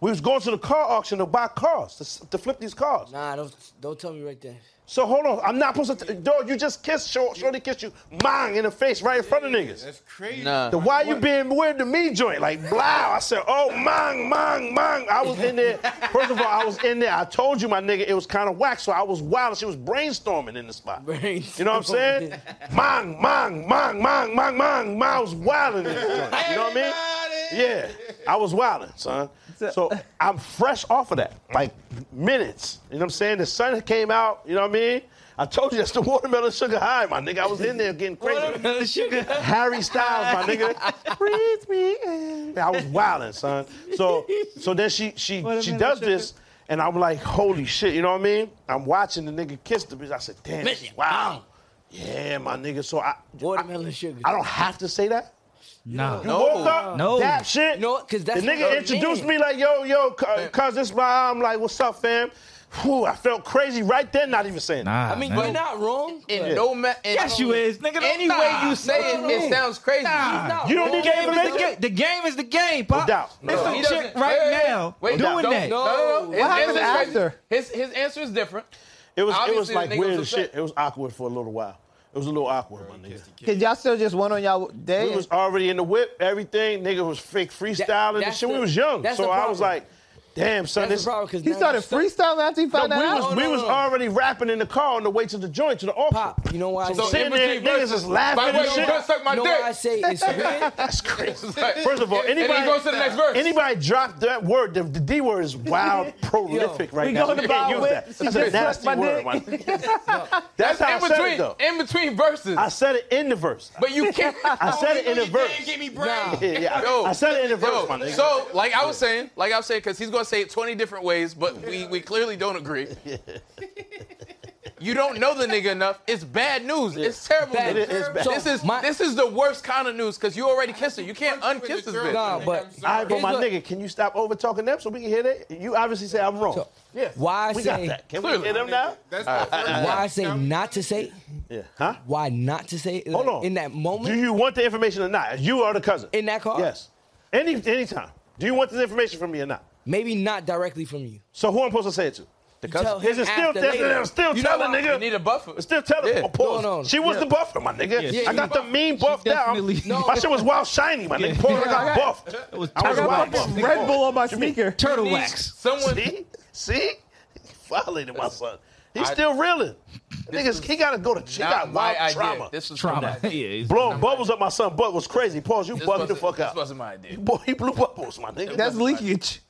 [SPEAKER 3] We was going to the car auction to buy cars, to, s- to flip these cars.
[SPEAKER 9] Nah, don't don't tell me right there.
[SPEAKER 3] So hold on, I'm not supposed to. T- dog, you just kissed, Shor- Shorty kissed you, bang, in the face, right in front of niggas.
[SPEAKER 8] That's crazy.
[SPEAKER 5] Nah.
[SPEAKER 3] The why you being weird to me joint? Like, blow. I said, oh, mang, mang, mang. I was in there. First of all, I was in there. I told you, my nigga, it was kind of whack. So I was wild. She was brainstorming in the spot.
[SPEAKER 9] Brainstorming.
[SPEAKER 3] You know what I'm saying? mang, mang, mang, mang, mang, mang. mang. I was wilding in this joint. You know what I mean? Yeah. I was wilding, son. So I'm fresh off of that. Like, minutes. You know what I'm saying? The sun came out. You know what I mean? I told you that's the watermelon sugar high, my nigga. I was in there getting crazy. Harry Styles, my nigga. Breathe me in. I was wilding, son. So so then she she she does this, and I'm like, holy shit, you know what I mean? I'm watching the nigga kiss the bitch. I said, damn, this is wow. Yeah, my nigga. So I
[SPEAKER 9] Watermelon sugar.
[SPEAKER 3] I don't have to say that.
[SPEAKER 7] nah.
[SPEAKER 3] You woke up,
[SPEAKER 7] No.
[SPEAKER 3] that shit.
[SPEAKER 9] You know what? 'Cause that's
[SPEAKER 3] the
[SPEAKER 9] what
[SPEAKER 3] nigga
[SPEAKER 9] I'm
[SPEAKER 3] introduced
[SPEAKER 9] saying.
[SPEAKER 3] me like, yo, yo, cu- cuz this my. I'm like, what's up, fam? Whew, I felt crazy right then, not even saying. that.
[SPEAKER 7] Nah.
[SPEAKER 9] I mean,
[SPEAKER 7] man.
[SPEAKER 9] you're not wrong.
[SPEAKER 5] In
[SPEAKER 9] but-
[SPEAKER 5] no ma- in
[SPEAKER 7] Yes, you is, nigga. Don't-
[SPEAKER 5] Any
[SPEAKER 7] nah.
[SPEAKER 5] way you say it, it sounds crazy.
[SPEAKER 9] He's not
[SPEAKER 3] You don't
[SPEAKER 9] wrong.
[SPEAKER 3] need that
[SPEAKER 7] The
[SPEAKER 3] information.
[SPEAKER 7] ga- the game is the game, pop.
[SPEAKER 3] No doubt. No
[SPEAKER 7] There's
[SPEAKER 3] doubt.
[SPEAKER 7] some
[SPEAKER 5] He
[SPEAKER 7] chick
[SPEAKER 5] doesn't-
[SPEAKER 7] right
[SPEAKER 5] wait, wait,
[SPEAKER 7] now
[SPEAKER 5] wait,
[SPEAKER 7] doing
[SPEAKER 5] don't-
[SPEAKER 7] that.
[SPEAKER 5] No, no, no. His
[SPEAKER 2] happened
[SPEAKER 5] answer is
[SPEAKER 2] after?
[SPEAKER 5] crazy. His his answer is different.
[SPEAKER 3] It was it was
[SPEAKER 5] Obviously,
[SPEAKER 3] like
[SPEAKER 5] the nigga
[SPEAKER 3] weird as
[SPEAKER 5] was
[SPEAKER 3] shit.
[SPEAKER 5] upset.
[SPEAKER 3] It was awkward for a little while. It was a little awkward, my nigga.
[SPEAKER 2] Cause y'all still just went on y'all day.
[SPEAKER 3] We was already in the whip, everything. Nigga was fake freestyling and
[SPEAKER 9] that's
[SPEAKER 3] shit. we
[SPEAKER 9] the-
[SPEAKER 3] was young,
[SPEAKER 9] that's
[SPEAKER 3] so
[SPEAKER 9] the
[SPEAKER 3] I was
[SPEAKER 9] problem.
[SPEAKER 3] like, Damn, son,
[SPEAKER 9] That's the
[SPEAKER 3] this.
[SPEAKER 9] problem because
[SPEAKER 6] He started freestyling after he
[SPEAKER 3] No,
[SPEAKER 6] found
[SPEAKER 3] we
[SPEAKER 6] that
[SPEAKER 3] was,
[SPEAKER 6] out.
[SPEAKER 3] we
[SPEAKER 9] No, no,
[SPEAKER 3] was
[SPEAKER 9] no.
[SPEAKER 3] already rapping in the car on the way to the joint to the office.
[SPEAKER 9] Pop, you know why? I
[SPEAKER 5] So
[SPEAKER 9] say,
[SPEAKER 3] Sitting there,
[SPEAKER 5] in between
[SPEAKER 3] niggas is
[SPEAKER 5] verses,
[SPEAKER 3] laughing
[SPEAKER 5] by the
[SPEAKER 3] and
[SPEAKER 5] way, you
[SPEAKER 3] shit.
[SPEAKER 5] gonna suck my
[SPEAKER 9] you know why I
[SPEAKER 5] dick.
[SPEAKER 9] say it's weird?
[SPEAKER 3] That's crazy.
[SPEAKER 5] It's like-
[SPEAKER 3] First of all,
[SPEAKER 5] And then he
[SPEAKER 3] anybody
[SPEAKER 5] goes to the next verse.
[SPEAKER 3] Anybody drop that word? The, the D word is wild, prolific right
[SPEAKER 2] we
[SPEAKER 3] now.
[SPEAKER 2] going
[SPEAKER 3] You
[SPEAKER 2] to
[SPEAKER 3] can't
[SPEAKER 2] buy
[SPEAKER 3] use
[SPEAKER 2] wit.
[SPEAKER 3] that.
[SPEAKER 2] She
[SPEAKER 3] That's a
[SPEAKER 2] just
[SPEAKER 3] nasty
[SPEAKER 2] sucked my
[SPEAKER 3] word. man. That's how I
[SPEAKER 5] in
[SPEAKER 3] said it
[SPEAKER 5] between,
[SPEAKER 3] though.
[SPEAKER 5] in between verses.
[SPEAKER 3] I said it in the verse.
[SPEAKER 5] but you can't.
[SPEAKER 3] I
[SPEAKER 9] Oh,
[SPEAKER 3] said it in the verse.
[SPEAKER 8] Give me brain.
[SPEAKER 3] Yeah, yeah.
[SPEAKER 5] Yo.
[SPEAKER 3] I said it in the verse,
[SPEAKER 5] Yo,
[SPEAKER 3] my nigga.
[SPEAKER 5] so like I was saying, like I was saying, because he's gonna say it 20 different ways, but we, we clearly don't agree. You don't know the nigga enough. It's bad news. It's terrible.
[SPEAKER 9] Bad.
[SPEAKER 5] news.
[SPEAKER 9] It is bad.
[SPEAKER 5] This is
[SPEAKER 9] So my-
[SPEAKER 5] this is the worst kind of news because you already kissed her. You can't unkiss this bitch.
[SPEAKER 9] Nah, but-
[SPEAKER 3] All right, but
[SPEAKER 9] Here's
[SPEAKER 3] my
[SPEAKER 9] what-
[SPEAKER 3] nigga, can you stop over talking them so we can hear that? You obviously say I'm wrong.
[SPEAKER 9] So,
[SPEAKER 3] yeah,
[SPEAKER 9] why I
[SPEAKER 3] we
[SPEAKER 9] say-
[SPEAKER 3] got that? Can we
[SPEAKER 5] Clearly.
[SPEAKER 3] hear them now?
[SPEAKER 8] That's the first
[SPEAKER 9] Why I
[SPEAKER 8] time.
[SPEAKER 9] say not to say?
[SPEAKER 3] Yeah, huh?
[SPEAKER 9] Why not to say? Like,
[SPEAKER 3] Hold on.
[SPEAKER 9] In that
[SPEAKER 3] Do
[SPEAKER 9] moment,
[SPEAKER 3] you want the information or not? You are the cousin.
[SPEAKER 9] in uh, that car,
[SPEAKER 3] yes. Any anytime. Do you want this information from me or not?
[SPEAKER 9] maybe not directly from you.
[SPEAKER 3] So who I'm supposed to say it to? The
[SPEAKER 9] tell
[SPEAKER 3] cousin. Is
[SPEAKER 9] him
[SPEAKER 3] it still?
[SPEAKER 9] after
[SPEAKER 3] that's-
[SPEAKER 9] later.
[SPEAKER 3] I'm still
[SPEAKER 5] You know
[SPEAKER 3] telling
[SPEAKER 5] why?
[SPEAKER 3] nigga.
[SPEAKER 5] You need a buffer.
[SPEAKER 3] I'm still telling
[SPEAKER 5] Yeah.
[SPEAKER 3] him. Oh, pause.
[SPEAKER 9] No, no.
[SPEAKER 3] She was the buffer, my nigga.
[SPEAKER 7] Yeah,
[SPEAKER 3] I got the mean buffed out.
[SPEAKER 7] definitely- No.
[SPEAKER 3] My shit was wild shiny, my nigga. Pause. I got buffed.
[SPEAKER 7] It was
[SPEAKER 3] I was
[SPEAKER 7] turtle
[SPEAKER 3] wild
[SPEAKER 7] wax.
[SPEAKER 3] buffed.
[SPEAKER 2] Red Bull on my sneaker.
[SPEAKER 7] Turtle wax.
[SPEAKER 5] Someone
[SPEAKER 3] See? See? He violated my son. He's still reeling. Niggas, he gotta go to She
[SPEAKER 5] not
[SPEAKER 3] got
[SPEAKER 5] my
[SPEAKER 3] wild
[SPEAKER 5] idea.
[SPEAKER 3] trauma.
[SPEAKER 5] This was
[SPEAKER 7] Trauma. Yeah, it's-
[SPEAKER 3] Blowing bubbles up my son butt was crazy. Pause, you
[SPEAKER 5] This
[SPEAKER 3] bugged the
[SPEAKER 5] wasn't-
[SPEAKER 3] fuck
[SPEAKER 5] this
[SPEAKER 3] out.
[SPEAKER 5] wasn't my idea.
[SPEAKER 3] Boy, he blew bubbles, my nigga.
[SPEAKER 6] That's leakage.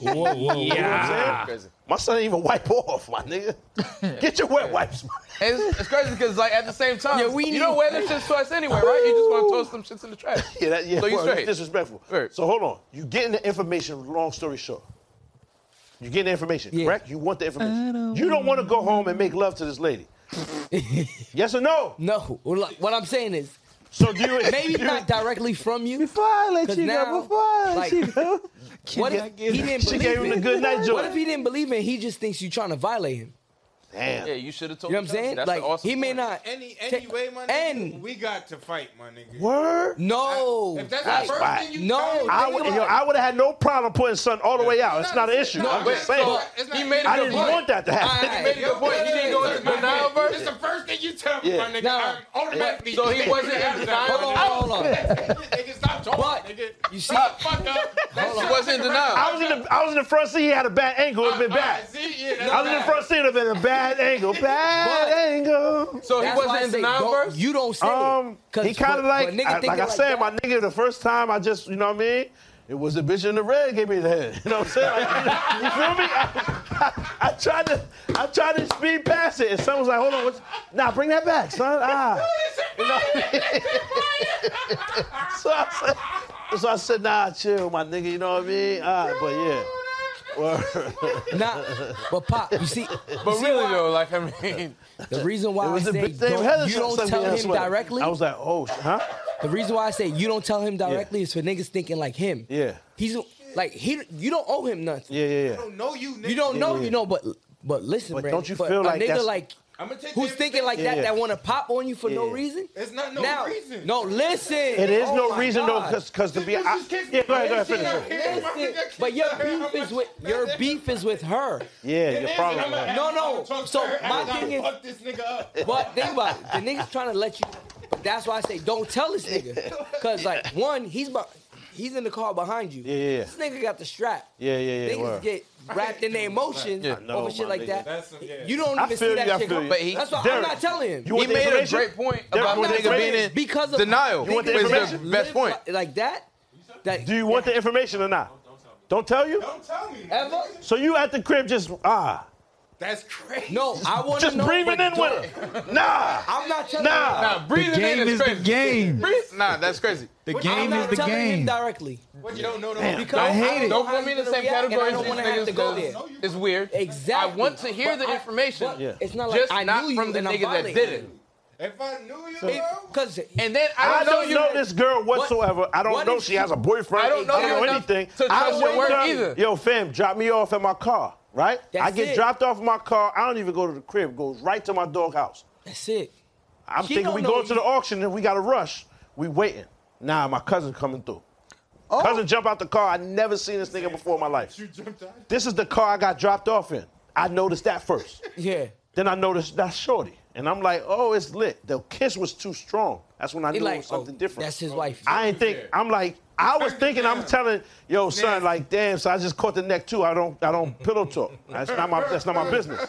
[SPEAKER 4] Whoa, whoa,
[SPEAKER 3] Yeah.
[SPEAKER 5] Crazy.
[SPEAKER 3] My son didn't even wipe off, my nigga. Get your wet wipes, my
[SPEAKER 5] And it's, it's crazy because like at the same time,
[SPEAKER 9] Yeah, we
[SPEAKER 5] you
[SPEAKER 9] need-
[SPEAKER 5] don't wear them shits twice anyway, right? You just want to toss them shits in the trash.
[SPEAKER 3] Yeah, that, yeah,
[SPEAKER 5] So you
[SPEAKER 3] well,
[SPEAKER 5] straight.
[SPEAKER 3] that's disrespectful.
[SPEAKER 5] Right.
[SPEAKER 3] So hold on. You getting the information, long story short. You getting the information,
[SPEAKER 9] Yeah.
[SPEAKER 3] correct? You want the information. you don't want to go home and make love to this lady. yes or no?
[SPEAKER 9] No. Well, like, What I'm saying is
[SPEAKER 3] So do you
[SPEAKER 9] maybe
[SPEAKER 3] you-
[SPEAKER 9] not directly from you.
[SPEAKER 6] Before I let
[SPEAKER 9] 'Cause
[SPEAKER 6] you
[SPEAKER 9] now,
[SPEAKER 6] go, before I let
[SPEAKER 9] like-
[SPEAKER 6] you go.
[SPEAKER 9] What if he didn't
[SPEAKER 3] She gave
[SPEAKER 9] believe
[SPEAKER 3] him the
[SPEAKER 9] it?
[SPEAKER 3] good night
[SPEAKER 9] What if
[SPEAKER 3] joy.
[SPEAKER 9] he didn't believe it? He just thinks you trying to violate him.
[SPEAKER 3] Damn.
[SPEAKER 5] Yeah, you should have told.
[SPEAKER 9] You know what I'm
[SPEAKER 5] me
[SPEAKER 9] saying?
[SPEAKER 5] That's
[SPEAKER 9] like
[SPEAKER 5] the awesome
[SPEAKER 9] he may
[SPEAKER 5] story.
[SPEAKER 9] not. e-
[SPEAKER 8] Any
[SPEAKER 9] Ta-
[SPEAKER 8] anyway, my nigga,
[SPEAKER 9] and-
[SPEAKER 8] we got to fight, my nigga.
[SPEAKER 3] Word.
[SPEAKER 9] No.
[SPEAKER 8] If that's
[SPEAKER 9] Like,
[SPEAKER 8] the first
[SPEAKER 3] why-
[SPEAKER 8] thing you
[SPEAKER 9] No,
[SPEAKER 8] tell me,
[SPEAKER 3] I,
[SPEAKER 9] Think
[SPEAKER 3] would-
[SPEAKER 9] about
[SPEAKER 3] yo,
[SPEAKER 9] it.
[SPEAKER 3] I would have had no problem putting son all the way out. It's not an issue.
[SPEAKER 8] No,
[SPEAKER 3] I'm
[SPEAKER 5] Wait,
[SPEAKER 3] just saying.
[SPEAKER 5] so
[SPEAKER 8] It's not-
[SPEAKER 5] he made
[SPEAKER 3] I
[SPEAKER 5] a good
[SPEAKER 3] didn't
[SPEAKER 5] point.
[SPEAKER 3] want that to happen.
[SPEAKER 9] All
[SPEAKER 5] He
[SPEAKER 9] right.
[SPEAKER 5] made a good point. He didn't go into the denial verse.
[SPEAKER 8] It's the first thing you tell me, my nigga.
[SPEAKER 9] Nah.
[SPEAKER 8] I'm automatically.
[SPEAKER 5] So he wasn't in denial.
[SPEAKER 9] Hold on, hold on.
[SPEAKER 8] Nigga, stop talking,
[SPEAKER 9] But-
[SPEAKER 8] nigga.
[SPEAKER 9] You see,
[SPEAKER 8] Fuck up. That
[SPEAKER 5] He
[SPEAKER 8] shit
[SPEAKER 5] wasn't in denial.
[SPEAKER 3] I was in the I was in the front seat. He had a bad angle. It'd been
[SPEAKER 8] Uh,
[SPEAKER 3] bad.
[SPEAKER 8] See, yeah, that's
[SPEAKER 3] I was in the front seat. It'd been a bad angle. Bad angle.
[SPEAKER 5] So he
[SPEAKER 9] that's why I
[SPEAKER 5] wasn't in
[SPEAKER 9] say
[SPEAKER 5] denial
[SPEAKER 9] don't-
[SPEAKER 5] verse.
[SPEAKER 9] You don't say
[SPEAKER 3] Um,
[SPEAKER 9] it. 'Cause
[SPEAKER 3] he kind of
[SPEAKER 9] when-
[SPEAKER 3] like,
[SPEAKER 9] when nigga
[SPEAKER 3] I,
[SPEAKER 9] thinking
[SPEAKER 3] like I said,
[SPEAKER 9] that-
[SPEAKER 3] my nigga. The first time, I just, you know what I mean. It was the bitch in the red gave me the head. You know what I'm saying? Like, you feel me? I, I, I tried to, I tried to speed past it, and someone was like, "Hold on, what's, nah, bring that back, son." Ah, you know. What I mean? so, I said, so I said, "Nah, chill, my nigga." You know what I mean? Ah, but yeah. Word.
[SPEAKER 9] Nah, but pop, you see,
[SPEAKER 5] But really though, like I mean,
[SPEAKER 9] the reason why
[SPEAKER 3] It
[SPEAKER 9] I
[SPEAKER 3] was the
[SPEAKER 9] say
[SPEAKER 3] bitch named
[SPEAKER 9] don't-
[SPEAKER 3] Heather.
[SPEAKER 9] you don't
[SPEAKER 3] sent me
[SPEAKER 9] tell
[SPEAKER 3] that
[SPEAKER 9] him
[SPEAKER 3] sweater.
[SPEAKER 9] directly.
[SPEAKER 3] I was like, "Oh, sh- huh?"
[SPEAKER 9] the reason why I say you don't tell him directly is for niggas thinking like him.
[SPEAKER 3] Yeah.
[SPEAKER 9] he's like he. You don't owe him nothing.
[SPEAKER 3] Yeah, yeah, yeah.
[SPEAKER 8] I don't know you, nigga.
[SPEAKER 9] You don't know. You know, but but listen,
[SPEAKER 3] But
[SPEAKER 9] Brandon,
[SPEAKER 3] don't you
[SPEAKER 9] but
[SPEAKER 3] feel
[SPEAKER 9] a
[SPEAKER 3] like
[SPEAKER 9] nigga
[SPEAKER 3] that's-
[SPEAKER 9] like
[SPEAKER 8] I'm gonna take
[SPEAKER 9] who's
[SPEAKER 8] the
[SPEAKER 9] thinking like
[SPEAKER 3] Yeah.
[SPEAKER 9] that that want to pop on you for no
[SPEAKER 3] Yeah.
[SPEAKER 8] information.
[SPEAKER 9] reason?
[SPEAKER 8] It's not no
[SPEAKER 9] now,
[SPEAKER 8] reason.
[SPEAKER 9] no, listen.
[SPEAKER 3] It is
[SPEAKER 9] Oh
[SPEAKER 3] no
[SPEAKER 9] my
[SPEAKER 3] reason
[SPEAKER 9] God.
[SPEAKER 3] though, because to be,
[SPEAKER 8] This
[SPEAKER 3] I,
[SPEAKER 8] bitch just kissed me.
[SPEAKER 3] yeah, go ahead, go ahead,
[SPEAKER 8] She
[SPEAKER 3] finish.
[SPEAKER 8] not
[SPEAKER 3] it.
[SPEAKER 8] here. My
[SPEAKER 9] Listen,
[SPEAKER 8] nigga
[SPEAKER 9] but your
[SPEAKER 8] kissed her.
[SPEAKER 9] beef is with your beef is with her.
[SPEAKER 3] Yeah, your
[SPEAKER 8] Listen,
[SPEAKER 3] problem.
[SPEAKER 8] I'ma
[SPEAKER 3] man.
[SPEAKER 8] ask
[SPEAKER 9] No,
[SPEAKER 8] you how
[SPEAKER 9] no.
[SPEAKER 8] to talk to
[SPEAKER 9] So
[SPEAKER 8] her
[SPEAKER 9] my
[SPEAKER 8] after I
[SPEAKER 9] thing is-
[SPEAKER 8] fuck this nigga up.
[SPEAKER 9] But think about it. The nigga's trying to let you. That's why I say don't tell this nigga. Cause like one, he's bu- he's in the car behind you.
[SPEAKER 3] Yeah, yeah, yeah.
[SPEAKER 9] This nigga got the strap.
[SPEAKER 3] Yeah, yeah, yeah,
[SPEAKER 9] Niggas
[SPEAKER 3] word.
[SPEAKER 9] get wrapped in their emotions
[SPEAKER 3] I know,
[SPEAKER 9] over shit
[SPEAKER 3] my
[SPEAKER 9] like
[SPEAKER 3] nigga.
[SPEAKER 9] that.
[SPEAKER 8] That's some- yeah.
[SPEAKER 9] You don't
[SPEAKER 3] I
[SPEAKER 9] even
[SPEAKER 3] feel
[SPEAKER 9] see that
[SPEAKER 3] you, I
[SPEAKER 9] shit.
[SPEAKER 3] feel
[SPEAKER 9] come-
[SPEAKER 3] you.
[SPEAKER 5] But he-
[SPEAKER 9] That's why
[SPEAKER 3] Derek,
[SPEAKER 9] I'm not telling him.
[SPEAKER 3] you
[SPEAKER 5] he
[SPEAKER 3] want the
[SPEAKER 5] made a
[SPEAKER 3] information?
[SPEAKER 5] great point
[SPEAKER 3] Derek,
[SPEAKER 5] about
[SPEAKER 3] you
[SPEAKER 5] the
[SPEAKER 3] want the
[SPEAKER 5] nigga being
[SPEAKER 3] information?
[SPEAKER 5] in
[SPEAKER 9] because of
[SPEAKER 5] denial.
[SPEAKER 3] You want the
[SPEAKER 5] was the
[SPEAKER 3] information?
[SPEAKER 5] best point.
[SPEAKER 9] Like, like that. That
[SPEAKER 3] Do you want the information or not? Don't tell you.
[SPEAKER 8] Don't tell me.
[SPEAKER 9] ever?
[SPEAKER 3] So you at the crib just ah,
[SPEAKER 8] That's crazy.
[SPEAKER 9] No, I want to
[SPEAKER 3] just
[SPEAKER 9] know.
[SPEAKER 3] breathing
[SPEAKER 9] but
[SPEAKER 3] in with her. Nah,
[SPEAKER 9] I'm not telling.
[SPEAKER 3] Nah.
[SPEAKER 9] him.
[SPEAKER 5] Nah, breathing
[SPEAKER 7] The game
[SPEAKER 5] in
[SPEAKER 7] is the
[SPEAKER 5] crazy.
[SPEAKER 7] game.
[SPEAKER 5] Breathe- Nah, that's crazy.
[SPEAKER 7] The
[SPEAKER 9] I'm
[SPEAKER 7] game is
[SPEAKER 9] not
[SPEAKER 7] the
[SPEAKER 9] telling him
[SPEAKER 7] game.
[SPEAKER 9] directly.
[SPEAKER 8] What you don't know,
[SPEAKER 3] Damn.
[SPEAKER 8] don't
[SPEAKER 9] Because
[SPEAKER 7] I hate
[SPEAKER 9] don't
[SPEAKER 7] it.
[SPEAKER 9] know
[SPEAKER 5] Don't
[SPEAKER 9] how
[SPEAKER 5] put me
[SPEAKER 9] he's
[SPEAKER 5] in the
[SPEAKER 9] gonna
[SPEAKER 5] same
[SPEAKER 9] react, and
[SPEAKER 5] category
[SPEAKER 9] I
[SPEAKER 5] as
[SPEAKER 9] don't
[SPEAKER 5] these
[SPEAKER 9] want to have to
[SPEAKER 5] niggas.
[SPEAKER 9] go
[SPEAKER 5] 'cause
[SPEAKER 9] there.
[SPEAKER 5] It's weird.
[SPEAKER 9] Exactly.
[SPEAKER 5] I want to hear the
[SPEAKER 9] But I-
[SPEAKER 5] information.
[SPEAKER 9] but It's not like
[SPEAKER 5] Just
[SPEAKER 9] I knew
[SPEAKER 5] not
[SPEAKER 9] you
[SPEAKER 5] from the
[SPEAKER 9] and I'm
[SPEAKER 5] nigga that
[SPEAKER 9] violating
[SPEAKER 5] did
[SPEAKER 9] you.
[SPEAKER 5] it.
[SPEAKER 8] If I knew you, bro.
[SPEAKER 9] Because
[SPEAKER 5] And then I don't,
[SPEAKER 3] I don't
[SPEAKER 5] you.
[SPEAKER 3] know this girl
[SPEAKER 9] What-
[SPEAKER 3] whatsoever. I don't
[SPEAKER 9] what
[SPEAKER 3] know
[SPEAKER 9] if
[SPEAKER 3] she
[SPEAKER 9] she-
[SPEAKER 3] has a boyfriend.
[SPEAKER 5] I don't know
[SPEAKER 3] I don't
[SPEAKER 5] her
[SPEAKER 3] know
[SPEAKER 5] enough
[SPEAKER 3] anything.
[SPEAKER 5] to
[SPEAKER 3] I
[SPEAKER 5] trust your
[SPEAKER 3] wake
[SPEAKER 5] word
[SPEAKER 3] up,
[SPEAKER 5] either.
[SPEAKER 3] Yo, fam, drop me off at my car. Right? I
[SPEAKER 9] That's
[SPEAKER 3] get
[SPEAKER 9] it.
[SPEAKER 3] dropped off at my car. I don't even go to the crib. Goes right to my dog house.
[SPEAKER 9] that's it.
[SPEAKER 3] I'm
[SPEAKER 9] She
[SPEAKER 3] thinking
[SPEAKER 9] don't
[SPEAKER 3] we
[SPEAKER 9] know
[SPEAKER 3] go
[SPEAKER 9] what
[SPEAKER 3] to
[SPEAKER 9] you-
[SPEAKER 3] the auction and we got to rush. We waiting. Nah, my cousin coming through.
[SPEAKER 9] Oh.
[SPEAKER 3] Cousin jump out the car. I never seen this nigga before in my life.
[SPEAKER 8] You jumped out.
[SPEAKER 3] This is the car I got dropped off in. I noticed that first.
[SPEAKER 9] Yeah.
[SPEAKER 3] then I noticed that's Shorty. And I'm like, oh, it's lit. The kiss was too strong. That's when I
[SPEAKER 9] He
[SPEAKER 3] knew it
[SPEAKER 9] like,
[SPEAKER 3] was something
[SPEAKER 9] oh,
[SPEAKER 3] different.
[SPEAKER 9] that's his wife.
[SPEAKER 3] I ain't think. I'm like, I was thinking. I'm telling yo son, like, damn. So I just caught the neck too. I don't. I don't pillow talk. That's not my. That's not my business.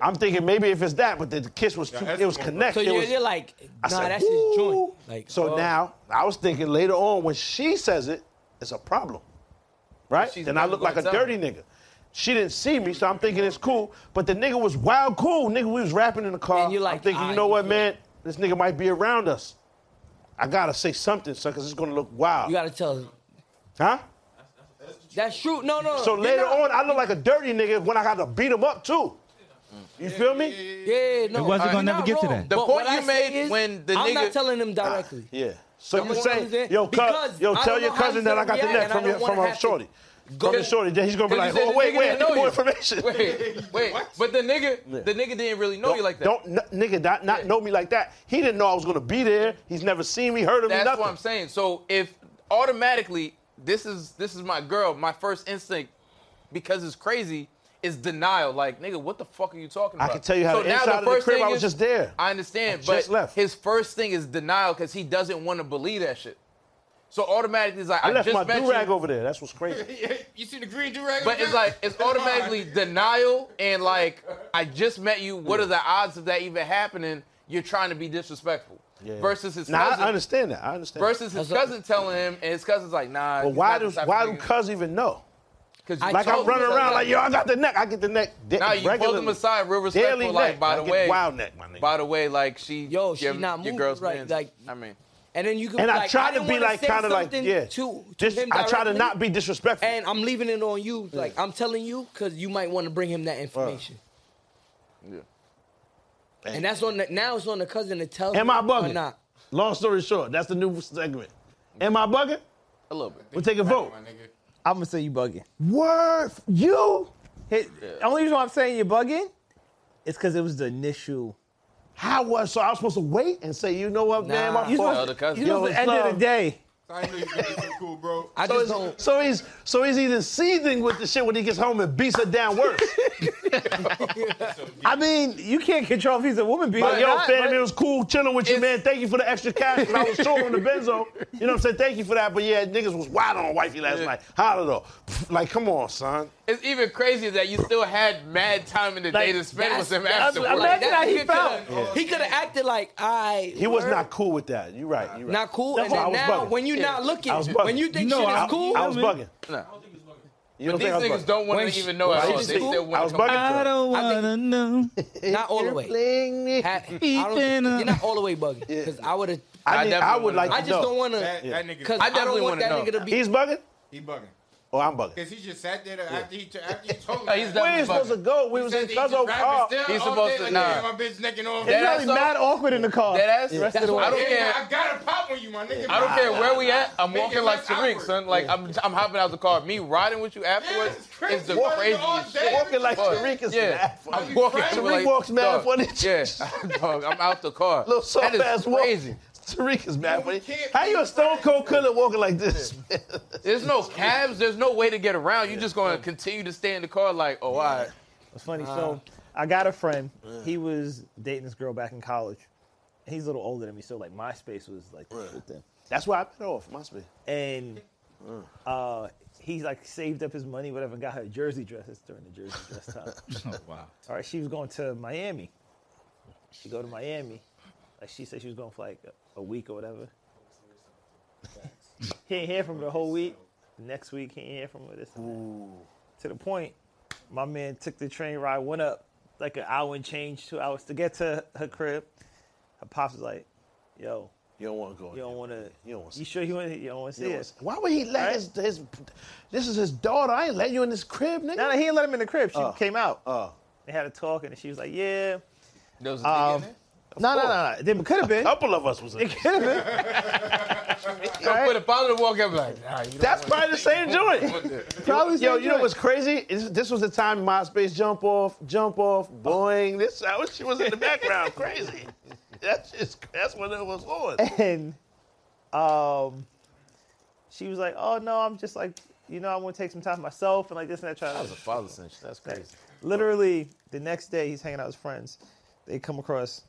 [SPEAKER 3] I'm thinking maybe if it's that, but the kiss was too.
[SPEAKER 8] that's
[SPEAKER 3] It was
[SPEAKER 8] the one,
[SPEAKER 3] connected.
[SPEAKER 9] So
[SPEAKER 3] it
[SPEAKER 9] you're,
[SPEAKER 3] was,
[SPEAKER 9] you're like,
[SPEAKER 3] I
[SPEAKER 9] nah,
[SPEAKER 3] said,
[SPEAKER 9] that's his joint. Like,
[SPEAKER 3] so
[SPEAKER 9] oh,
[SPEAKER 3] now I was thinking later on when she says it, it's a problem, right?
[SPEAKER 5] She's
[SPEAKER 3] Then I
[SPEAKER 5] never
[SPEAKER 3] look like a
[SPEAKER 5] gonna tell.
[SPEAKER 3] dirty nigga. She didn't see me, so I'm thinking it's cool. But the nigga was wild cool. Nigga, we was rapping in the car.
[SPEAKER 9] And you're
[SPEAKER 3] I'm
[SPEAKER 9] like,
[SPEAKER 3] thinking,
[SPEAKER 9] ah,
[SPEAKER 3] you know
[SPEAKER 9] you
[SPEAKER 3] what,
[SPEAKER 9] good.
[SPEAKER 3] man? This nigga might be around us. I gotta say something, son, because it's gonna look wild.
[SPEAKER 9] you gotta tell him.
[SPEAKER 3] huh?
[SPEAKER 9] That's true. No, no.
[SPEAKER 3] So
[SPEAKER 9] you're
[SPEAKER 3] later on,
[SPEAKER 9] not-
[SPEAKER 3] I look like a dirty nigga when I got to beat him up too. You feel me?
[SPEAKER 9] yeah, no.
[SPEAKER 7] It wasn't
[SPEAKER 9] you're
[SPEAKER 7] gonna
[SPEAKER 9] not
[SPEAKER 7] never get to
[SPEAKER 9] wrong.
[SPEAKER 7] that.
[SPEAKER 5] The
[SPEAKER 9] But
[SPEAKER 5] point
[SPEAKER 9] what I
[SPEAKER 5] you
[SPEAKER 9] say
[SPEAKER 5] made
[SPEAKER 9] is,
[SPEAKER 5] when the
[SPEAKER 9] I'm
[SPEAKER 5] nigga-
[SPEAKER 9] not telling him directly.
[SPEAKER 3] Yeah. So
[SPEAKER 9] You
[SPEAKER 3] you
[SPEAKER 9] know what I'm
[SPEAKER 3] say,
[SPEAKER 9] saying?
[SPEAKER 3] yo, cuz,
[SPEAKER 9] Because
[SPEAKER 3] yo,
[SPEAKER 9] I
[SPEAKER 3] tell
[SPEAKER 9] don't
[SPEAKER 3] your
[SPEAKER 9] know how
[SPEAKER 3] cousin
[SPEAKER 9] he's
[SPEAKER 3] that I
[SPEAKER 9] gonna
[SPEAKER 3] got the
[SPEAKER 9] react,
[SPEAKER 3] neck
[SPEAKER 9] and
[SPEAKER 3] from
[SPEAKER 9] I
[SPEAKER 3] your
[SPEAKER 9] don't
[SPEAKER 3] from
[SPEAKER 9] wanna
[SPEAKER 3] a
[SPEAKER 9] have to-
[SPEAKER 3] shorty. From your shorty, then he's gonna be like,
[SPEAKER 5] Because you said
[SPEAKER 3] oh
[SPEAKER 5] the
[SPEAKER 3] wait,
[SPEAKER 5] nigga
[SPEAKER 3] wait,
[SPEAKER 5] didn't
[SPEAKER 3] I need
[SPEAKER 5] know
[SPEAKER 3] more
[SPEAKER 5] you.
[SPEAKER 3] information.
[SPEAKER 5] Wait, wait. But the nigga, the nigga didn't really know you like that.
[SPEAKER 3] Don't n- nigga not, not know me like that. He didn't know I was gonna be there. He's never seen me, heard of me,
[SPEAKER 5] That's
[SPEAKER 3] nothing.
[SPEAKER 5] what I'm saying. So if automatically this is this is my girl, my first instinct, because it's crazy, is denial. Like nigga, what the fuck are you talking
[SPEAKER 3] I
[SPEAKER 5] about?
[SPEAKER 3] can tell you how the inside of the crib, I was just there.
[SPEAKER 5] I understand,
[SPEAKER 3] I
[SPEAKER 5] but
[SPEAKER 3] just left.
[SPEAKER 5] his first thing is denial because he doesn't want to believe that shit. So automatically it's like I,
[SPEAKER 3] I left
[SPEAKER 5] just
[SPEAKER 3] my
[SPEAKER 5] met
[SPEAKER 3] do rag
[SPEAKER 5] you,
[SPEAKER 3] over there. That's what's crazy.
[SPEAKER 8] you see the green do rag?
[SPEAKER 5] but it's like it's automatically denial and like I just met you. What are the odds of that even happening? You're trying to be disrespectful. Versus his
[SPEAKER 3] Now
[SPEAKER 5] cousin.
[SPEAKER 3] I understand that. I understand.
[SPEAKER 5] Versus his cousin telling him, and his cousin's like, nah.
[SPEAKER 3] but why do why do cuz even know? Like I'm running around like yo, I got the neck. I get the neck. di-
[SPEAKER 5] Nah, you pulled
[SPEAKER 3] regularly.
[SPEAKER 5] him aside real
[SPEAKER 3] Daily
[SPEAKER 5] respectful.
[SPEAKER 3] neck.
[SPEAKER 5] Like, by
[SPEAKER 3] I
[SPEAKER 5] the
[SPEAKER 3] get
[SPEAKER 5] way,
[SPEAKER 3] wild neck, my nigga.
[SPEAKER 5] by the way, like she,
[SPEAKER 9] Yo, she
[SPEAKER 5] your,
[SPEAKER 9] not
[SPEAKER 5] your
[SPEAKER 9] moving
[SPEAKER 5] girl's
[SPEAKER 9] right,
[SPEAKER 5] man's-
[SPEAKER 9] like-
[SPEAKER 5] I mean,
[SPEAKER 9] And then you can
[SPEAKER 3] and
[SPEAKER 9] be
[SPEAKER 3] I
[SPEAKER 9] like,
[SPEAKER 3] tried to
[SPEAKER 9] didn't
[SPEAKER 3] be
[SPEAKER 9] wanna
[SPEAKER 3] like
[SPEAKER 9] say
[SPEAKER 3] kind of like
[SPEAKER 9] something
[SPEAKER 3] yeah.
[SPEAKER 9] To, to
[SPEAKER 3] Just-
[SPEAKER 9] him
[SPEAKER 3] I try to
[SPEAKER 9] directly,
[SPEAKER 3] not be disrespectful.
[SPEAKER 9] And I'm leaving it on you. Like I'm telling you, because you might want to bring him that information. And that's on the, now. It's on the cousin to tell.
[SPEAKER 3] Am
[SPEAKER 9] him
[SPEAKER 3] I
[SPEAKER 9] Or
[SPEAKER 3] bugging?
[SPEAKER 9] not.
[SPEAKER 3] Long story short, that's the new segment. Am I bugging?
[SPEAKER 5] a little bit.
[SPEAKER 3] We'll take a vote.
[SPEAKER 6] I'm gonna say you bugging.
[SPEAKER 3] Word, you?
[SPEAKER 6] Hey, Only reason why I'm saying you're bugging is because it was the initial.
[SPEAKER 3] How was so? I was supposed to wait and say, you know what, man,
[SPEAKER 9] Nah.
[SPEAKER 3] my
[SPEAKER 9] You
[SPEAKER 3] fault.
[SPEAKER 5] supposed- The cousin.
[SPEAKER 6] You know,
[SPEAKER 3] Yo,
[SPEAKER 6] at the
[SPEAKER 3] it's
[SPEAKER 6] end of
[SPEAKER 3] love.
[SPEAKER 6] the day,
[SPEAKER 8] I know you gonna do something cool, bro.
[SPEAKER 9] I
[SPEAKER 3] So
[SPEAKER 9] just
[SPEAKER 3] he's,
[SPEAKER 9] don't.
[SPEAKER 3] so he's so he's even seething with the shit when he gets home and beats her down worse.
[SPEAKER 6] I mean, you can't control if he's a woman beater.
[SPEAKER 3] Like,
[SPEAKER 6] or
[SPEAKER 3] yo,
[SPEAKER 6] not,
[SPEAKER 3] fam,
[SPEAKER 6] but-
[SPEAKER 3] it was cool chilling with you, man. Thank you for the extra cash. 'cause I was short on the benzo. You know what I'm saying? Thank you for that. But yeah, niggas was wild on wifey last night. Holla though. Pff, Like, come on, son.
[SPEAKER 5] It's even crazier that you still had mad time in the day to spend with
[SPEAKER 9] that's-
[SPEAKER 5] him
[SPEAKER 9] that's-
[SPEAKER 5] afterwards.
[SPEAKER 9] like,
[SPEAKER 6] Imagine how he
[SPEAKER 9] coulda-
[SPEAKER 6] felt.
[SPEAKER 9] He could have acted like I.
[SPEAKER 3] He was not cool with that. You're right. You right.
[SPEAKER 9] Not cool.
[SPEAKER 3] That's
[SPEAKER 9] and
[SPEAKER 3] why I
[SPEAKER 9] then
[SPEAKER 3] was
[SPEAKER 9] now,
[SPEAKER 3] bugging.
[SPEAKER 9] when you're
[SPEAKER 5] Yeah.
[SPEAKER 9] not looking,
[SPEAKER 3] I was bugging.
[SPEAKER 9] when you think
[SPEAKER 7] You know,
[SPEAKER 9] shit is
[SPEAKER 7] I-
[SPEAKER 9] cool,
[SPEAKER 3] I was bugging. You don't
[SPEAKER 5] These
[SPEAKER 3] think I was
[SPEAKER 5] niggas
[SPEAKER 3] bugging?
[SPEAKER 5] don't want
[SPEAKER 9] When
[SPEAKER 5] to
[SPEAKER 9] she-
[SPEAKER 5] even know
[SPEAKER 9] when
[SPEAKER 5] at
[SPEAKER 9] she
[SPEAKER 5] all.
[SPEAKER 9] was
[SPEAKER 5] They
[SPEAKER 9] cool,
[SPEAKER 5] still
[SPEAKER 3] I
[SPEAKER 5] want
[SPEAKER 3] was
[SPEAKER 5] to come
[SPEAKER 3] bugging.
[SPEAKER 5] back.
[SPEAKER 7] I don't
[SPEAKER 9] I think-
[SPEAKER 7] wanna know.
[SPEAKER 9] not all the way.
[SPEAKER 3] I,
[SPEAKER 9] Ha- I don't,
[SPEAKER 7] Ethan,
[SPEAKER 9] you're not all the way bugging. Because I would have.
[SPEAKER 5] I
[SPEAKER 3] need- I
[SPEAKER 5] definitely
[SPEAKER 3] would
[SPEAKER 5] wanna
[SPEAKER 3] like
[SPEAKER 5] know.
[SPEAKER 9] I
[SPEAKER 3] to
[SPEAKER 9] just
[SPEAKER 3] know.
[SPEAKER 9] don't want
[SPEAKER 8] That,
[SPEAKER 9] to.
[SPEAKER 8] that nigga,
[SPEAKER 9] Because
[SPEAKER 5] I
[SPEAKER 9] I,
[SPEAKER 5] definitely
[SPEAKER 9] don't want
[SPEAKER 5] wanna
[SPEAKER 9] that
[SPEAKER 5] know.
[SPEAKER 9] nigga to be.
[SPEAKER 3] He's bugging?
[SPEAKER 8] he bugging.
[SPEAKER 3] Or I'm bugging?
[SPEAKER 8] Cause he just sat there after he t- after he told me.
[SPEAKER 5] Oh, he's
[SPEAKER 8] that,
[SPEAKER 5] done.
[SPEAKER 3] Where you supposed to go? We
[SPEAKER 8] he
[SPEAKER 3] was
[SPEAKER 8] said
[SPEAKER 3] in
[SPEAKER 8] that he just
[SPEAKER 3] Cuzzo
[SPEAKER 8] rapping
[SPEAKER 3] car.
[SPEAKER 8] still
[SPEAKER 5] He's
[SPEAKER 8] all
[SPEAKER 5] supposed
[SPEAKER 8] day,
[SPEAKER 5] to-
[SPEAKER 8] like,
[SPEAKER 5] nah.
[SPEAKER 8] yeah, My bitch necking off.
[SPEAKER 5] That
[SPEAKER 8] Yeah,
[SPEAKER 5] ass
[SPEAKER 6] It's
[SPEAKER 5] up.
[SPEAKER 6] really mad awkward in the car.
[SPEAKER 5] That ass.
[SPEAKER 6] Rest of the way.
[SPEAKER 5] I don't care.
[SPEAKER 8] I gotta pop on you, my nigga.
[SPEAKER 5] I don't care where we at. I'm
[SPEAKER 8] Make
[SPEAKER 5] walking
[SPEAKER 8] it
[SPEAKER 5] like
[SPEAKER 8] less
[SPEAKER 5] Tariq,
[SPEAKER 8] awkward.
[SPEAKER 5] son. Like I'm, I'm hopping out the car. Me riding with you afterwards
[SPEAKER 8] it's crazy.
[SPEAKER 5] is the
[SPEAKER 8] Walking all
[SPEAKER 5] craziest
[SPEAKER 8] day.
[SPEAKER 5] shit.
[SPEAKER 3] Walking like
[SPEAKER 5] Fuck.
[SPEAKER 3] Tariq is
[SPEAKER 5] yeah.
[SPEAKER 3] mad funny.
[SPEAKER 5] I'm walking
[SPEAKER 8] Tariq
[SPEAKER 5] to like
[SPEAKER 3] walks mad
[SPEAKER 5] dog.
[SPEAKER 3] funny.
[SPEAKER 5] Yeah, dog. I'm out the car.
[SPEAKER 3] Little soft
[SPEAKER 5] that is
[SPEAKER 3] ass walk.
[SPEAKER 5] crazy.
[SPEAKER 3] Tariq is mad
[SPEAKER 8] No,
[SPEAKER 3] funny.
[SPEAKER 8] we can't
[SPEAKER 3] How you
[SPEAKER 8] be
[SPEAKER 3] a stone cold killer walking like this?
[SPEAKER 5] There's no cabs. There's no way to get around. You're just gonna continue to stay in the car. Like, oh, all right.
[SPEAKER 2] It's funny. so I got a friend. He was dating this girl back in college. He's a little older than me, so like MySpace was like the shit then.
[SPEAKER 3] That's why I been off. Must be.
[SPEAKER 2] And uh, he like saved up his money, whatever, and got her a jersey dress. It's during the jersey dress time.
[SPEAKER 7] Oh, wow.
[SPEAKER 2] All right, she was going to Miami. She go to Miami. Like she said, she was going for like a, a week or whatever. he ain't hear from her the whole week. Next week, he ain't hear from her. This and that. to the point, my man took the train ride, went up like an hour and change, two hours to get to her crib. Her pops was like, "Yo,
[SPEAKER 3] You don't want to go.
[SPEAKER 2] you don't want to.
[SPEAKER 3] You don't wanna see
[SPEAKER 2] You sure you want? You don't want to see
[SPEAKER 3] Yeah.
[SPEAKER 2] us?
[SPEAKER 3] Why would he let
[SPEAKER 2] Right?
[SPEAKER 3] his, his this is his daughter. I ain't letting you in this crib, nigga.
[SPEAKER 2] No, no, he didn't let him in the crib. She came out.
[SPEAKER 3] Oh.
[SPEAKER 2] They had a talk, and she was like, "Yeah,
[SPEAKER 5] There was a nigga in
[SPEAKER 2] Um,
[SPEAKER 5] there.
[SPEAKER 2] no, no, no, no. It could have been.
[SPEAKER 3] couple of us was in
[SPEAKER 2] It could have been.
[SPEAKER 5] But if I would walk up, like, nah, you
[SPEAKER 3] That's probably the same joint.
[SPEAKER 2] Probably
[SPEAKER 3] Yo,
[SPEAKER 2] same
[SPEAKER 3] you know
[SPEAKER 2] joint.
[SPEAKER 3] what's crazy? Oh. This, this was the time MySpace jump off, jump off, boing. This I wish she was in the background. crazy. That's just that's what it was on.
[SPEAKER 2] and um, she was like, "Oh no, I'm just like, you know, I want to take some time for myself and like this and that." Try to
[SPEAKER 5] father sense. That's
[SPEAKER 2] Literally, the next day he's hanging out with his friends. They come across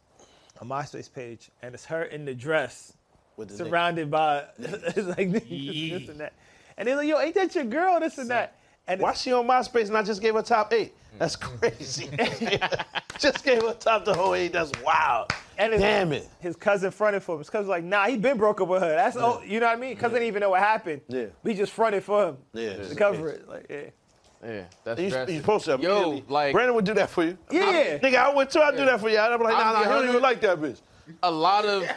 [SPEAKER 2] a MySpace page, and it's her in the dress,
[SPEAKER 3] With the
[SPEAKER 2] surrounded by it's like niggas, this and that. And they're like, "Yo, ain't that your girl?" This and that. And
[SPEAKER 3] Why she on MySpace and I just gave her top eight? That's crazy. just gave her top the whole eight. That's wild.
[SPEAKER 2] And his,
[SPEAKER 3] Damn it.
[SPEAKER 2] His cousin fronted for him. His cousin's like, nah, he been broke up with her. That's all, you know what I mean? Cousin didn't even know what happened.
[SPEAKER 3] Yeah.
[SPEAKER 2] We just fronted for him
[SPEAKER 3] Yeah,
[SPEAKER 2] to
[SPEAKER 3] it's
[SPEAKER 2] cover it. Like, yeah.
[SPEAKER 5] Yeah, that's
[SPEAKER 3] You,
[SPEAKER 5] drastic.
[SPEAKER 3] you supposed to immediately-
[SPEAKER 5] like-
[SPEAKER 3] Brandon would do that for you.
[SPEAKER 2] Yeah.
[SPEAKER 3] Nigga, I would too. I'd do that for you. I'd be like, nah,
[SPEAKER 5] I'll
[SPEAKER 3] nah,
[SPEAKER 5] be
[SPEAKER 3] he don't even
[SPEAKER 5] honest.
[SPEAKER 3] like that bitch.
[SPEAKER 5] a lot of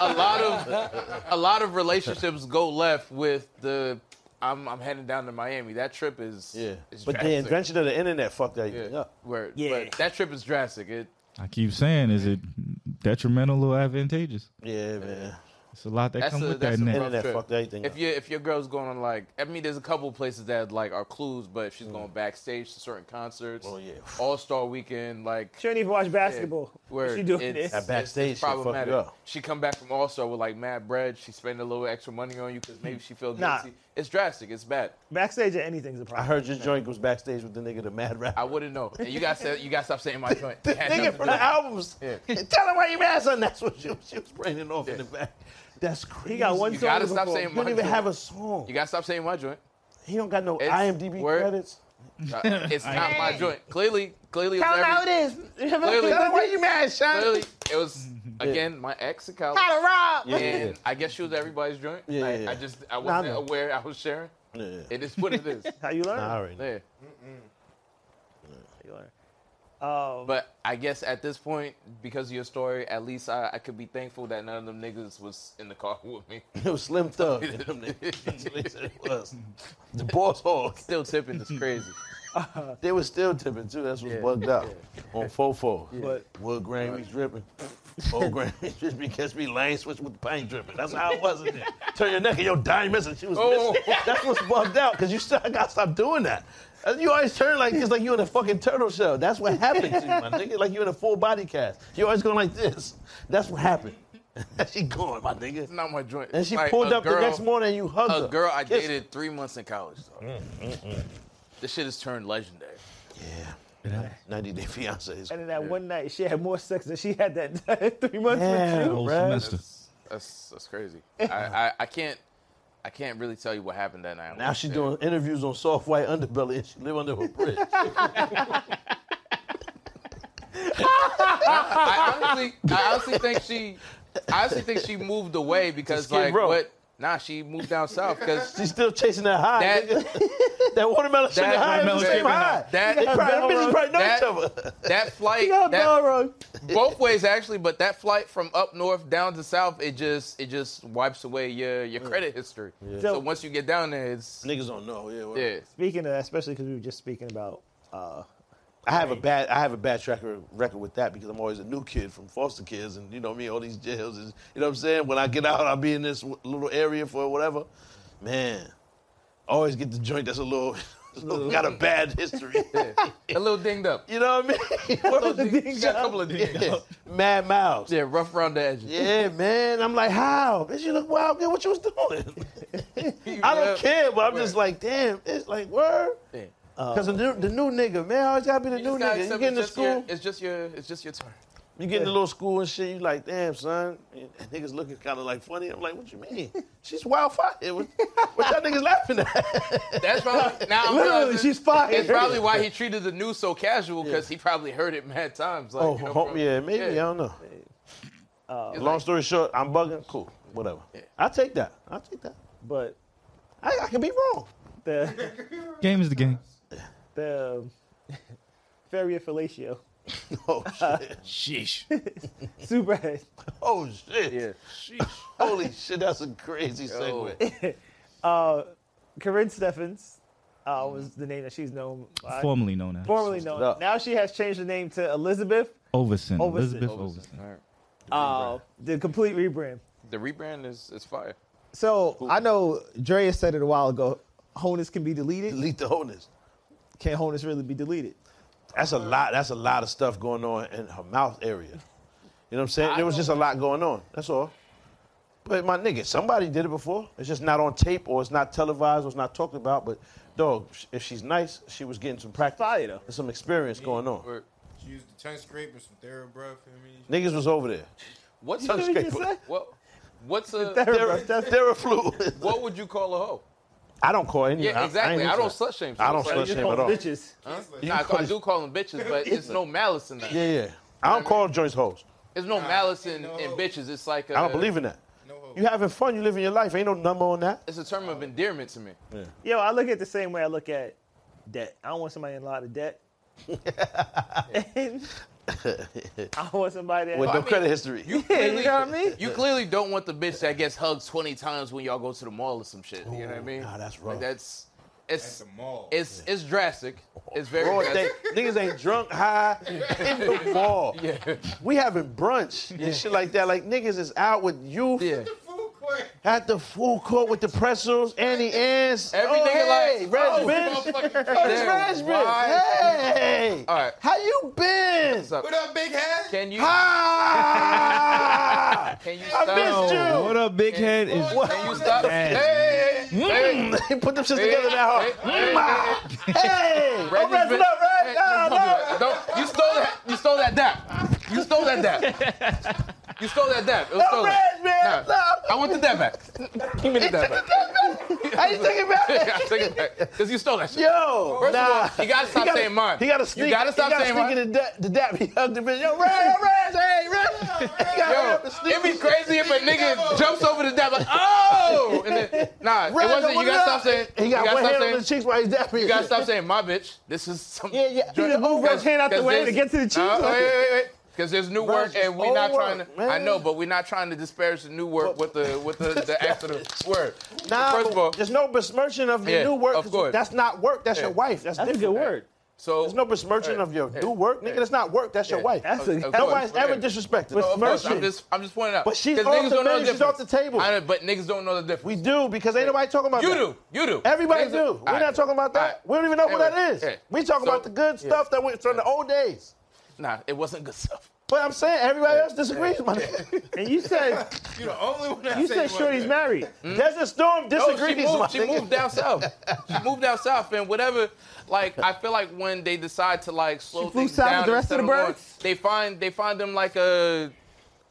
[SPEAKER 5] a lot of a lot of relationships go left with the I'm I'm heading down to Miami. That trip is
[SPEAKER 3] Yeah.
[SPEAKER 5] is
[SPEAKER 3] But the
[SPEAKER 5] drastic.
[SPEAKER 3] invention of the internet fucked that
[SPEAKER 5] yeah,
[SPEAKER 3] thing up.
[SPEAKER 5] Word.
[SPEAKER 2] Yeah.
[SPEAKER 5] But that trip is drastic. It
[SPEAKER 7] I keep saying, is it detrimental or advantageous?
[SPEAKER 3] Yeah, man.
[SPEAKER 7] It's a lot that
[SPEAKER 5] that's
[SPEAKER 7] come
[SPEAKER 5] a
[SPEAKER 7] with
[SPEAKER 5] that's
[SPEAKER 7] that
[SPEAKER 5] a
[SPEAKER 7] net.
[SPEAKER 5] rough
[SPEAKER 3] Internet
[SPEAKER 5] trip.
[SPEAKER 3] fucked everything
[SPEAKER 5] If
[SPEAKER 3] up.
[SPEAKER 5] you if your girl's going on like I mean there's a couple places that like are clues, but if she's
[SPEAKER 3] Mm.
[SPEAKER 5] going backstage to certain concerts.
[SPEAKER 3] Oh, yeah.
[SPEAKER 5] All Star Weekend, like
[SPEAKER 2] She don't even watch basketball.
[SPEAKER 5] Where
[SPEAKER 2] She doing this.
[SPEAKER 3] That backstage shit fucked you up.
[SPEAKER 5] She come back from All Star with like mad bread. She spend a little extra money on you because maybe she feel guilty.
[SPEAKER 2] Nah.
[SPEAKER 5] It's drastic. It's bad.
[SPEAKER 2] Backstage or anything's a
[SPEAKER 3] I
[SPEAKER 2] problem.
[SPEAKER 3] heard your joint was backstage with the nigga, the mad rap.
[SPEAKER 5] I wouldn't know. And you got to you got to stop saying my joint. It had nothing
[SPEAKER 3] nigga
[SPEAKER 5] to
[SPEAKER 3] from
[SPEAKER 5] do
[SPEAKER 3] the
[SPEAKER 5] with
[SPEAKER 3] albums.
[SPEAKER 5] Yeah.
[SPEAKER 3] Tell him why you mad, son. That's what she, was- she was bringing off in the back. That's crazy.
[SPEAKER 2] He got one
[SPEAKER 5] You
[SPEAKER 2] song
[SPEAKER 5] gotta
[SPEAKER 2] before.
[SPEAKER 5] stop saying
[SPEAKER 3] He
[SPEAKER 5] my
[SPEAKER 3] don't
[SPEAKER 5] joint.
[SPEAKER 3] even have a song.
[SPEAKER 5] you gotta stop saying my joint.
[SPEAKER 3] He don't got no
[SPEAKER 5] It's
[SPEAKER 3] IMDb
[SPEAKER 5] word.
[SPEAKER 3] credits.
[SPEAKER 5] Uh, It's not my joint. Clearly, clearly, it was
[SPEAKER 2] Tell him how
[SPEAKER 5] every,
[SPEAKER 2] it is.
[SPEAKER 5] Clearly-
[SPEAKER 3] Tell him why you mad, son.
[SPEAKER 5] clearly it was again my ex account.
[SPEAKER 2] Rob.
[SPEAKER 3] Yeah, yeah,
[SPEAKER 5] And I guess she was everybody's joint.
[SPEAKER 3] Yeah,
[SPEAKER 5] I,
[SPEAKER 3] yeah, yeah.
[SPEAKER 5] I just I wasn't
[SPEAKER 3] Nah, I know.
[SPEAKER 5] aware I was sharing.
[SPEAKER 3] yeah. yeah.
[SPEAKER 5] It is what it is.
[SPEAKER 2] How you learn?
[SPEAKER 3] Nah, I already know.
[SPEAKER 5] yeah.
[SPEAKER 2] How you learn? Um,
[SPEAKER 5] But I guess at this point, because of your story, at least I, I could be thankful that none of them niggas was in the car with me.
[SPEAKER 3] It was Slim Thug. You know what I mean? That's what they said it was. The boss hog.
[SPEAKER 5] Still tipping is crazy.
[SPEAKER 3] They was still tipping too. That's what's
[SPEAKER 5] Yeah.
[SPEAKER 3] bugged out. On fofo.
[SPEAKER 2] But-
[SPEAKER 3] Wood grain was dripping. Old grain was dripping because we lane switch with the paint dripping. That's how it was in there. Turn your neck and your dime missing. She was
[SPEAKER 5] Oh.
[SPEAKER 3] missing. That's what's bugged out because you still I gotta stop doing that. Uh, You always turn like it's like you in a fucking turtle shell. That's what happened to you, my nigga. Like you in a full body cast. You always going like this. That's what happened. she going, my nigga.
[SPEAKER 5] It's not my joint.
[SPEAKER 3] And
[SPEAKER 5] It's
[SPEAKER 3] she
[SPEAKER 5] like
[SPEAKER 3] pulled
[SPEAKER 5] a
[SPEAKER 3] up the
[SPEAKER 5] girl-
[SPEAKER 3] next morning Mm, and you hugged her.
[SPEAKER 5] a girl I
[SPEAKER 3] Kissed her.
[SPEAKER 5] dated three months in college. Though. This shit has turned legendary.
[SPEAKER 3] Yeah. 90 Day Fiance is
[SPEAKER 2] and then that one night, she had more sex than she had that three months with you.
[SPEAKER 7] whole
[SPEAKER 3] bruh.
[SPEAKER 7] semester.
[SPEAKER 5] That's that's crazy. I, I, I can't I can't really tell you what happened that night.
[SPEAKER 3] Now she's doing interviews on soft white underbelly and she live under a bridge.
[SPEAKER 5] I honestly I honestly think she I honestly think she moved away because
[SPEAKER 3] Skid
[SPEAKER 5] like
[SPEAKER 3] Row.
[SPEAKER 5] what nah she moved down south because
[SPEAKER 3] she's still chasing that high.
[SPEAKER 5] That-
[SPEAKER 3] nigga. that watermelon sugar
[SPEAKER 5] That
[SPEAKER 3] high is the
[SPEAKER 5] watermelon
[SPEAKER 3] same
[SPEAKER 5] sugar
[SPEAKER 3] high.
[SPEAKER 5] that
[SPEAKER 3] They probably, bitches probably know
[SPEAKER 5] that-
[SPEAKER 3] each other.
[SPEAKER 5] that flight that, both ways actually, but that flight from up north down to south it just it just wipes away your
[SPEAKER 3] Mm.
[SPEAKER 5] your credit history. So,
[SPEAKER 2] So-
[SPEAKER 5] once you get down there it's
[SPEAKER 3] Niggas don't know. Yeah, well,
[SPEAKER 5] yeah.
[SPEAKER 2] Speaking of that, especially because we were just speaking about uh,
[SPEAKER 3] I have a bad I have a bad track re- record with that because I'm always a new kid from foster kids and you know me all these jails is you know what I'm saying when I get out I'll be in this w- little area for whatever man I always get the joint that's a little got a bad history
[SPEAKER 5] A little dinged up.
[SPEAKER 3] you know what I mean
[SPEAKER 5] A little dinged she got a couple of dinged
[SPEAKER 3] yeah.
[SPEAKER 5] up.
[SPEAKER 3] Mad Mouse.
[SPEAKER 5] Yeah, rough around the edges.
[SPEAKER 3] Yeah, man. I'm like, how? Bitch, you look wild. Man, what you was doing? I
[SPEAKER 5] Yeah.
[SPEAKER 3] don't care, but I'm
[SPEAKER 5] Word.
[SPEAKER 3] just like, damn. It's like, word.
[SPEAKER 5] Yeah.
[SPEAKER 3] Because the, new- the new nigga, man, always gotta be the
[SPEAKER 5] Uh, You
[SPEAKER 3] new
[SPEAKER 5] just gotta
[SPEAKER 3] nigga. You
[SPEAKER 5] accept
[SPEAKER 3] get into
[SPEAKER 5] it's just your-
[SPEAKER 3] school,
[SPEAKER 5] it's just your it's just your turn.
[SPEAKER 3] you get into little school and shit. You like, damn, son. And niggas looking kind of like funny. I'm like, what you mean? She's wildfire. What, what y'all niggas laughing at?
[SPEAKER 5] That's probably now. I'm
[SPEAKER 2] literally,
[SPEAKER 5] realizing
[SPEAKER 2] she's fine.
[SPEAKER 5] It's probably why he treated the news so casual because he probably heard it mad times. Like,
[SPEAKER 3] oh,
[SPEAKER 5] you know,
[SPEAKER 3] hope-
[SPEAKER 5] from-
[SPEAKER 3] yeah, maybe I don't know. Uh,
[SPEAKER 5] It's
[SPEAKER 3] Long
[SPEAKER 5] like,
[SPEAKER 3] story short, I'm bugging. Cool, whatever. I take that. I take that.
[SPEAKER 2] but
[SPEAKER 3] I, I can be wrong.
[SPEAKER 2] the
[SPEAKER 7] Game is the game.
[SPEAKER 2] the um, Feria fellatio
[SPEAKER 3] Oh shit.
[SPEAKER 4] Sheesh.
[SPEAKER 2] superhead.
[SPEAKER 3] Oh shit.
[SPEAKER 5] yeah.
[SPEAKER 3] Holy shit, that's a crazy segue.
[SPEAKER 2] Uh, Corinne Steffens uh, was the name that she's known by.
[SPEAKER 7] Formerly known as
[SPEAKER 2] formerly known.
[SPEAKER 3] up.
[SPEAKER 2] Now she has changed the name to Elizabeth.
[SPEAKER 7] Overson.
[SPEAKER 2] Overson.
[SPEAKER 7] Elizabeth Overson.
[SPEAKER 5] All
[SPEAKER 2] Uh,
[SPEAKER 5] right.
[SPEAKER 2] the complete rebrand.
[SPEAKER 5] The rebrand is is fire.
[SPEAKER 6] So I know Drea said it a while ago. Honus can be deleted.
[SPEAKER 3] Delete the wholeness.
[SPEAKER 6] Can Honus really be deleted?
[SPEAKER 3] That's a lot. That's a lot of stuff going on in her mouth area. You know what I'm saying? There was just a lot going on. That's all. But my nigga, somebody did it before. It's just not on tape or it's not televised or it's not talked about. But dog, if she's nice, she was getting some practice.
[SPEAKER 2] Fire, though.
[SPEAKER 3] There's some experience going on.
[SPEAKER 5] Word.
[SPEAKER 8] She used the tongue scrape and some TheraBreath. I mean,
[SPEAKER 3] Niggas was over there.
[SPEAKER 5] What's
[SPEAKER 3] Tongue
[SPEAKER 5] a
[SPEAKER 3] scraper.
[SPEAKER 5] what? What's a
[SPEAKER 3] Thera- Theraflu.
[SPEAKER 5] what would you call a hoe?
[SPEAKER 3] I don't call any.
[SPEAKER 5] Yeah, exactly.
[SPEAKER 3] ain't
[SPEAKER 5] I,
[SPEAKER 3] into
[SPEAKER 5] don't
[SPEAKER 3] that.
[SPEAKER 5] slut shame.
[SPEAKER 3] I don't
[SPEAKER 5] people.
[SPEAKER 3] slut shame at all.
[SPEAKER 2] Bitches.
[SPEAKER 5] Huh?
[SPEAKER 8] It's like-
[SPEAKER 5] Nah, I do call them bitches, but it's no malice in that.
[SPEAKER 3] Yeah, yeah. I don't call joints hoes.
[SPEAKER 5] There's no malice in,
[SPEAKER 8] no.
[SPEAKER 5] in bitches. It's like a,
[SPEAKER 3] I don't believe in that.
[SPEAKER 8] no hope.
[SPEAKER 3] You having fun, you living your life. Ain't no number on that.
[SPEAKER 5] It's a term of endearment to me.
[SPEAKER 2] Yo, I look at it the same way I look at debt. I don't want somebody in a lot of debt. And I want somebody that.
[SPEAKER 3] With no
[SPEAKER 5] mean,
[SPEAKER 3] credit history.
[SPEAKER 5] You
[SPEAKER 2] Yeah,
[SPEAKER 5] clearly,
[SPEAKER 2] you know what I mean?
[SPEAKER 5] you clearly don't want the bitch that gets hugged 20 times when y'all go to the mall or some shit. you know what I mean?
[SPEAKER 3] nah, that's
[SPEAKER 5] Like,
[SPEAKER 3] rough.
[SPEAKER 5] that's
[SPEAKER 8] At
[SPEAKER 5] it's
[SPEAKER 8] the mall.
[SPEAKER 5] it's it's drastic. It's very
[SPEAKER 3] Broad day.
[SPEAKER 5] drastic.
[SPEAKER 3] Niggas ain't drunk, high, in the mall. We having brunch and shit like that. Like niggas is out with you
[SPEAKER 5] Yeah.
[SPEAKER 8] Food court.
[SPEAKER 3] at the food court with the pretzels, Annie Ann's.
[SPEAKER 5] Every
[SPEAKER 3] oh,
[SPEAKER 5] nigga
[SPEAKER 3] hey,
[SPEAKER 5] like,
[SPEAKER 3] Reg
[SPEAKER 5] oh,
[SPEAKER 3] Benz.
[SPEAKER 8] Motherfucking-
[SPEAKER 3] Oh, it's
[SPEAKER 5] damn,
[SPEAKER 3] Reg
[SPEAKER 5] why-
[SPEAKER 3] Benz. Hey.
[SPEAKER 5] All right.
[SPEAKER 3] How you been?
[SPEAKER 5] What's up?
[SPEAKER 8] What up, big head?
[SPEAKER 5] Can you
[SPEAKER 3] Ah!
[SPEAKER 5] can you
[SPEAKER 3] I
[SPEAKER 5] stop?
[SPEAKER 3] missed you.
[SPEAKER 4] What up, big head? Is
[SPEAKER 5] Can you stop?
[SPEAKER 4] Hey.
[SPEAKER 5] Hey, hey, hey,
[SPEAKER 3] They put them shits
[SPEAKER 5] hey,
[SPEAKER 3] together now.
[SPEAKER 5] hey, hey, hey, hey.
[SPEAKER 3] Hey!
[SPEAKER 5] Reg
[SPEAKER 3] I'm
[SPEAKER 5] is
[SPEAKER 3] messing
[SPEAKER 5] been-
[SPEAKER 3] up, Reg.
[SPEAKER 5] Hey,
[SPEAKER 3] Nah,
[SPEAKER 5] don't do
[SPEAKER 3] nah.
[SPEAKER 5] that. Don't- you stole that. You stole that dap. You stole that dap. You stole that dap. It was
[SPEAKER 3] I'm Oh,
[SPEAKER 5] stolen.
[SPEAKER 3] Reg, man.
[SPEAKER 5] Nah.
[SPEAKER 3] Nah.
[SPEAKER 5] I want the dap back. Give me the dap back.
[SPEAKER 3] How you taking back?
[SPEAKER 5] I take it back. Because you stole that shit.
[SPEAKER 3] Yo,
[SPEAKER 5] First
[SPEAKER 3] nah.
[SPEAKER 5] of all, you gotta stop
[SPEAKER 3] He gotta-
[SPEAKER 5] saying mine.
[SPEAKER 3] He gotta sneak.
[SPEAKER 5] You gotta stop
[SPEAKER 3] he gotta
[SPEAKER 5] saying
[SPEAKER 3] sneak
[SPEAKER 5] mine.
[SPEAKER 3] in the da- the dap. He hugged the bitch. Yo, Red, Red, hey, Red.
[SPEAKER 5] Yo, it'd be crazy if a nigga jumps over the dap like, oh, and then nah, it wasn't. You gotta stop saying.
[SPEAKER 3] He
[SPEAKER 5] you
[SPEAKER 3] got
[SPEAKER 5] gotta
[SPEAKER 3] one
[SPEAKER 5] stop
[SPEAKER 3] hand
[SPEAKER 5] saying.
[SPEAKER 3] on the cheeks while he's dapping.
[SPEAKER 5] You gotta stop saying my bitch. This is some.
[SPEAKER 3] Yeah, yeah.
[SPEAKER 5] Dr-
[SPEAKER 3] He just moved his hand out the
[SPEAKER 5] 'cause
[SPEAKER 3] way
[SPEAKER 5] there's-
[SPEAKER 3] to get to the cheeks.
[SPEAKER 5] Nah, wait, wait, wait. Because there's new work,
[SPEAKER 3] Versus
[SPEAKER 5] and we're not
[SPEAKER 3] old
[SPEAKER 5] trying to.
[SPEAKER 3] work,
[SPEAKER 5] I
[SPEAKER 3] man.
[SPEAKER 5] know, but we're not trying to disparage the new work with the with the, the accident word.
[SPEAKER 3] Nah,
[SPEAKER 5] First of all,
[SPEAKER 3] there's no besmirching of your
[SPEAKER 5] Yeah,
[SPEAKER 3] new work.
[SPEAKER 5] of
[SPEAKER 3] 'cause
[SPEAKER 5] course.
[SPEAKER 3] That's not work. That's
[SPEAKER 5] Yeah.
[SPEAKER 3] your wife. That's,
[SPEAKER 2] That's a
[SPEAKER 3] different.
[SPEAKER 2] good word.
[SPEAKER 5] so
[SPEAKER 3] There's no besmirching
[SPEAKER 5] Hey,
[SPEAKER 3] of your
[SPEAKER 5] hey,
[SPEAKER 3] new work, nigga.
[SPEAKER 5] hey.
[SPEAKER 3] That's not work. That's your
[SPEAKER 5] Yeah.
[SPEAKER 3] wife.
[SPEAKER 2] That's a,
[SPEAKER 5] Of course.
[SPEAKER 3] Nobody's ever disrespected.
[SPEAKER 5] Of course, I'm
[SPEAKER 3] Besmirching.
[SPEAKER 5] just, I'm just pointing out.
[SPEAKER 3] But she's
[SPEAKER 5] 'Cause
[SPEAKER 3] off
[SPEAKER 5] niggas
[SPEAKER 3] the
[SPEAKER 5] don't know
[SPEAKER 3] menu, she's
[SPEAKER 5] difference.
[SPEAKER 3] off the table.
[SPEAKER 5] I know, but niggas don't know the difference.
[SPEAKER 3] We do because ain't nobody talking about
[SPEAKER 5] you
[SPEAKER 3] that.
[SPEAKER 5] do, you do.
[SPEAKER 3] Everybody
[SPEAKER 5] Niggas-
[SPEAKER 3] do. We're
[SPEAKER 5] All right.
[SPEAKER 3] not talking about that.
[SPEAKER 5] All right.
[SPEAKER 3] We don't even know who
[SPEAKER 5] Anyway,
[SPEAKER 3] that is.
[SPEAKER 5] yeah.
[SPEAKER 3] We talking
[SPEAKER 5] So-
[SPEAKER 3] about the good
[SPEAKER 5] yeah.
[SPEAKER 3] stuff that went from the old days.
[SPEAKER 5] Nah, it wasn't good stuff.
[SPEAKER 3] But I'm saying everybody else disagrees, my nigga.
[SPEAKER 2] And you said
[SPEAKER 8] You the only one that
[SPEAKER 2] you
[SPEAKER 8] say
[SPEAKER 2] said
[SPEAKER 8] you
[SPEAKER 2] Shorty's
[SPEAKER 8] wasn't.
[SPEAKER 2] married.
[SPEAKER 3] Desert Storm
[SPEAKER 5] No,
[SPEAKER 3] disagrees,
[SPEAKER 5] Hmm? Oh, she
[SPEAKER 3] my
[SPEAKER 5] moved. She
[SPEAKER 3] nigga.
[SPEAKER 5] moved down south. She moved down south, and whatever. Like I feel like when they decide to like slow
[SPEAKER 2] flew
[SPEAKER 5] things
[SPEAKER 2] south with
[SPEAKER 5] down,
[SPEAKER 2] the rest of
[SPEAKER 5] instead
[SPEAKER 2] the
[SPEAKER 5] going-
[SPEAKER 2] birds?
[SPEAKER 5] they find they find them like a,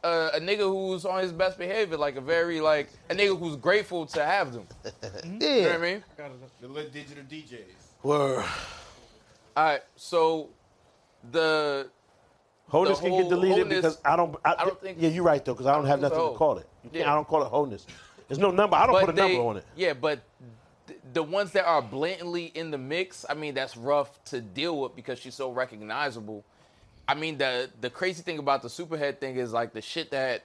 [SPEAKER 5] a a nigga who's on his best behavior, like a very like a nigga who's grateful to have them. You know
[SPEAKER 3] Yeah.
[SPEAKER 5] what I mean?
[SPEAKER 8] The little digital DJs.
[SPEAKER 3] Word.
[SPEAKER 5] All right, so the
[SPEAKER 3] Wholeness
[SPEAKER 5] The
[SPEAKER 3] can get
[SPEAKER 5] whole
[SPEAKER 3] deleted
[SPEAKER 5] wholeness-
[SPEAKER 3] because I don't. I,
[SPEAKER 5] I don't think-
[SPEAKER 3] yeah, you're right though, because I don't have
[SPEAKER 5] think
[SPEAKER 3] nothing
[SPEAKER 5] so.
[SPEAKER 3] to call it. You can't-
[SPEAKER 5] Yeah.
[SPEAKER 3] I don't call it wholeness. There's no number. I don't put a
[SPEAKER 5] they-
[SPEAKER 3] number on it.
[SPEAKER 5] Yeah, but th- the ones that are blatantly in the mix, I mean, that's rough to deal with because she's so recognizable. I mean, the the crazy thing about the superhead thing is like the shit that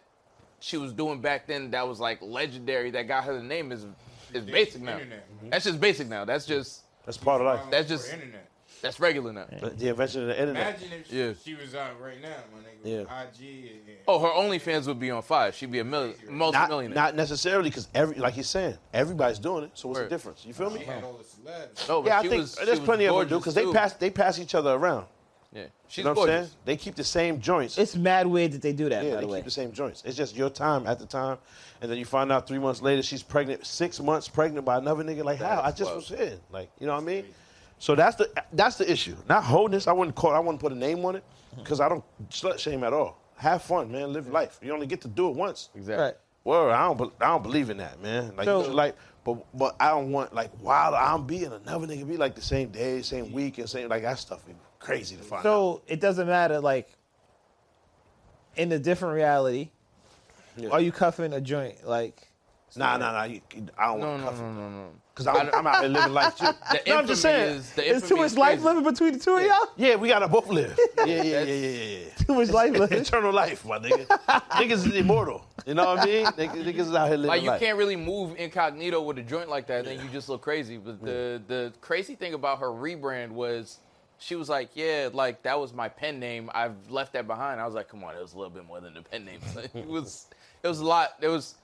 [SPEAKER 5] she was doing back then that was like legendary that got her the name is is basic now.
[SPEAKER 8] Internet.
[SPEAKER 5] That's just basic now. That's just
[SPEAKER 3] That's part of life.
[SPEAKER 5] That's just-
[SPEAKER 8] For internet.
[SPEAKER 5] that's regular now.
[SPEAKER 3] But the invention of the internet.
[SPEAKER 8] Imagine if
[SPEAKER 5] Yeah.
[SPEAKER 8] she was out right now, my nigga.
[SPEAKER 3] Yeah.
[SPEAKER 8] IG and,
[SPEAKER 5] Oh, her OnlyFans would be on fire. She'd be a million,
[SPEAKER 3] Not,
[SPEAKER 5] multi-millionaire.
[SPEAKER 3] not necessarily because every, like he's saying, everybody's doing it. So what's
[SPEAKER 5] Word.
[SPEAKER 3] the difference? You feel me?
[SPEAKER 8] she had all the celebs.
[SPEAKER 5] no, but
[SPEAKER 3] Yeah, I
[SPEAKER 5] she
[SPEAKER 3] think
[SPEAKER 5] was,
[SPEAKER 3] there's
[SPEAKER 5] she
[SPEAKER 3] plenty
[SPEAKER 5] was
[SPEAKER 3] of them
[SPEAKER 5] gorgeous
[SPEAKER 3] do because they
[SPEAKER 5] too.
[SPEAKER 3] pass they pass each other around.
[SPEAKER 5] Yeah, she's
[SPEAKER 3] You know what I'm saying?
[SPEAKER 5] gorgeous.
[SPEAKER 3] They keep the same joints.
[SPEAKER 6] It's mad weird that they do that,
[SPEAKER 3] Yeah,
[SPEAKER 6] by
[SPEAKER 3] they
[SPEAKER 6] the way.
[SPEAKER 3] keep the same joints. It's just your time at the time, and then you find out three months later she's pregnant, six months pregnant by another nigga. Like how? I
[SPEAKER 5] That's
[SPEAKER 3] just was
[SPEAKER 5] wild.
[SPEAKER 3] here. Like you know what I mean? So that's the that's the issue. Not wholeness. I wouldn't call. I wouldn't put a name on it because I don't slut shame at all. Have fun, man. Live life. You only get to do it once.
[SPEAKER 5] Exactly.
[SPEAKER 6] Right.
[SPEAKER 3] Well, I don't. be- I don't believe in that, man. Like
[SPEAKER 6] So-
[SPEAKER 3] it's like, but but I don't want like wow. I'm being another nigga be like the same day, same week, and same like that stuff. Is crazy to find. out.
[SPEAKER 6] So it doesn't matter, like, in a different reality,
[SPEAKER 3] Yeah.
[SPEAKER 6] are you cuffing a joint? Like,
[SPEAKER 3] Nah, nah, nah. You, I don't
[SPEAKER 5] No,
[SPEAKER 3] want to
[SPEAKER 5] no,
[SPEAKER 3] cuff
[SPEAKER 5] no,
[SPEAKER 3] it.
[SPEAKER 5] no, no.
[SPEAKER 3] Cause I'm, I'm out here living life too.
[SPEAKER 5] The infamy
[SPEAKER 3] no, I'm just saying.
[SPEAKER 5] is the
[SPEAKER 2] There's too
[SPEAKER 5] infamy
[SPEAKER 2] much
[SPEAKER 5] is
[SPEAKER 2] life
[SPEAKER 5] crazy.
[SPEAKER 2] living between the two of y'all.
[SPEAKER 3] yeah, we gotta both live. Yeah, yeah, yeah, yeah, yeah. yeah.
[SPEAKER 2] Too much life living.
[SPEAKER 3] Eternal life, my nigga. Niggas is immortal. You know what I mean? Niggas, niggas is out here living
[SPEAKER 5] Like you
[SPEAKER 3] life.
[SPEAKER 5] can't really move incognito with a joint like that, then you just look crazy. But the the crazy thing about her rebrand was she was like, Yeah, like that was my pen name. I've left that behind. I was like, Come on, it was a little bit more than the pen name. it was it was a lot there was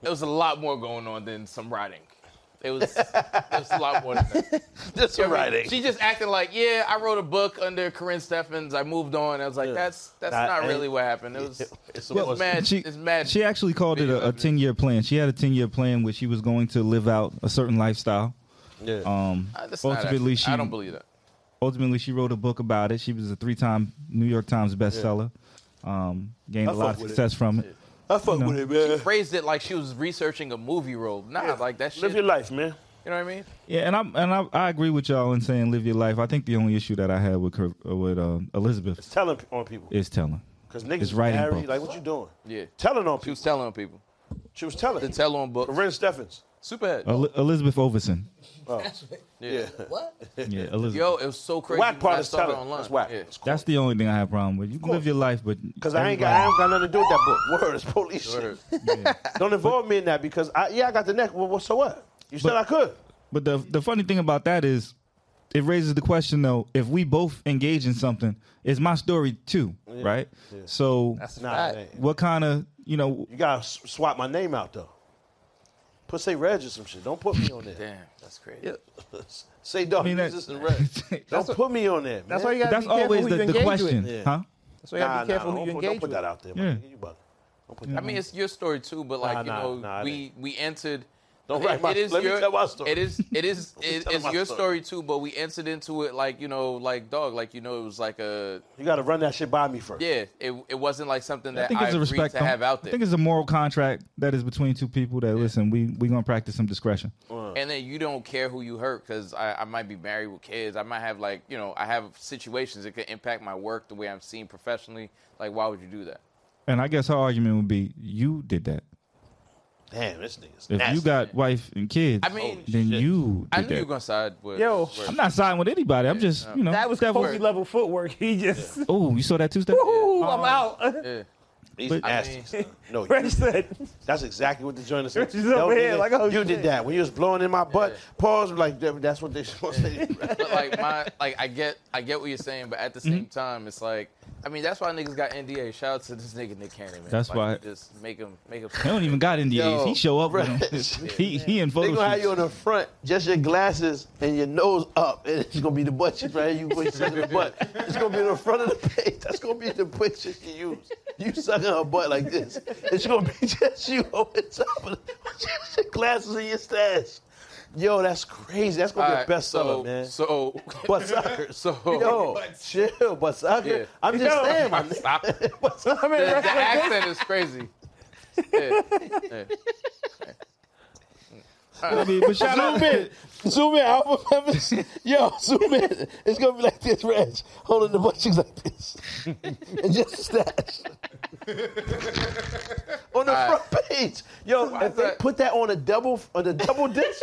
[SPEAKER 5] there was a lot more going on than some writing. It was there was a lot more than that.
[SPEAKER 3] That's
[SPEAKER 5] You know what I mean?
[SPEAKER 3] right. eh?
[SPEAKER 5] She just acted like, yeah, I wrote a book under Corinne Steffens. I moved on. I was like, that's that's
[SPEAKER 3] That
[SPEAKER 5] not
[SPEAKER 3] ain't-
[SPEAKER 5] really what happened. It was uh,
[SPEAKER 3] It's
[SPEAKER 5] it's,
[SPEAKER 3] a bullshit.
[SPEAKER 5] mad.
[SPEAKER 7] She,
[SPEAKER 5] it's mad.
[SPEAKER 7] she actually called it
[SPEAKER 5] video
[SPEAKER 7] a, a
[SPEAKER 5] evidence.
[SPEAKER 7] 10 year plan. She had a 10 year plan where she was going to live out a certain lifestyle.
[SPEAKER 3] Yeah.
[SPEAKER 7] Um,
[SPEAKER 5] Uh, that's not actually-
[SPEAKER 7] ultimately, she
[SPEAKER 5] I don't believe that.
[SPEAKER 7] ultimately, she wrote a book about it. She was a three-time New York Times bestseller. Um, gained
[SPEAKER 3] I
[SPEAKER 7] a lot
[SPEAKER 3] fuck
[SPEAKER 7] of
[SPEAKER 3] with it.
[SPEAKER 7] success from it.
[SPEAKER 3] I fuck with it, man.
[SPEAKER 5] Phrased it like she was researching a movie role. Nah, like that shit.
[SPEAKER 3] Live your life, man.
[SPEAKER 5] You know what I mean?
[SPEAKER 7] Yeah, and I'm and I, I agree with y'all in saying live your life. I think the only issue that I had with her, uh, with um, Elizabeth
[SPEAKER 3] Telling on people.
[SPEAKER 7] is telling.
[SPEAKER 3] Because niggas
[SPEAKER 7] It's writing
[SPEAKER 3] married.
[SPEAKER 7] books.
[SPEAKER 3] Like, what you doing?
[SPEAKER 5] Yeah.
[SPEAKER 3] Telling on
[SPEAKER 5] She
[SPEAKER 3] people.
[SPEAKER 5] was telling people.
[SPEAKER 3] She was telling.
[SPEAKER 5] The tell on book.
[SPEAKER 3] Ren Steffens.
[SPEAKER 5] Superhead.
[SPEAKER 3] Oh.
[SPEAKER 7] El- Elizabeth Overson.
[SPEAKER 5] yeah.
[SPEAKER 9] What?
[SPEAKER 7] Yeah, Elizabeth.
[SPEAKER 5] Yo, it was so crazy.
[SPEAKER 3] Whack
[SPEAKER 5] when
[SPEAKER 3] part
[SPEAKER 5] I
[SPEAKER 3] is
[SPEAKER 5] saw her
[SPEAKER 3] telling.
[SPEAKER 5] online.
[SPEAKER 3] That's whack.
[SPEAKER 5] Yeah.
[SPEAKER 7] That's the only thing I have a problem with. You can live your life, but
[SPEAKER 3] Because I ain't got, I ain't got nothing to do with that book. Word, it's police
[SPEAKER 5] Word.
[SPEAKER 3] shit. Don't involve me in that because, I, yeah, I got the neck. Well, what- so what? You said
[SPEAKER 7] But-
[SPEAKER 3] I could.
[SPEAKER 7] But the the funny thing about that is, it raises the question though: if we both engage in something, it's my story too, right? So,
[SPEAKER 3] Nah, it ain't.
[SPEAKER 7] what kind of you know?
[SPEAKER 3] You gotta s- swap my name out though. Put say Reg or some shit. Don't put me on there.
[SPEAKER 5] Damn, that's crazy.
[SPEAKER 3] say Dog
[SPEAKER 7] I mean, that-
[SPEAKER 3] Jesus and Reg. Don't put me on there. Man.
[SPEAKER 6] That's why you got to
[SPEAKER 7] that's
[SPEAKER 6] be careful
[SPEAKER 7] always
[SPEAKER 6] who
[SPEAKER 7] the,
[SPEAKER 6] you
[SPEAKER 7] the
[SPEAKER 6] engage
[SPEAKER 7] question,
[SPEAKER 6] with.
[SPEAKER 3] Yeah.
[SPEAKER 7] huh?
[SPEAKER 6] That's why you got to be careful
[SPEAKER 3] don't,
[SPEAKER 6] who you
[SPEAKER 3] put,
[SPEAKER 6] engage
[SPEAKER 3] don't put that
[SPEAKER 6] with.
[SPEAKER 3] out there.
[SPEAKER 7] Yeah.
[SPEAKER 3] Man. You bugging. Don't put that.
[SPEAKER 5] I mean, it's your story too, but
[SPEAKER 3] Nah,
[SPEAKER 5] like
[SPEAKER 3] nah,
[SPEAKER 5] you know,
[SPEAKER 3] nah, it
[SPEAKER 5] we we entered.
[SPEAKER 3] Don't write my- let me tell my story.
[SPEAKER 5] It is it is it
[SPEAKER 3] tell
[SPEAKER 5] is
[SPEAKER 3] my
[SPEAKER 5] your
[SPEAKER 3] story.
[SPEAKER 5] story too, but we entered into it like you know, like dog, like you know, it was like a
[SPEAKER 3] you gotta run that shit by me first.
[SPEAKER 5] yeah. It it wasn't like something that
[SPEAKER 7] I think it's a
[SPEAKER 5] agreed
[SPEAKER 7] respect.
[SPEAKER 5] to
[SPEAKER 7] though.
[SPEAKER 5] have out
[SPEAKER 7] I
[SPEAKER 5] there.
[SPEAKER 7] think it's a moral contract that is between two people that listen. We we gonna practice some discretion.
[SPEAKER 5] and then you don't care who you hurt because I, I might be married with kids. I might have like you know, I have situations that could impact my work the way I'm seen professionally. Like, why would you do that?
[SPEAKER 7] And I guess her argument would be: you did that.
[SPEAKER 3] Damn, this nigga's
[SPEAKER 7] If
[SPEAKER 3] nasty.
[SPEAKER 7] you got wife and kids,
[SPEAKER 5] I mean,
[SPEAKER 7] then
[SPEAKER 3] shit.
[SPEAKER 7] you. Did
[SPEAKER 5] I knew
[SPEAKER 7] that.
[SPEAKER 5] you were gonna side with.
[SPEAKER 2] Yo.
[SPEAKER 5] with-
[SPEAKER 7] I'm not siding with anybody. I'm just you know.
[SPEAKER 2] That was
[SPEAKER 7] devil-
[SPEAKER 2] Kobe level footwork. He just,
[SPEAKER 7] Oh, you saw that two step.
[SPEAKER 2] ooh, I'm
[SPEAKER 7] Uh-huh.
[SPEAKER 2] out.
[SPEAKER 5] yeah.
[SPEAKER 3] He's
[SPEAKER 7] but-
[SPEAKER 3] nasty.
[SPEAKER 5] I mean-
[SPEAKER 3] son. no,
[SPEAKER 2] Reg
[SPEAKER 3] you,
[SPEAKER 2] said,
[SPEAKER 3] that's exactly what the joint is.
[SPEAKER 2] Reg is over here like, oh,
[SPEAKER 3] you
[SPEAKER 2] shit.
[SPEAKER 3] did that when you was blowing in my butt. Pause. Like that- that's what they supposed to say.
[SPEAKER 5] but like my like I get I get what you're saying, but
[SPEAKER 7] Mm-hmm.
[SPEAKER 5] at the same time, it's like I mean that's why niggas got NDA. Shout out to this nigga Nick Cannon, man.
[SPEAKER 7] That's
[SPEAKER 5] Like,
[SPEAKER 7] why-
[SPEAKER 5] Just make him make him.
[SPEAKER 7] They don't even got NDAs.
[SPEAKER 3] Yo,
[SPEAKER 7] he show up with
[SPEAKER 3] Reg.
[SPEAKER 7] them. he he in
[SPEAKER 3] They
[SPEAKER 7] photo
[SPEAKER 3] gonna have you on
[SPEAKER 7] shoots.
[SPEAKER 3] the front, just your glasses and your nose up, and it's gonna be the butt cheeks right here. You put sucking the butt. It's gonna be on the front of the page. That's gonna be the picture she use. You sucking her butt like this. It's gonna be just you over the top of the, just your glasses and your stash. Yo, that's crazy. That's gonna
[SPEAKER 5] Alright,
[SPEAKER 3] be a bestseller,
[SPEAKER 5] so,
[SPEAKER 3] man.
[SPEAKER 5] So
[SPEAKER 3] butt sucker.
[SPEAKER 5] so
[SPEAKER 3] Yo, chill, butt sucker.
[SPEAKER 5] Yeah.
[SPEAKER 3] I'm just saying, my nigga.
[SPEAKER 5] stop. The,
[SPEAKER 3] Butt sucker.
[SPEAKER 5] the accent is crazy. Yeah.
[SPEAKER 7] I mean, but shout out.
[SPEAKER 3] zoom in. Zoom in. Alpha Memphis. Yo, zoom in. It's going to be like this, Reg, holding the butt cheeks like this. and just stash. on the front page. Yo, if they
[SPEAKER 5] that?
[SPEAKER 3] put that on a double, on a double disc,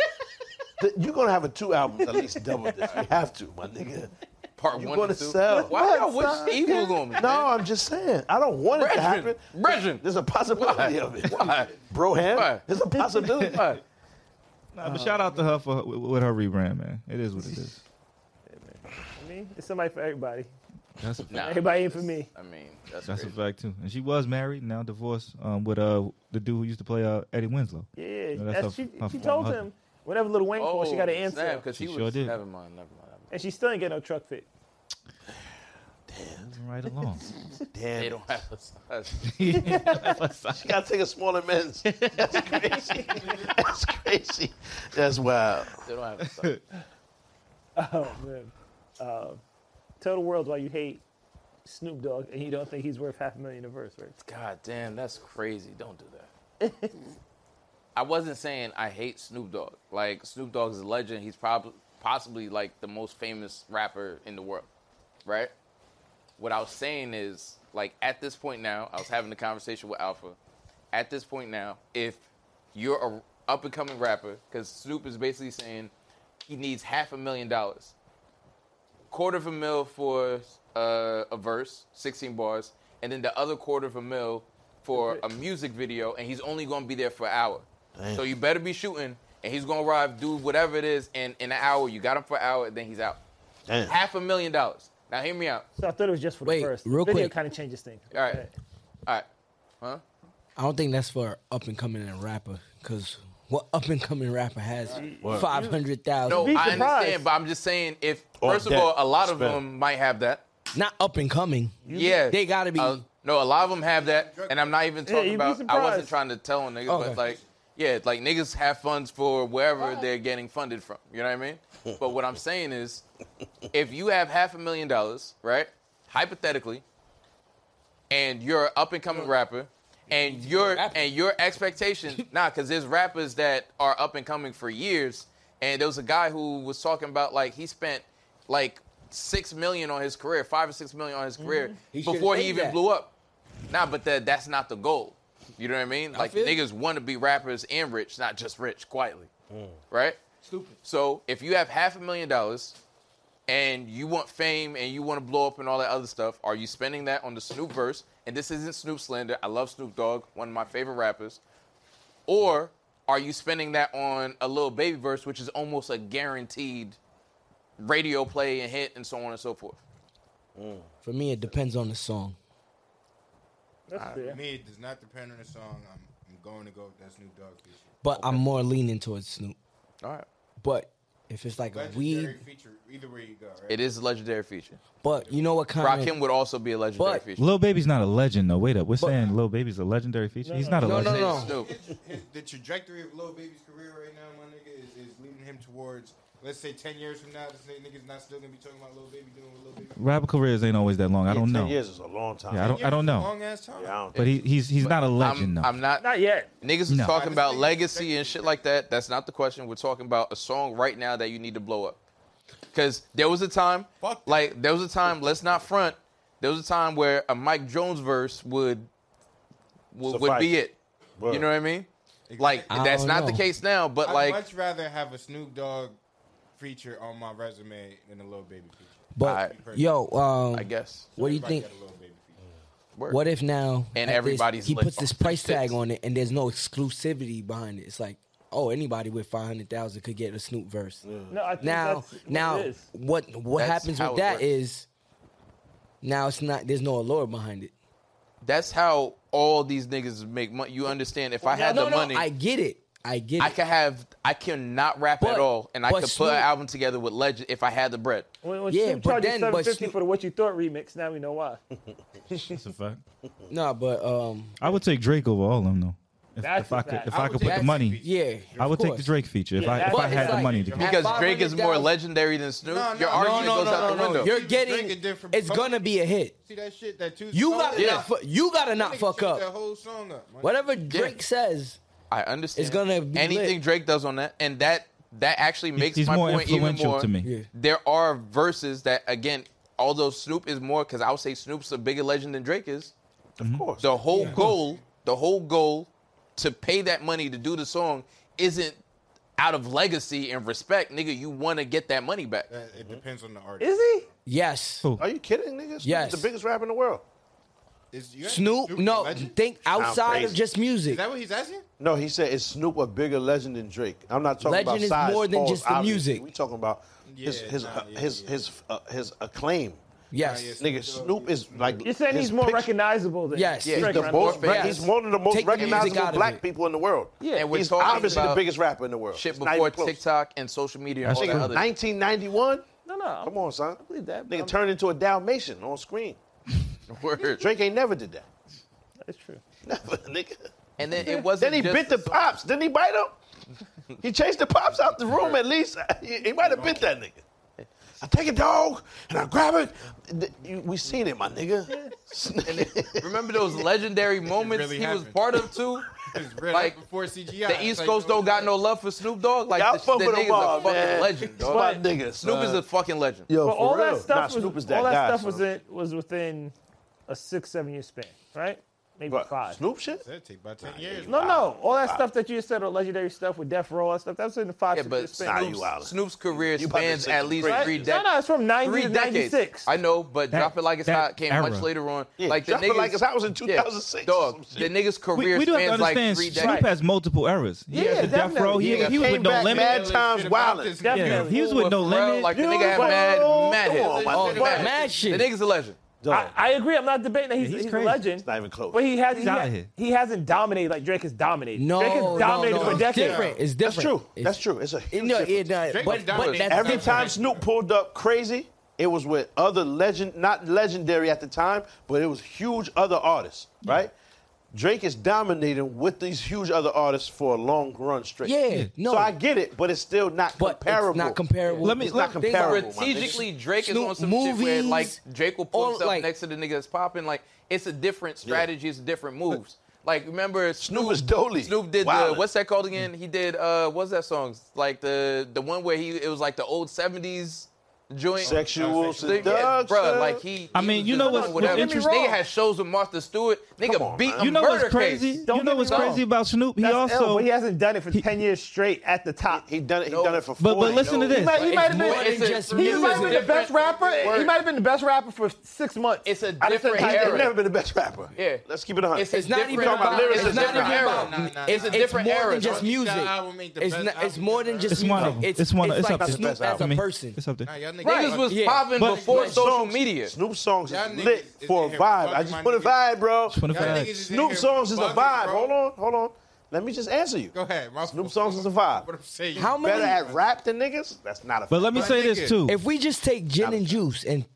[SPEAKER 3] th- you're going to have a two albums, at least double disc. You have to, my nigga.
[SPEAKER 5] Part
[SPEAKER 3] You're
[SPEAKER 5] one
[SPEAKER 3] going
[SPEAKER 5] and
[SPEAKER 3] to
[SPEAKER 5] two.
[SPEAKER 3] sell.
[SPEAKER 5] Why y'all wish evil on me?
[SPEAKER 3] No, I'm just saying. I don't want it to
[SPEAKER 5] Brethren,
[SPEAKER 3] happen.
[SPEAKER 5] brethren.
[SPEAKER 3] There's a possibility of it.
[SPEAKER 5] Why?
[SPEAKER 3] Broham,
[SPEAKER 5] Why?
[SPEAKER 3] there's a possibility.
[SPEAKER 5] Why?
[SPEAKER 7] Nah, but shout out to her for with with her rebrand, man. It is what it is.
[SPEAKER 2] I mean, it's somebody for everybody.
[SPEAKER 7] That's a fact.
[SPEAKER 5] Nah,
[SPEAKER 2] Everybody ain't for me.
[SPEAKER 5] I mean, that's,
[SPEAKER 7] That's a
[SPEAKER 5] crazy.
[SPEAKER 7] fact too. And she was married, now divorced, um, with uh the dude who used to play uh Eddie Winslow.
[SPEAKER 2] Yeah,
[SPEAKER 7] No, that's
[SPEAKER 2] that's
[SPEAKER 7] her-
[SPEAKER 2] she,
[SPEAKER 7] her
[SPEAKER 2] she
[SPEAKER 7] former
[SPEAKER 2] told
[SPEAKER 7] husband.
[SPEAKER 2] him whatever little Wayne for,
[SPEAKER 5] Oh,
[SPEAKER 2] she got an answer,
[SPEAKER 5] because he
[SPEAKER 7] She
[SPEAKER 5] was.
[SPEAKER 7] sure did.
[SPEAKER 5] Never mind. Never mind.
[SPEAKER 2] and she still ain't get no truck fit.
[SPEAKER 7] Moving right along.
[SPEAKER 3] Damn.
[SPEAKER 5] They don't have a size.
[SPEAKER 3] You gotta take a smaller men's. That's crazy. That's crazy. That's wild.
[SPEAKER 5] They don't have a size.
[SPEAKER 2] Oh man. Uh, tell the world why you hate Snoop Dogg and you don't think he's worth half a million a verse, right?
[SPEAKER 5] God damn, that's crazy. Don't do that. I wasn't saying I hate Snoop Dogg. Like Snoop Dogg is a legend. He's probably possibly like the most famous rapper in the world, right? What I was saying is like at this point now, I was having a conversation with Alpha. At this point now, if you're a up and coming rapper, because Snoop is basically saying he needs half a million dollars quarter of a mil for uh, a verse, 16 bars, and then the other quarter of a mil for a music video, and he's only going to be there for an hour. So you better be shooting, and he's going to arrive, do whatever it is, and in an hour, you got him for an hour, and then he's out.
[SPEAKER 3] Damn.
[SPEAKER 5] Half a million dollars. Now, hear me out.
[SPEAKER 2] So I thought it was just for the
[SPEAKER 9] Wait,
[SPEAKER 2] verse.
[SPEAKER 9] real
[SPEAKER 2] Video
[SPEAKER 9] quick.
[SPEAKER 2] kind of changes things.
[SPEAKER 5] All right. All right. Huh?
[SPEAKER 9] I don't think that's for up and coming rapper because what up and coming rapper has five hundred thousand?
[SPEAKER 5] No,
[SPEAKER 2] Be
[SPEAKER 5] I
[SPEAKER 2] surprised.
[SPEAKER 5] understand, but I'm just saying if,
[SPEAKER 3] Or
[SPEAKER 5] first of
[SPEAKER 3] that
[SPEAKER 5] all, a lot of
[SPEAKER 3] spell.
[SPEAKER 5] them might have that.
[SPEAKER 9] not up and coming.
[SPEAKER 5] yeah,
[SPEAKER 9] They gotta be-
[SPEAKER 5] Uh, no, a lot of them have that, and I'm not even talking
[SPEAKER 2] you'd be
[SPEAKER 5] about. I wasn't
[SPEAKER 2] surprised.
[SPEAKER 5] trying to tell on niggas,
[SPEAKER 9] Okay.
[SPEAKER 5] but like, yeah, like niggas have funds for wherever they're getting funded from. You know what I mean? But what I'm saying is, if you have half a million dollars, right? Hypothetically, and you're an up and coming rapper, and your and your expectation, nah, because there's rappers that are up and coming for years, and there was a guy who was talking about like he spent like six million on his career, five or six million on his career
[SPEAKER 9] Mm-hmm. He should've
[SPEAKER 5] before he
[SPEAKER 9] made
[SPEAKER 5] even
[SPEAKER 9] that.
[SPEAKER 5] blew up. Nah, but that that's not the goal. You know what I mean? Like
[SPEAKER 9] feel you.
[SPEAKER 5] niggas want to be rappers and rich, not just rich quietly, right?
[SPEAKER 9] Mm. Stupid.
[SPEAKER 5] So if you have half a million dollars and you want fame and you want to blow up and all that other stuff, are you spending that on the Snoop verse? And this isn't Snoop slander. I love Snoop Dogg, one of my favorite rappers. Or are you spending that on a little baby verse, which is almost a guaranteed radio play and hit and so on and so forth?
[SPEAKER 9] For me, it depends on the song.
[SPEAKER 2] That's fair.
[SPEAKER 8] Me, it does not depend on the song. I'm, I'm going to go with that Snoop Dogg feature.
[SPEAKER 9] But I'm more leaning towards Snoop.
[SPEAKER 5] All right.
[SPEAKER 9] But if it's like a
[SPEAKER 8] Legendary
[SPEAKER 9] weed,
[SPEAKER 8] feature, either way you go, right?
[SPEAKER 5] It is a legendary feature.
[SPEAKER 9] but you know what kind of
[SPEAKER 5] Rakim would also be a legendary
[SPEAKER 9] But-
[SPEAKER 5] feature.
[SPEAKER 7] Lil Baby's not a legend though. Wait up. We're saying Lil Baby's a legendary feature. He's not a
[SPEAKER 9] no,
[SPEAKER 7] legend.
[SPEAKER 9] no, no.
[SPEAKER 5] Snoop.
[SPEAKER 8] His, the trajectory of Lil Baby's career right now, my nigga, is, is leading him towards, let's say 10 years from now, this nigga's not still going to be talking about Lil Baby doing what Lil Baby
[SPEAKER 7] Rapper careers ain't always that long. I don't
[SPEAKER 3] Ten
[SPEAKER 7] know.
[SPEAKER 3] years is a long time.
[SPEAKER 7] Yeah, I don't. I don't know.
[SPEAKER 8] Long ass time.
[SPEAKER 3] Yeah, I don't
[SPEAKER 7] But he, he's he's not a legend
[SPEAKER 5] I'm,
[SPEAKER 7] though.
[SPEAKER 5] I'm not
[SPEAKER 2] Not yet.
[SPEAKER 5] Niggas is
[SPEAKER 7] No.
[SPEAKER 5] talking about
[SPEAKER 8] Honestly,
[SPEAKER 5] legacy and shit like that. That's not the question. We're talking about a song right now that you need to blow up. Cause there was a time,
[SPEAKER 8] Fuck that.
[SPEAKER 5] like there was a time. Let's not front. There was a time where a Mike Jones verse would would, would be
[SPEAKER 3] Suffice.
[SPEAKER 5] it. You know what I mean? Like
[SPEAKER 9] I
[SPEAKER 5] that's
[SPEAKER 9] don't
[SPEAKER 5] not the
[SPEAKER 9] know.
[SPEAKER 5] case now. But
[SPEAKER 8] I'd
[SPEAKER 5] like,
[SPEAKER 8] much rather have a Snoop Dogg feature on my resume than a Lil Baby feature.
[SPEAKER 9] but
[SPEAKER 8] I-
[SPEAKER 9] yo, um,
[SPEAKER 5] I guess
[SPEAKER 9] what do you
[SPEAKER 8] Everybody
[SPEAKER 9] think?
[SPEAKER 8] got a Lil Baby feature.
[SPEAKER 5] Word.
[SPEAKER 9] What if now
[SPEAKER 5] And
[SPEAKER 9] at this-
[SPEAKER 5] everybody's
[SPEAKER 9] he
[SPEAKER 5] lit
[SPEAKER 9] puts this
[SPEAKER 5] off the
[SPEAKER 9] price tag
[SPEAKER 5] shits.
[SPEAKER 9] on it and there's no exclusivity behind it. It's like, oh, anybody with five hundred thousand could get a Snoop verse.
[SPEAKER 2] No, I think
[SPEAKER 9] Now,
[SPEAKER 2] that's what it
[SPEAKER 9] now,
[SPEAKER 2] is.
[SPEAKER 9] what what
[SPEAKER 5] That's
[SPEAKER 9] happens
[SPEAKER 5] how it
[SPEAKER 9] with that
[SPEAKER 5] works.
[SPEAKER 9] is now it's not there's no allure behind it.
[SPEAKER 5] that's how all these niggas make money. You understand? If I had
[SPEAKER 9] no,
[SPEAKER 5] the
[SPEAKER 9] no,
[SPEAKER 5] money,
[SPEAKER 9] I get it. I get it.
[SPEAKER 5] I could have. I cannot rap
[SPEAKER 9] But-
[SPEAKER 5] at all, and I
[SPEAKER 9] but
[SPEAKER 5] could put an
[SPEAKER 9] Snoop-
[SPEAKER 5] album together with legend if I had the bread.
[SPEAKER 2] When, when
[SPEAKER 9] Yeah,
[SPEAKER 2] Snoop
[SPEAKER 9] but
[SPEAKER 2] charges
[SPEAKER 9] then- but
[SPEAKER 2] 750
[SPEAKER 9] Snoop-
[SPEAKER 2] for the What You Thought remix, now we know why.
[SPEAKER 7] That's a fact.
[SPEAKER 9] no, but um,
[SPEAKER 7] I would take Drake over all of them though. If,
[SPEAKER 2] That's
[SPEAKER 7] if I
[SPEAKER 2] a
[SPEAKER 7] could,
[SPEAKER 2] fact.
[SPEAKER 7] if
[SPEAKER 8] I
[SPEAKER 7] I,
[SPEAKER 8] would
[SPEAKER 7] could
[SPEAKER 8] take
[SPEAKER 7] put the
[SPEAKER 8] that
[SPEAKER 7] money,
[SPEAKER 9] yeah,
[SPEAKER 7] I would
[SPEAKER 9] of
[SPEAKER 7] take the
[SPEAKER 9] course.
[SPEAKER 7] Drake feature if I if
[SPEAKER 2] but
[SPEAKER 7] I
[SPEAKER 2] it's
[SPEAKER 7] had the
[SPEAKER 9] like-
[SPEAKER 7] money to.
[SPEAKER 9] At
[SPEAKER 5] Because Drake is more
[SPEAKER 9] $500,000
[SPEAKER 5] legendary than Snoop.
[SPEAKER 8] No, no,
[SPEAKER 5] Your
[SPEAKER 8] no,
[SPEAKER 5] argument
[SPEAKER 8] no,
[SPEAKER 5] goes
[SPEAKER 8] no,
[SPEAKER 5] out the
[SPEAKER 8] no, no.
[SPEAKER 5] window.
[SPEAKER 9] You're
[SPEAKER 8] Drake
[SPEAKER 9] getting
[SPEAKER 8] is different. Oh,
[SPEAKER 9] it's gonna be a hit.
[SPEAKER 8] See that shit? That two
[SPEAKER 9] You gotta
[SPEAKER 5] Yeah.
[SPEAKER 9] not fu- you gotta not fuck
[SPEAKER 8] That
[SPEAKER 9] up.
[SPEAKER 8] whole song up. my
[SPEAKER 9] Whatever Drake says,
[SPEAKER 5] I understand.
[SPEAKER 9] It's gonna be
[SPEAKER 5] anything
[SPEAKER 9] lit.
[SPEAKER 5] Drake does on that, and that that actually makes
[SPEAKER 7] he's
[SPEAKER 5] my
[SPEAKER 7] more
[SPEAKER 5] point even
[SPEAKER 7] influential
[SPEAKER 5] more.
[SPEAKER 7] to me.
[SPEAKER 9] Yeah.
[SPEAKER 5] There are verses that again, although Snoop is more, because I would say Snoop's a bigger legend than Drake is.
[SPEAKER 7] Mm-hmm.
[SPEAKER 3] Of course.
[SPEAKER 5] The whole goal, the whole goal, to pay that money to do the song, isn't out of legacy and respect, nigga. You want to get that money back.
[SPEAKER 8] Uh,
[SPEAKER 3] Mm-hmm.
[SPEAKER 8] It depends on the artist.
[SPEAKER 2] Is he?
[SPEAKER 9] yes.
[SPEAKER 7] Who?
[SPEAKER 3] Are you kidding, niggas?
[SPEAKER 9] Yes.
[SPEAKER 3] the biggest rapper in the world.
[SPEAKER 8] Is, you-
[SPEAKER 9] Snoop,
[SPEAKER 8] Snoop's a
[SPEAKER 9] no,
[SPEAKER 8] legend?
[SPEAKER 9] think outside of
[SPEAKER 3] crazy.
[SPEAKER 9] just
[SPEAKER 8] Is
[SPEAKER 9] music.
[SPEAKER 8] that what he's asking?
[SPEAKER 3] No, he said is Snoop a bigger legend than Drake? I'm not talking
[SPEAKER 9] Legend
[SPEAKER 3] about
[SPEAKER 9] is
[SPEAKER 3] size.
[SPEAKER 9] more than
[SPEAKER 3] falls,
[SPEAKER 9] just the
[SPEAKER 3] obviously.
[SPEAKER 9] music.
[SPEAKER 3] We talking about his
[SPEAKER 8] Yeah,
[SPEAKER 3] his
[SPEAKER 8] nah, yeah,
[SPEAKER 3] his
[SPEAKER 8] yeah.
[SPEAKER 3] his uh, his acclaim.
[SPEAKER 9] Yes.
[SPEAKER 8] yes.
[SPEAKER 3] Nigga, Snoop is like
[SPEAKER 2] You're saying
[SPEAKER 3] his
[SPEAKER 2] he's more
[SPEAKER 3] picture-
[SPEAKER 2] recognizable than
[SPEAKER 9] Yes. Yeah,
[SPEAKER 5] he's
[SPEAKER 2] Drake,
[SPEAKER 5] the
[SPEAKER 2] right?
[SPEAKER 3] Most,
[SPEAKER 5] More
[SPEAKER 3] rec-
[SPEAKER 5] fans.
[SPEAKER 3] he's one of the most
[SPEAKER 9] Take the music out
[SPEAKER 3] recognizable
[SPEAKER 9] of
[SPEAKER 3] black
[SPEAKER 9] it.
[SPEAKER 3] people in the world.
[SPEAKER 2] Yeah.
[SPEAKER 5] And we're
[SPEAKER 3] He's
[SPEAKER 5] talking
[SPEAKER 3] obviously the
[SPEAKER 5] about
[SPEAKER 3] biggest rapper in the world.
[SPEAKER 5] shit
[SPEAKER 3] It's not
[SPEAKER 5] before
[SPEAKER 3] even close.
[SPEAKER 5] TikTok and social media and
[SPEAKER 7] That's
[SPEAKER 5] all that
[SPEAKER 7] true.
[SPEAKER 5] other.
[SPEAKER 3] 1991.
[SPEAKER 2] No, no.
[SPEAKER 3] Come on, son.
[SPEAKER 2] I believe that. but
[SPEAKER 3] Nigga
[SPEAKER 2] I'm-
[SPEAKER 3] turned into a Dalmatian on screen.
[SPEAKER 5] Word.
[SPEAKER 3] Drake ain't never did that.
[SPEAKER 2] That's true.
[SPEAKER 3] Never, nigga.
[SPEAKER 5] And then it
[SPEAKER 3] Then
[SPEAKER 5] wasn't.
[SPEAKER 3] he
[SPEAKER 5] just
[SPEAKER 3] bit the
[SPEAKER 5] song.
[SPEAKER 3] pops. Didn't he bite him? He chased the pops out the room. At least he, he might have bit that nigga. I take a dog and I grab it. Th- you- We seen it, my nigga.
[SPEAKER 5] Remember those legendary moments
[SPEAKER 8] really
[SPEAKER 5] he was
[SPEAKER 8] happened.
[SPEAKER 5] part of too.
[SPEAKER 8] It's real
[SPEAKER 5] Like,
[SPEAKER 8] before CGI.
[SPEAKER 5] The
[SPEAKER 8] It's
[SPEAKER 5] East
[SPEAKER 8] like,
[SPEAKER 5] Coast
[SPEAKER 8] no-
[SPEAKER 5] don't got no love for Snoop Dogg. Like
[SPEAKER 3] Y'all
[SPEAKER 5] the,
[SPEAKER 3] fuck
[SPEAKER 5] the
[SPEAKER 3] with
[SPEAKER 5] niggas
[SPEAKER 3] him all,
[SPEAKER 5] a fucking
[SPEAKER 3] man.
[SPEAKER 5] legend. Dog.
[SPEAKER 3] my nigga.
[SPEAKER 5] Snoop
[SPEAKER 3] son.
[SPEAKER 5] is a fucking legend.
[SPEAKER 3] Yo,
[SPEAKER 2] But
[SPEAKER 3] for
[SPEAKER 2] all
[SPEAKER 3] real.
[SPEAKER 2] that
[SPEAKER 3] Nah,
[SPEAKER 2] stuff
[SPEAKER 3] Snoop
[SPEAKER 2] was
[SPEAKER 3] is that
[SPEAKER 2] all that
[SPEAKER 3] guy,
[SPEAKER 2] stuff
[SPEAKER 3] son.
[SPEAKER 2] was in, was within a six seven year span, right? Maybe
[SPEAKER 3] What,
[SPEAKER 2] five.
[SPEAKER 3] Snoop shit?
[SPEAKER 8] That'd take about 10 years.
[SPEAKER 2] No, no, all that stuff that you just said, all legendary stuff with Death Row, all that stuff, that's in the five
[SPEAKER 5] Yeah,
[SPEAKER 2] six year
[SPEAKER 5] but
[SPEAKER 2] span.
[SPEAKER 3] Nah, you
[SPEAKER 5] Snoop's,
[SPEAKER 3] wildin'.
[SPEAKER 5] Snoop's career
[SPEAKER 3] You about to
[SPEAKER 5] spans
[SPEAKER 3] say
[SPEAKER 5] at
[SPEAKER 3] some
[SPEAKER 5] least
[SPEAKER 3] crazy
[SPEAKER 5] three,
[SPEAKER 3] shit.
[SPEAKER 2] no,
[SPEAKER 5] dec-
[SPEAKER 2] no, it's from ninety
[SPEAKER 5] three
[SPEAKER 2] to ninety
[SPEAKER 5] decades.
[SPEAKER 2] six.
[SPEAKER 5] I know, but
[SPEAKER 7] That-
[SPEAKER 5] Drop It Like It's
[SPEAKER 7] that
[SPEAKER 5] Hot came much
[SPEAKER 7] era.
[SPEAKER 5] later on.
[SPEAKER 3] Yeah,
[SPEAKER 5] like the
[SPEAKER 3] Drop It
[SPEAKER 5] niggas,
[SPEAKER 3] Like It's Hot was in
[SPEAKER 5] yeah,
[SPEAKER 3] 2006 or
[SPEAKER 5] dog,
[SPEAKER 3] some
[SPEAKER 5] the
[SPEAKER 3] shit.
[SPEAKER 5] niggas'
[SPEAKER 7] We,
[SPEAKER 5] career
[SPEAKER 7] we do have to
[SPEAKER 5] spans like
[SPEAKER 7] understand
[SPEAKER 5] three
[SPEAKER 7] Snoop
[SPEAKER 5] decades.
[SPEAKER 7] has multiple eras. He
[SPEAKER 2] Yeah,
[SPEAKER 7] had the Death
[SPEAKER 2] definitely.
[SPEAKER 7] Row.
[SPEAKER 5] Yeah.
[SPEAKER 7] He, he was
[SPEAKER 3] Came
[SPEAKER 7] with No
[SPEAKER 3] back
[SPEAKER 7] Limit.
[SPEAKER 3] mad times wilding.
[SPEAKER 8] Yeah.
[SPEAKER 7] Yeah, he was with No
[SPEAKER 5] Bro,
[SPEAKER 7] Limit.
[SPEAKER 5] like the nigga had
[SPEAKER 2] Yo,
[SPEAKER 5] mad,
[SPEAKER 3] come
[SPEAKER 5] mad hits.
[SPEAKER 3] on, my
[SPEAKER 5] Oh,
[SPEAKER 3] nigga.
[SPEAKER 5] mad.
[SPEAKER 9] Mad shit.
[SPEAKER 5] The nigga's a legend.
[SPEAKER 2] I, I agree. I'm not debating that he's,
[SPEAKER 7] Yeah, he's
[SPEAKER 2] he's, a
[SPEAKER 7] crazy.
[SPEAKER 2] legend.
[SPEAKER 3] It's not even close.
[SPEAKER 2] But he has
[SPEAKER 7] He's
[SPEAKER 2] he,
[SPEAKER 7] outta
[SPEAKER 2] ha-
[SPEAKER 7] here.
[SPEAKER 2] he hasn't dominated like Drake has dominated.
[SPEAKER 9] No,
[SPEAKER 2] Drake
[SPEAKER 9] no,
[SPEAKER 2] has dominated
[SPEAKER 9] no,
[SPEAKER 2] for
[SPEAKER 9] it's
[SPEAKER 2] decades.
[SPEAKER 9] different. It's
[SPEAKER 3] That's
[SPEAKER 9] different.
[SPEAKER 3] true.
[SPEAKER 9] It's-
[SPEAKER 3] That's true. It's a
[SPEAKER 9] It,
[SPEAKER 3] huge
[SPEAKER 9] no,
[SPEAKER 3] difference.
[SPEAKER 9] it, uh,
[SPEAKER 8] Drake
[SPEAKER 9] but,
[SPEAKER 8] was
[SPEAKER 9] but
[SPEAKER 8] dominating.
[SPEAKER 9] that's
[SPEAKER 3] Every
[SPEAKER 9] not-
[SPEAKER 3] time Snoop pulled up crazy, it was with other legend, not legendary at the time, but it was huge other artists, right? Drake is dominating with these huge other artists for a long run straight.
[SPEAKER 9] Yeah, no.
[SPEAKER 3] So I get it, but it's still not
[SPEAKER 9] But it's
[SPEAKER 3] comparable.
[SPEAKER 9] not comparable.
[SPEAKER 3] Let me.
[SPEAKER 9] It's
[SPEAKER 3] It's not
[SPEAKER 9] not- things
[SPEAKER 3] comparable. my nigga.
[SPEAKER 5] Strategically, Drake is
[SPEAKER 9] Snoop
[SPEAKER 5] on some shit where
[SPEAKER 9] movies,
[SPEAKER 5] like Drake will pull
[SPEAKER 9] all,
[SPEAKER 5] himself
[SPEAKER 9] like-
[SPEAKER 5] next to the nigga that's popping. Like it's a different strategy, it's different moves. Like remember Snoop,
[SPEAKER 3] Snoop is Dolly.
[SPEAKER 5] Snoop did the
[SPEAKER 3] Wildin'.
[SPEAKER 5] what's that called again? He did uh what's that song? Like the the one where he it was like the old seventies joint.
[SPEAKER 3] Sexual
[SPEAKER 5] Thing, yeah,
[SPEAKER 3] seduction.
[SPEAKER 5] bro, like he.
[SPEAKER 7] I
[SPEAKER 5] he
[SPEAKER 7] mean,
[SPEAKER 5] was
[SPEAKER 7] you
[SPEAKER 5] just
[SPEAKER 7] know
[SPEAKER 5] doing
[SPEAKER 7] what's- what's
[SPEAKER 5] whatever.
[SPEAKER 7] interesting-
[SPEAKER 5] Nigga had shows with Martha Stewart. Nigga
[SPEAKER 3] Come on,
[SPEAKER 5] beat
[SPEAKER 3] man.
[SPEAKER 5] a
[SPEAKER 7] You know
[SPEAKER 5] murder
[SPEAKER 7] what's crazy?
[SPEAKER 5] case.
[SPEAKER 7] You know what's
[SPEAKER 5] wrong.
[SPEAKER 7] crazy about Snoop? He
[SPEAKER 2] That's ill,
[SPEAKER 7] also
[SPEAKER 2] but he hasn't done it for ten years straight at the top.
[SPEAKER 3] He done it. He
[SPEAKER 5] No.
[SPEAKER 3] done it for.
[SPEAKER 7] But- but
[SPEAKER 3] 40.
[SPEAKER 7] listen to
[SPEAKER 3] No,
[SPEAKER 7] this.
[SPEAKER 2] He might, he
[SPEAKER 5] It's
[SPEAKER 2] might have
[SPEAKER 5] more
[SPEAKER 2] been,
[SPEAKER 5] than
[SPEAKER 2] he
[SPEAKER 5] just
[SPEAKER 2] might have been the
[SPEAKER 5] music.
[SPEAKER 2] best rapper. He
[SPEAKER 5] Word.
[SPEAKER 2] might have been the best rapper for six months.
[SPEAKER 5] It's a
[SPEAKER 2] Out of
[SPEAKER 5] different
[SPEAKER 2] 10 times.
[SPEAKER 5] era.
[SPEAKER 3] He's never been the best rapper.
[SPEAKER 5] Yeah.
[SPEAKER 3] Let's keep it a hundred.
[SPEAKER 5] It's, a
[SPEAKER 9] It's not
[SPEAKER 5] different
[SPEAKER 9] even
[SPEAKER 3] Talking about
[SPEAKER 9] about.
[SPEAKER 3] lyricism
[SPEAKER 9] It's not
[SPEAKER 5] different
[SPEAKER 9] even
[SPEAKER 5] era.
[SPEAKER 9] about.
[SPEAKER 8] Nah, nah,
[SPEAKER 9] It's
[SPEAKER 8] nah.
[SPEAKER 9] a
[SPEAKER 5] It's
[SPEAKER 9] different
[SPEAKER 5] more
[SPEAKER 9] era.
[SPEAKER 5] than
[SPEAKER 9] It's
[SPEAKER 5] just
[SPEAKER 9] just music.
[SPEAKER 8] That album ain't the
[SPEAKER 9] It's
[SPEAKER 8] best
[SPEAKER 9] not. It's
[SPEAKER 8] album
[SPEAKER 9] more
[SPEAKER 8] ever.
[SPEAKER 9] than just
[SPEAKER 7] It's
[SPEAKER 9] music.
[SPEAKER 7] one of them.
[SPEAKER 9] It's,
[SPEAKER 7] It's
[SPEAKER 9] It's,
[SPEAKER 7] one. of- It's
[SPEAKER 9] like
[SPEAKER 7] up
[SPEAKER 9] Snoop
[SPEAKER 7] there.
[SPEAKER 9] as
[SPEAKER 7] To
[SPEAKER 9] a
[SPEAKER 7] me,
[SPEAKER 9] person.
[SPEAKER 7] It's up
[SPEAKER 8] Nah,
[SPEAKER 7] there.
[SPEAKER 8] y'all niggas
[SPEAKER 5] Niggas was
[SPEAKER 9] Yeah.
[SPEAKER 5] popping
[SPEAKER 7] But-
[SPEAKER 5] before
[SPEAKER 9] But-
[SPEAKER 5] social media.
[SPEAKER 3] Snoop songs is
[SPEAKER 8] Y'all niggas
[SPEAKER 3] lit
[SPEAKER 8] is
[SPEAKER 3] for a
[SPEAKER 8] in here
[SPEAKER 3] vibe. I
[SPEAKER 8] fucking
[SPEAKER 3] just
[SPEAKER 8] my
[SPEAKER 3] want a
[SPEAKER 8] niggas.
[SPEAKER 3] vibe, bro.
[SPEAKER 8] Y'all
[SPEAKER 7] 25.
[SPEAKER 8] niggas is in
[SPEAKER 3] Snoop
[SPEAKER 8] here
[SPEAKER 3] songs is a
[SPEAKER 8] bugging,
[SPEAKER 3] vibe.
[SPEAKER 8] bro.
[SPEAKER 3] Hold on, hold on. Let me just answer you.
[SPEAKER 8] Go ahead. My
[SPEAKER 3] Snoop
[SPEAKER 8] fault.
[SPEAKER 3] songs is a vibe.
[SPEAKER 8] What I'm saying.
[SPEAKER 9] How many?
[SPEAKER 3] Better at rap than niggas? That's not a.
[SPEAKER 7] But let me
[SPEAKER 8] My
[SPEAKER 7] say this
[SPEAKER 8] nigga.
[SPEAKER 7] too.
[SPEAKER 9] If we just take gin and juice and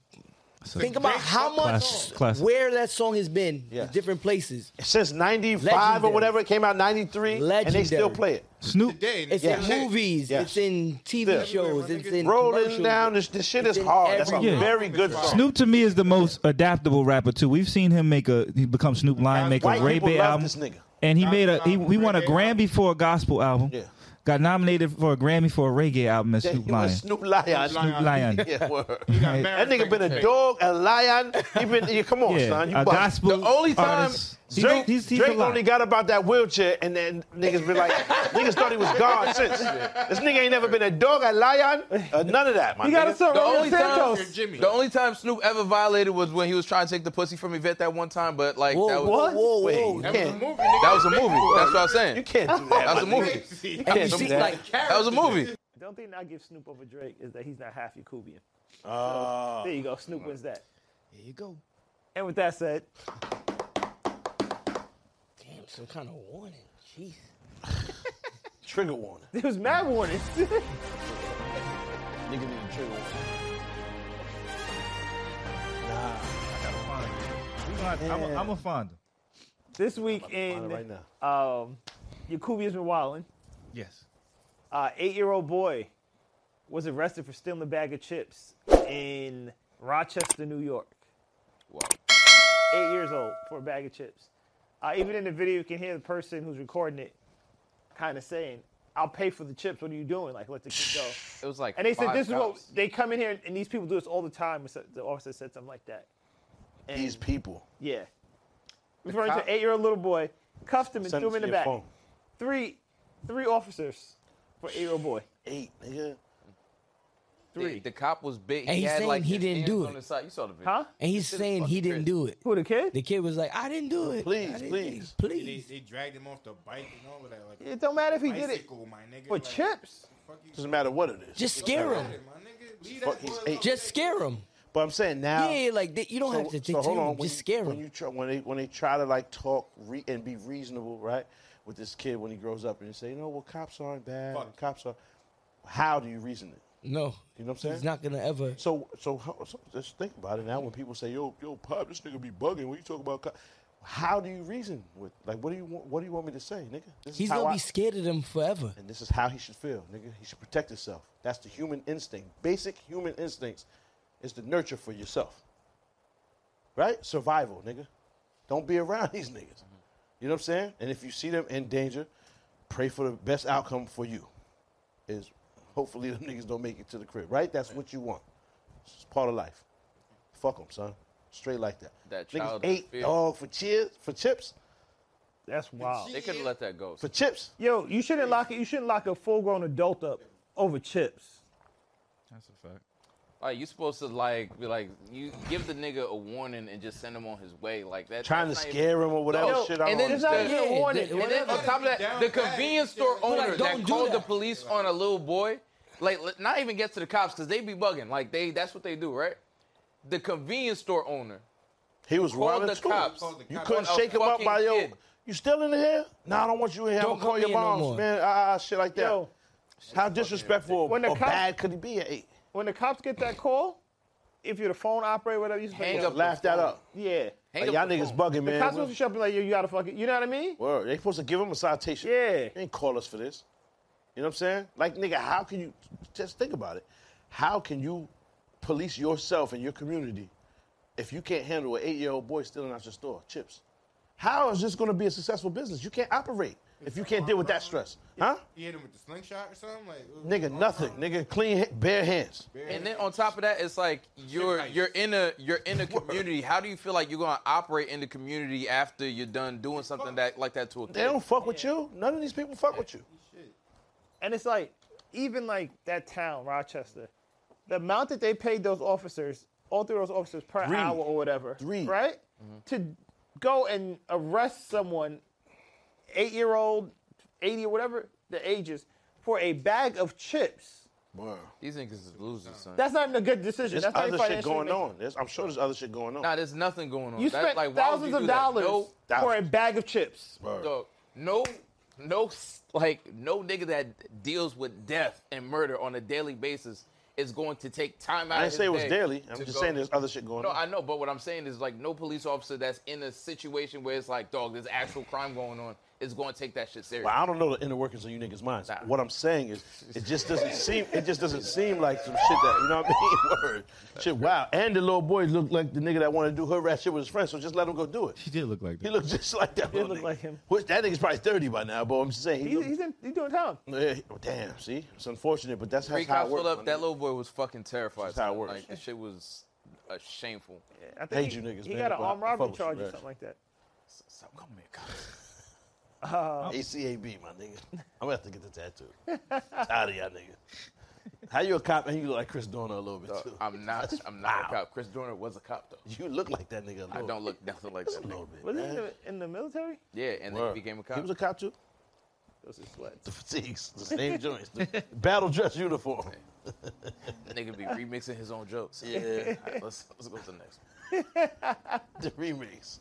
[SPEAKER 9] think about
[SPEAKER 8] great
[SPEAKER 9] how
[SPEAKER 8] song.
[SPEAKER 9] much
[SPEAKER 7] Classic, classic.
[SPEAKER 9] where that song has been in different places,
[SPEAKER 3] since 95
[SPEAKER 9] Legendary.
[SPEAKER 3] or whatever it came out 93 and they
[SPEAKER 9] Legendary.
[SPEAKER 3] still play it
[SPEAKER 7] Snoop,
[SPEAKER 8] Today,
[SPEAKER 9] it's
[SPEAKER 8] nigga.
[SPEAKER 9] in movies,
[SPEAKER 3] Yes.
[SPEAKER 9] it's in
[SPEAKER 3] Still.
[SPEAKER 9] TV shows, it's in
[SPEAKER 3] rolling
[SPEAKER 9] commercials.
[SPEAKER 3] down this, this shit
[SPEAKER 9] It's
[SPEAKER 3] is
[SPEAKER 9] in
[SPEAKER 3] hard that's a
[SPEAKER 7] every- Yeah.
[SPEAKER 3] very good
[SPEAKER 8] Snoop-
[SPEAKER 3] song
[SPEAKER 7] Snoop to me is the most adaptable rapper too. We've seen him make a he become Snoop Lion, make
[SPEAKER 3] white
[SPEAKER 7] a Ray
[SPEAKER 3] people
[SPEAKER 7] Bay
[SPEAKER 3] love
[SPEAKER 7] album,
[SPEAKER 3] this nigga.
[SPEAKER 7] and he made a he, he won a
[SPEAKER 8] Ray Bay album.
[SPEAKER 7] Grammy for a gospel album.
[SPEAKER 3] Yeah.
[SPEAKER 7] Got nominated for a Grammy for a reggae album as
[SPEAKER 3] Yeah,
[SPEAKER 7] Snoop
[SPEAKER 3] he was
[SPEAKER 7] Lion.
[SPEAKER 3] Snoop Lion
[SPEAKER 7] Snoop Lion.
[SPEAKER 3] yeah, word.
[SPEAKER 8] got
[SPEAKER 3] that nigga been a
[SPEAKER 8] married.
[SPEAKER 3] dog a lion he been yeah, come on
[SPEAKER 7] Yeah,
[SPEAKER 3] son you
[SPEAKER 7] a
[SPEAKER 3] bugging.
[SPEAKER 7] gospel.
[SPEAKER 5] The only time
[SPEAKER 7] artist. He's-
[SPEAKER 3] Drake,
[SPEAKER 7] he's, he's a
[SPEAKER 3] Drake
[SPEAKER 7] lot.
[SPEAKER 3] only got about that wheelchair, and then niggas been like, niggas thought he was God since. This nigga ain't never been a dog, a lion, uh, none of that, my
[SPEAKER 2] He got a
[SPEAKER 3] nigga.
[SPEAKER 2] song
[SPEAKER 5] The
[SPEAKER 2] Romeo
[SPEAKER 5] only time,
[SPEAKER 2] Santos.
[SPEAKER 8] Jimmy.
[SPEAKER 5] the only time Snoop ever violated was when he was trying to take the pussy from Yvette that one time. But like
[SPEAKER 9] Whoa,
[SPEAKER 5] that was
[SPEAKER 9] whoa, whoa,
[SPEAKER 3] Wait,
[SPEAKER 9] whoa.
[SPEAKER 3] you
[SPEAKER 8] That was a
[SPEAKER 3] can't,
[SPEAKER 8] movie, nigga.
[SPEAKER 5] that was a movie. That's what I'm
[SPEAKER 3] you
[SPEAKER 5] saying.
[SPEAKER 3] can't do that.
[SPEAKER 5] That's
[SPEAKER 3] my
[SPEAKER 5] a movie.
[SPEAKER 3] nigga.
[SPEAKER 8] Crazy.
[SPEAKER 9] And you
[SPEAKER 3] can't do
[SPEAKER 9] see,
[SPEAKER 3] that.
[SPEAKER 9] like,
[SPEAKER 5] That was a movie.
[SPEAKER 2] The only thing I give Snoop over Drake is that he's not half Yakubian.
[SPEAKER 3] Ah.
[SPEAKER 2] So, there you go. Snoop wins that.
[SPEAKER 9] here you go.
[SPEAKER 2] And with that said,
[SPEAKER 9] Damn, some kind of warning. Jeez.
[SPEAKER 3] Trigger warning.
[SPEAKER 2] it was mad warnings.
[SPEAKER 3] Nigga need a trigger warning.
[SPEAKER 7] I'm a- I'm a find him.
[SPEAKER 2] this week
[SPEAKER 3] Find it right
[SPEAKER 2] in
[SPEAKER 3] now.
[SPEAKER 2] um, Yakubian's been wilding.
[SPEAKER 7] Yes.
[SPEAKER 2] uh, eight-year-old boy was arrested for stealing a bag of chips in Rochester, New York. Wow. Eight years old for a bag of chips. Uh, even in the video, you can hear the person who's recording it kind of saying, "I'll pay for the chips. What are you doing? Like, let the kid go."
[SPEAKER 5] It was like.
[SPEAKER 2] And they said,
[SPEAKER 5] five
[SPEAKER 2] "This is what
[SPEAKER 5] cops.
[SPEAKER 2] they come in here, and these people do this all the time." So The officer said something like that. And
[SPEAKER 3] These people.
[SPEAKER 2] yeah, referring to
[SPEAKER 5] cop-
[SPEAKER 2] an eight-year-old little boy, cuffed him and
[SPEAKER 3] Send
[SPEAKER 2] threw him
[SPEAKER 3] it
[SPEAKER 2] in
[SPEAKER 3] to
[SPEAKER 2] the
[SPEAKER 3] your
[SPEAKER 2] back.
[SPEAKER 3] phone.
[SPEAKER 2] Three, three officers for eight-year-old boy.
[SPEAKER 3] Eight, nigga.
[SPEAKER 5] The-
[SPEAKER 2] Three.
[SPEAKER 5] The cop was big.
[SPEAKER 9] And he's
[SPEAKER 5] had,
[SPEAKER 9] saying
[SPEAKER 5] like,
[SPEAKER 9] he
[SPEAKER 5] his
[SPEAKER 9] didn't
[SPEAKER 5] hands
[SPEAKER 9] do
[SPEAKER 5] on
[SPEAKER 9] it.
[SPEAKER 5] his side. You saw the video.
[SPEAKER 2] Huh?
[SPEAKER 9] And he's saying he didn't do it.
[SPEAKER 2] Who the kid?
[SPEAKER 9] The kid was like, I didn't do it.
[SPEAKER 3] Please,
[SPEAKER 9] I didn't-
[SPEAKER 3] please.
[SPEAKER 8] They,
[SPEAKER 9] please.
[SPEAKER 8] they dragged him off the bike and all of that. Like,
[SPEAKER 2] It don't matter if he did it.
[SPEAKER 8] bicycle, my nigga.
[SPEAKER 2] For
[SPEAKER 8] like,
[SPEAKER 2] chips?
[SPEAKER 8] Fuck you.
[SPEAKER 3] Doesn't matter what it is.
[SPEAKER 9] Just scare
[SPEAKER 8] My
[SPEAKER 9] him.
[SPEAKER 8] nigga, leave
[SPEAKER 3] Fuck,
[SPEAKER 8] that boy
[SPEAKER 3] he's
[SPEAKER 8] alone.
[SPEAKER 3] eight.
[SPEAKER 9] Just scare him.
[SPEAKER 3] But I'm saying now.
[SPEAKER 9] Yeah, like they, you don't have to dictate him.
[SPEAKER 3] When
[SPEAKER 9] Just
[SPEAKER 3] you-
[SPEAKER 9] scare
[SPEAKER 3] when
[SPEAKER 9] him.
[SPEAKER 3] you try, when they when they try to like talk re- and be reasonable, right, with this kid when he grows up and you say, you know, well, cops aren't bad.
[SPEAKER 8] Fuck.
[SPEAKER 3] and Cops are. How do you reason it?
[SPEAKER 9] No,
[SPEAKER 3] You know what I'm saying?
[SPEAKER 9] he's not gonna ever.
[SPEAKER 3] So so, how, so just think about it now. When people say, yo yo, pop, this nigga be bugging. When you talk about, cop, how do you reason with like what do you want? What do you want me to say, nigga? This is
[SPEAKER 9] He's
[SPEAKER 3] how
[SPEAKER 9] gonna
[SPEAKER 3] I-
[SPEAKER 9] be scared of them forever.
[SPEAKER 3] And this is how he should feel, nigga. He should protect himself. That's the human instinct. Basic human instincts is to nurture for yourself. Right? Survival, nigga. Don't be around these niggas. You know what I'm saying? And if you see them in danger, pray for the best outcome for you. Is hopefully them niggas don't make it to the crib, right? That's what you want. It's part of life. Fuck them, son. Straight like that.
[SPEAKER 5] That
[SPEAKER 3] niggas
[SPEAKER 5] childish
[SPEAKER 3] ate
[SPEAKER 5] fear.
[SPEAKER 3] dog for cheers for chips
[SPEAKER 2] That's wild.
[SPEAKER 5] They could have let that go.
[SPEAKER 3] for chips.
[SPEAKER 2] Yo, you shouldn't lock it. You shouldn't lock a full-grown adult up over chips.
[SPEAKER 7] That's a fact.
[SPEAKER 5] Like you supposed to like be like you give the nigga a warning and just send him on his way like that.
[SPEAKER 3] Trying to
[SPEAKER 5] that's not
[SPEAKER 3] scare him or whatever
[SPEAKER 5] Yo,
[SPEAKER 3] shit. I
[SPEAKER 5] and
[SPEAKER 3] don't
[SPEAKER 5] then
[SPEAKER 2] It's not
[SPEAKER 5] Yeah,
[SPEAKER 2] even a
[SPEAKER 9] yeah,
[SPEAKER 2] warning.
[SPEAKER 9] the-
[SPEAKER 5] Even, and then on top of that, the convenience store
[SPEAKER 8] Like,
[SPEAKER 5] owner
[SPEAKER 9] don't
[SPEAKER 5] that
[SPEAKER 9] do
[SPEAKER 5] called the
[SPEAKER 9] that.
[SPEAKER 5] police on a little boy, like let- not even get to the cops because they be bugging. Like they, that's what they do, right? The convenience store owner
[SPEAKER 3] He was
[SPEAKER 5] called
[SPEAKER 3] robbing
[SPEAKER 5] the
[SPEAKER 3] school.
[SPEAKER 5] cops.
[SPEAKER 8] Called the
[SPEAKER 3] You
[SPEAKER 8] cops.
[SPEAKER 3] couldn't
[SPEAKER 5] on a
[SPEAKER 3] shake him up by
[SPEAKER 5] fucking
[SPEAKER 3] yo.
[SPEAKER 5] kid.
[SPEAKER 3] You still in here? Nah, I don't want you in here. I'm
[SPEAKER 9] Don't
[SPEAKER 3] gonna call
[SPEAKER 9] come
[SPEAKER 3] your
[SPEAKER 9] in no
[SPEAKER 3] moms,
[SPEAKER 9] more.
[SPEAKER 3] man. Ah, ah, shit like that.
[SPEAKER 2] Yo,
[SPEAKER 3] How disrespectful
[SPEAKER 2] When the
[SPEAKER 3] or
[SPEAKER 2] cop-
[SPEAKER 3] bad could he be at eight?
[SPEAKER 2] when the cops get that call, if you're the phone operator, whatever, you
[SPEAKER 5] Hang
[SPEAKER 2] supposed
[SPEAKER 5] up
[SPEAKER 2] to
[SPEAKER 3] Laugh that up.
[SPEAKER 2] Yeah.
[SPEAKER 5] Hang
[SPEAKER 3] Like, y'all
[SPEAKER 5] up the
[SPEAKER 3] niggas
[SPEAKER 5] phone.
[SPEAKER 3] bugging,
[SPEAKER 2] The
[SPEAKER 3] man.
[SPEAKER 2] cops supposed to show up and be like, yo, you gotta fucking, you know what I mean?
[SPEAKER 3] Word. They supposed to give him a citation.
[SPEAKER 2] Yeah.
[SPEAKER 3] They ain't call us for this. You know what I'm saying? Like, nigga, how can you just think about it? How can you police yourself and your community if you can't handle an eight-year-old boy stealing out your store chips? How is this going to be a successful business? You can't operate if you can't deal with that stress, huh?
[SPEAKER 8] You hit him with the slingshot or something? Like, ooh,
[SPEAKER 3] Nigga,
[SPEAKER 8] oh,
[SPEAKER 3] nothing. Nigga, clean, ha- bare hands.
[SPEAKER 5] And then on top of that, it's like you're
[SPEAKER 8] Nice.
[SPEAKER 5] you're in a you're in a community. How do you feel like you're gonna operate in the community after you're done doing something that like that to a
[SPEAKER 3] They
[SPEAKER 5] kid?
[SPEAKER 3] don't fuck with you. None of these people fuck with you.
[SPEAKER 8] Shit.
[SPEAKER 2] And it's like, even like that town, Rochester, the amount that they paid those officers, all three of those officers per
[SPEAKER 3] Three.
[SPEAKER 2] hour or whatever,
[SPEAKER 3] Three. Mm-hmm.
[SPEAKER 2] right? To go and arrest someone, eight year old, 80 or whatever the ages, for a bag of chips.
[SPEAKER 3] Wow.
[SPEAKER 5] These niggas is losers, son.
[SPEAKER 2] That's not a good decision.
[SPEAKER 3] There's
[SPEAKER 2] That's not
[SPEAKER 3] other shit
[SPEAKER 2] financially
[SPEAKER 3] going
[SPEAKER 2] making-
[SPEAKER 3] on. There's, I'm sure there's other shit going on.
[SPEAKER 5] Nah, there's nothing going on.
[SPEAKER 2] You
[SPEAKER 5] That-
[SPEAKER 2] spent
[SPEAKER 5] like, why would
[SPEAKER 2] thousands
[SPEAKER 5] you
[SPEAKER 2] of
[SPEAKER 5] do that?
[SPEAKER 2] dollars
[SPEAKER 5] No,
[SPEAKER 2] for a
[SPEAKER 3] Thousands.
[SPEAKER 2] bag of chips.
[SPEAKER 3] Word.
[SPEAKER 5] dog, no, no, s- like no nigga that deals with death and murder on a daily basis is going to take time out.
[SPEAKER 3] I didn't
[SPEAKER 5] of his
[SPEAKER 3] say it was
[SPEAKER 5] day
[SPEAKER 3] daily. I'm
[SPEAKER 5] to
[SPEAKER 3] just
[SPEAKER 5] go-
[SPEAKER 3] saying there's other shit going
[SPEAKER 5] No,
[SPEAKER 3] on.
[SPEAKER 5] I know, but what I'm saying is like no police officer that's in a situation where it's like, dog, there's actual crime going on is going to take that shit serious.
[SPEAKER 3] But I don't know the inner workings of you niggas' minds. What I'm saying is, it just doesn't seem, it just doesn't seem like some shit that you know what I mean. Word, shit. Wow. And the little boy looked like the nigga that wanted to do hood rat shit with his friends, so just let him go do it.
[SPEAKER 7] He did look like
[SPEAKER 3] He
[SPEAKER 7] that.
[SPEAKER 3] looked just like that. He
[SPEAKER 2] looked like him.
[SPEAKER 3] Which that nigga's probably 30 by now, but I'm just saying. He
[SPEAKER 2] He's,
[SPEAKER 3] looked,
[SPEAKER 2] he's, in, he's doing time.
[SPEAKER 3] yeah, he- well, damn. See, it's unfortunate, but that's how,
[SPEAKER 5] Three
[SPEAKER 3] that's how
[SPEAKER 5] cops
[SPEAKER 3] it works.
[SPEAKER 5] pulled up.
[SPEAKER 3] my
[SPEAKER 5] That
[SPEAKER 3] nigga.
[SPEAKER 5] little boy was fucking terrified.
[SPEAKER 3] That's how it
[SPEAKER 5] son.
[SPEAKER 3] works.
[SPEAKER 5] Like that shit was uh, shameful.
[SPEAKER 2] I think
[SPEAKER 3] Hate
[SPEAKER 2] he,
[SPEAKER 3] you niggas,
[SPEAKER 2] he
[SPEAKER 3] man.
[SPEAKER 2] got an
[SPEAKER 3] But I-
[SPEAKER 2] armed
[SPEAKER 3] I fuck
[SPEAKER 2] robbery
[SPEAKER 3] with you,
[SPEAKER 2] charge or
[SPEAKER 3] man.
[SPEAKER 2] something like that.
[SPEAKER 5] Stop coming here, Oh.
[SPEAKER 3] ACAB, my nigga. I'm gonna have to get the tattoo. Tired of y'all nigga. How you a cop and you look like Chris Dorner a little bit too?
[SPEAKER 5] Uh, I'm not. I'm not a cop. Chris Dorner was a cop though.
[SPEAKER 3] You look like that nigga. A little,
[SPEAKER 5] I don't look nothing like
[SPEAKER 3] just
[SPEAKER 5] that.
[SPEAKER 3] a little
[SPEAKER 5] nigga.
[SPEAKER 3] bit.
[SPEAKER 2] Was he in
[SPEAKER 3] man.
[SPEAKER 2] the, in the military?
[SPEAKER 5] Yeah, and then
[SPEAKER 3] Word.
[SPEAKER 5] he became a cop.
[SPEAKER 3] He was a cop too.
[SPEAKER 2] Those are sweats.
[SPEAKER 3] The fatigues, the same joints, the battle dress uniform.
[SPEAKER 5] Nigga be remixing his own jokes.
[SPEAKER 3] Yeah,
[SPEAKER 5] All right, let's let's go to the next. one.
[SPEAKER 3] the remix.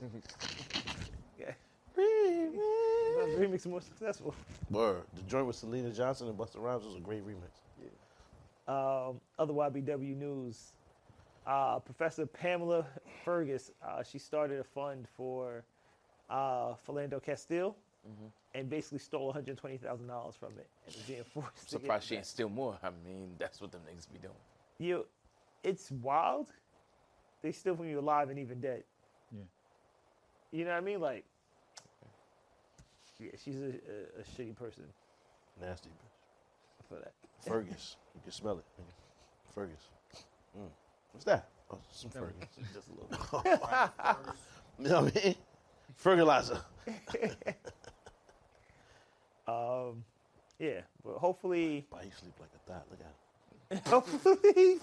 [SPEAKER 2] Yeah.
[SPEAKER 3] Eh.
[SPEAKER 2] Those remix more successful.
[SPEAKER 3] Word. The joint with Selena Johnson and Busta Rhymes was a great remix.
[SPEAKER 2] Um, other YBW news. Uh, Professor Pamela Fergus, uh, she started a fund for uh, Philando Castile and basically stole $120,000 from it. And was being forced to give
[SPEAKER 5] Surprised
[SPEAKER 2] it
[SPEAKER 5] she
[SPEAKER 2] back.
[SPEAKER 5] ain't still more. I mean, that's what them niggas be doing.
[SPEAKER 2] You, it's wild. They steal from you alive and even dead.
[SPEAKER 7] Yeah.
[SPEAKER 2] You know what I mean? Like, yeah, she's a, a, a shitty person
[SPEAKER 3] Nasty bitch.
[SPEAKER 2] for that.
[SPEAKER 3] Fergus. You can smell it. nigga. Fergus. Mm. What's that? Oh, some Fergus. Just a little. you know what I mean? Fergalizer.
[SPEAKER 2] Um, Yeah, but hopefully,
[SPEAKER 3] Why you sleep like a thot? Look at him.
[SPEAKER 2] hopefully,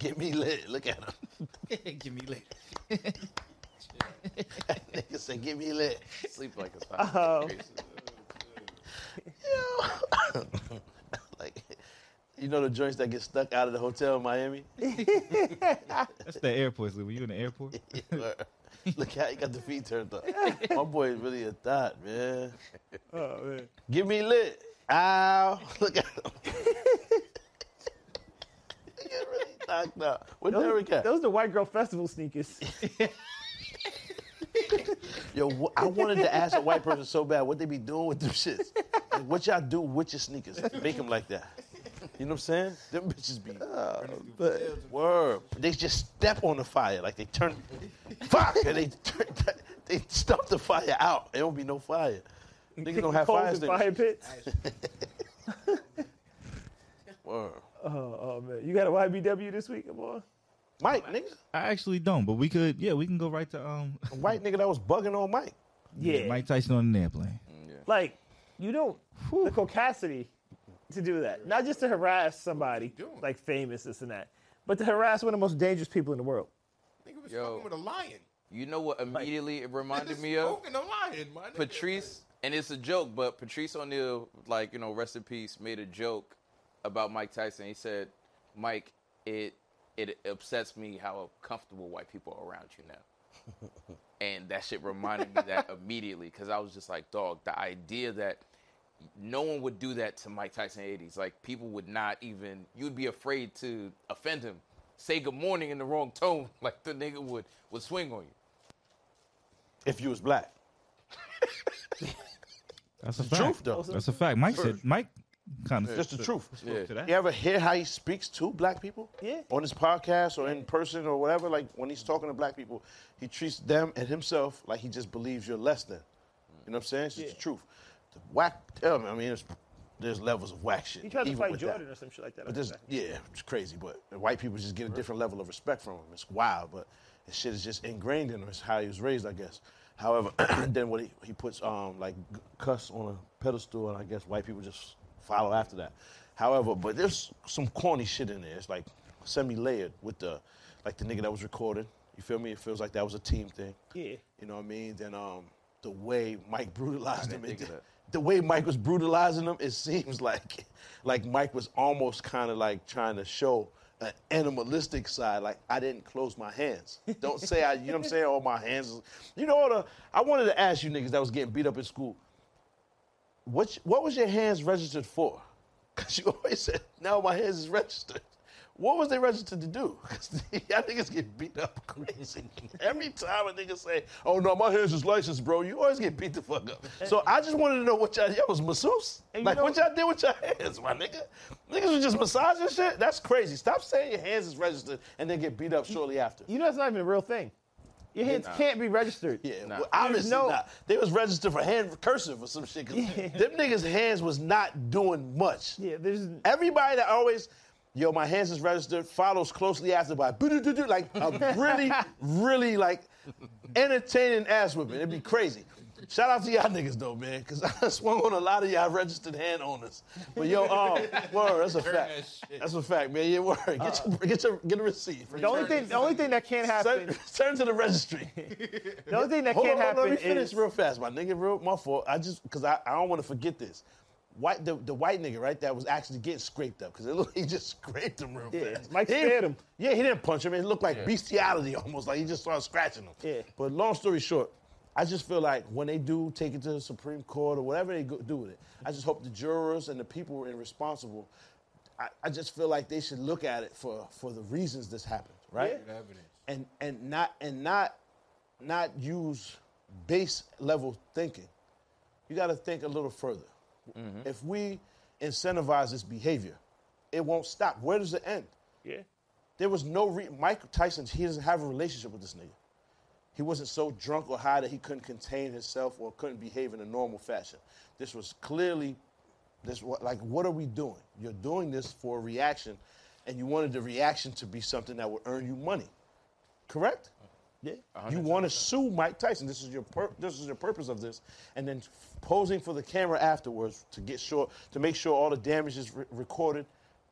[SPEAKER 3] Get me lit. Look at him.
[SPEAKER 6] Give me later.
[SPEAKER 3] Nigga said, get me lit.
[SPEAKER 5] Sleep like a five.
[SPEAKER 3] Like, you know the joints that get stuck out of the hotel in Miami?
[SPEAKER 7] That's the airport. Lou. Were you in the airport?
[SPEAKER 3] Look how he got the feet turned up. My boy is really a thought, man. Give me lit. Ow. Look at him. He get really knocked out. What Derek at?
[SPEAKER 2] those are the white girl festival sneakers.
[SPEAKER 3] Yo, wh- I wanted to ask a white person so bad what they be doing with them shits. Like, what y'all do with your sneakers? to Make them like that. You know what I'm saying? Them bitches be. Word. They just step on the fire. Like they turn. Fuck! And they turn, they stomp the fire out. There won't be no fire. Niggas don't have
[SPEAKER 2] Coals
[SPEAKER 3] fire
[SPEAKER 2] and
[SPEAKER 3] extinguishers.
[SPEAKER 2] fire pits.
[SPEAKER 3] Word.
[SPEAKER 2] Oh, oh, man, you got a YBW this week, boy?
[SPEAKER 3] Mike, nigga.
[SPEAKER 7] I actually don't, but we could. Yeah, we can go right to um
[SPEAKER 3] A white nigga that was bugging on Mike.
[SPEAKER 2] Yeah,
[SPEAKER 7] Mike Tyson on an airplane.
[SPEAKER 2] like you don't the cocacity to do that. Not just to harass somebody
[SPEAKER 8] doing?
[SPEAKER 2] like famous, this and that, but to harass one of the most dangerous people in the world.
[SPEAKER 8] Nigga was
[SPEAKER 5] Yo.
[SPEAKER 8] fucking with a lion.
[SPEAKER 5] You know what immediately it reminded
[SPEAKER 8] Just
[SPEAKER 5] me of?
[SPEAKER 8] Poking a lion, my nigga.
[SPEAKER 5] Patrice, and it's a joke, but Patrice O'Neal, like, you know, rest in peace, made a joke about Mike Tyson. He said, Mike, it it upsets me how comfortable white people are around you now. and that shit reminded me that immediately, because I was just like, dog, the idea that no one would do that to Mike Tyson in the 80s. Like, people would not even, you'd be afraid to offend him say good morning in the wrong tone, like the nigga would would swing on you.
[SPEAKER 3] If you was black.
[SPEAKER 7] That's a
[SPEAKER 3] The
[SPEAKER 7] fact.
[SPEAKER 3] truth, though.
[SPEAKER 7] That's a fact. Mike said. Mike kind of
[SPEAKER 3] Just the truth.
[SPEAKER 5] Yeah.
[SPEAKER 7] to that.
[SPEAKER 3] You ever hear how he speaks to black people?
[SPEAKER 2] Yeah.
[SPEAKER 3] On his podcast or in person or whatever, like when he's talking to black people, he treats them and himself like he just believes you're less than. You know what I'm saying? It's just the truth. The whack. I mean, it's, there's levels of whack shit.
[SPEAKER 2] He tried to
[SPEAKER 3] even
[SPEAKER 2] fight
[SPEAKER 3] with that.
[SPEAKER 2] Jordan or some shit like that.
[SPEAKER 3] But this, yeah, it's crazy. But white people just get a different level of respect from him. It's wild, but this shit is just ingrained in him. It's how he was raised, I guess. However, then what he, he puts um like g- cuss on a pedestal, and I guess white people just follow after that. However, but there's some corny shit in there. It's like semi-layered with the like the nigga that was recording. You feel me? It feels like that was a team thing.
[SPEAKER 2] Yeah.
[SPEAKER 3] You know what I mean? Then um the way Mike brutalized
[SPEAKER 5] I
[SPEAKER 3] him.
[SPEAKER 5] didn't
[SPEAKER 3] it
[SPEAKER 5] think of
[SPEAKER 3] did-
[SPEAKER 5] that.
[SPEAKER 3] the way Mike was brutalizing them, it seems like like Mike was almost kind of like trying to show an animalistic side. Like I didn't close my hands. Don't say I. You know what I'm saying? All my hands. is- You know what? uh, I wanted to ask you niggas that was getting beat up in school. What what was your hands registered for? Because you always said, "Now my hands is registered." What was they registered to do? Because y'all niggas get beat up crazy. Every time a nigga say, "Oh no, my hands is licensed, bro," you always get beat the fuck up. So I just wanted to know what y'all y'all was masseuse.
[SPEAKER 2] you
[SPEAKER 3] Like
[SPEAKER 2] know-
[SPEAKER 3] what y'all did with your hands, my nigga. Niggas was just massaging shit. That's crazy. Stop saying your hands is registered and then get beat up shortly after.
[SPEAKER 2] You know that's not even a real thing. Your hands can't be registered.
[SPEAKER 3] Yeah, well, obviously
[SPEAKER 2] no-
[SPEAKER 3] not. They was registered for hand cursive or some shit. 'cause Them niggas' hands was not doing much.
[SPEAKER 2] Yeah, there's
[SPEAKER 3] Everybody that always, yo, my hands is registered, follows closely after by boo-doo-doo-doo, like a really, really like entertaining ass whipping. It'd be crazy. Shout out to y'all niggas though, man, because I swung on a lot of y'all registered hand owners. But yo, um, word, that's a
[SPEAKER 8] that
[SPEAKER 3] fact.
[SPEAKER 8] shit.
[SPEAKER 3] That's a fact, man. Yeah, word. Get
[SPEAKER 2] Uh,
[SPEAKER 3] your, get your, get a receipt.
[SPEAKER 2] the only thing. The only thing that can't happen.
[SPEAKER 3] Turn, turn to the registry.
[SPEAKER 2] The only thing that
[SPEAKER 3] Hold
[SPEAKER 2] can't
[SPEAKER 3] on, hold on,
[SPEAKER 2] happen
[SPEAKER 3] let me finish
[SPEAKER 2] is
[SPEAKER 3] real fast, my nigga. Real, my fault. I just because I, I don't want to forget this. White the, the white nigga right that was actually getting scraped up because it looked he just scraped him real
[SPEAKER 2] Yeah,
[SPEAKER 3] fast.
[SPEAKER 2] Mike
[SPEAKER 3] He
[SPEAKER 2] spared
[SPEAKER 3] didn't-
[SPEAKER 2] him.
[SPEAKER 3] Yeah, he didn't punch him. It looked like bestiality almost, like he just started scratching him.
[SPEAKER 2] Yeah.
[SPEAKER 3] But long story short, I just feel like when they do take it to the Supreme Court or whatever they go, do with it, I just hope the jurors and the people who are responsible. I, I just feel like they should look at it for for the reasons this happened, right?
[SPEAKER 8] Good evidence.
[SPEAKER 3] and and not and not not use base level thinking. You got to think a little further. If we incentivize this behavior, it won't stop. Where does it end?
[SPEAKER 2] yeah.
[SPEAKER 3] There was no re- Mike Tyson. He doesn't have a relationship with this nigga. He wasn't so drunk or high that he couldn't contain himself or couldn't behave in a normal fashion. This was clearly, this wa- like, what are we doing? You're doing this for a reaction, and you wanted the reaction to be something that would earn you money, correct?
[SPEAKER 5] Uh-huh.
[SPEAKER 3] Yeah. You want to sue Mike Tyson. This is your pur- this is your purpose of this, and then f- posing for the camera afterwards to get sure to make sure all the damage is re- recorded.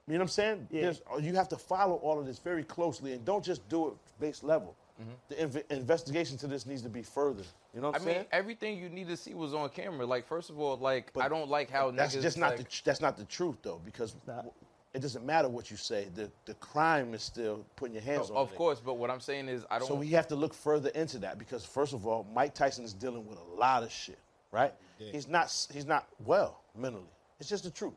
[SPEAKER 3] You know what I'm saying? There's- uh, You have to follow all of this very closely, and don't just do it base level. The inv- investigation to this needs to be further. You know what
[SPEAKER 5] Mm-hmm. I
[SPEAKER 3] I'm
[SPEAKER 5] mean,
[SPEAKER 3] saying?
[SPEAKER 5] everything you need to see was on camera. Like, first of all, like I don't like how
[SPEAKER 3] that's
[SPEAKER 5] niggas
[SPEAKER 3] just not the
[SPEAKER 5] like,
[SPEAKER 3] tr- that's not the truth though, because w- it doesn't matter what you say. The the crime is still putting your hands on.
[SPEAKER 5] Oh, Of
[SPEAKER 3] the nigga.
[SPEAKER 5] course, but what I'm saying is I don't.
[SPEAKER 3] So we have to look further into that because first of all, Mike Tyson is dealing with a lot of shit, right? He's not he's not well mentally. It's just the truth.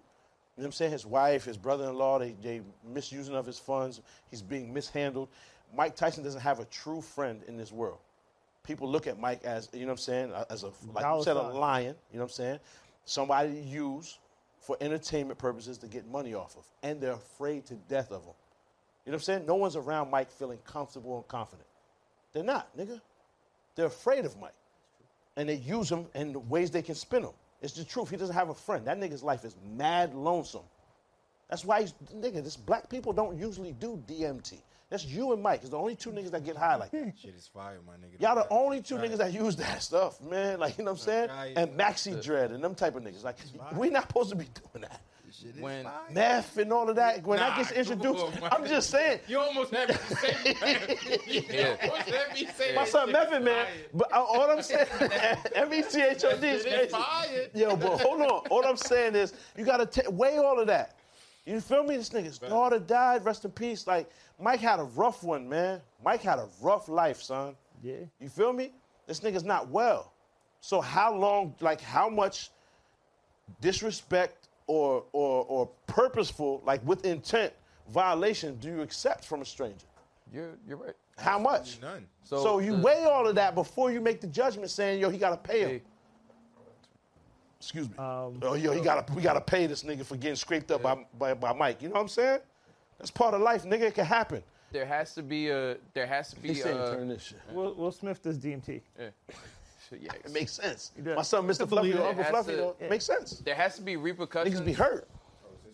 [SPEAKER 3] You know what I'm saying? His wife, his brother-in-law, they they misusing of his funds. He's being mishandled. Mike Tyson doesn't have a true friend in this world. People look at Mike as you know what I'm saying, as a like you
[SPEAKER 2] Dollar
[SPEAKER 3] said, a
[SPEAKER 2] sign.
[SPEAKER 3] lion. You know what I'm saying? Somebody to use for entertainment purposes to get money off of, and they're afraid to death of him. You know what I'm saying? No one's around Mike feeling comfortable and confident. They're not, nigga. They're afraid of Mike. And they use him in the ways they can spin him. It's the truth. He doesn't have a friend. That nigga's life is mad lonesome. That's why he's, nigga, this black people don't usually do DMT. That's you and Mike. It's the only two niggas that get high like that.
[SPEAKER 8] Shit is fire, my nigga.
[SPEAKER 3] Y'all the only two
[SPEAKER 8] Right.
[SPEAKER 3] niggas that use that stuff, man. Like, you know what I'm saying?
[SPEAKER 8] Right.
[SPEAKER 3] And Maxi Dread and them type of niggas. Like, we not supposed to be doing that.
[SPEAKER 5] when
[SPEAKER 3] Meth and all of that. When
[SPEAKER 8] Nah,
[SPEAKER 3] that gets
[SPEAKER 8] come
[SPEAKER 3] introduced,
[SPEAKER 8] on, man.
[SPEAKER 3] I'm just saying,
[SPEAKER 8] You almost had me say that. You
[SPEAKER 5] Yeah.
[SPEAKER 8] almost had me say
[SPEAKER 3] My
[SPEAKER 8] that
[SPEAKER 3] son
[SPEAKER 8] shit
[SPEAKER 3] Method Man,
[SPEAKER 8] is
[SPEAKER 3] but uh, all I'm saying, M E T H O D is
[SPEAKER 8] It is
[SPEAKER 3] crazy.
[SPEAKER 8] fire.
[SPEAKER 3] Yo, but hold on. All I'm saying is you gotta ta- weigh all of that. You feel me? This nigga's daughter died. Rest in peace. Like Mike had a rough one, man. Mike had a rough life, son.
[SPEAKER 2] Yeah.
[SPEAKER 3] You feel me? This nigga's not well. So how long? Like how much disrespect or or or purposeful, like with intent, violation do you accept from a stranger?
[SPEAKER 5] You're, you're right.
[SPEAKER 3] How much?
[SPEAKER 8] None.
[SPEAKER 3] So, you weigh all of that before you make the judgment, saying, "Yo, he gotta pay him." Excuse me. oh, yo, he gotta we gotta pay this nigga for getting scraped up by, by by Mike. You know what I'm saying? That's part of life, nigga. It can happen.
[SPEAKER 5] There has to be a. There has to
[SPEAKER 3] He
[SPEAKER 5] be
[SPEAKER 3] said,
[SPEAKER 5] a.
[SPEAKER 3] "Turn this shit."
[SPEAKER 2] Will, Will Smith does DMT.
[SPEAKER 5] Yeah,
[SPEAKER 3] It makes sense.
[SPEAKER 2] does.
[SPEAKER 3] My son, Mr. Fluffy,
[SPEAKER 5] it.
[SPEAKER 3] or Uncle
[SPEAKER 5] It has
[SPEAKER 3] Fluffy,
[SPEAKER 5] to-
[SPEAKER 3] though, makes sense.
[SPEAKER 5] there has to be repercussions.
[SPEAKER 3] Niggas be hurt.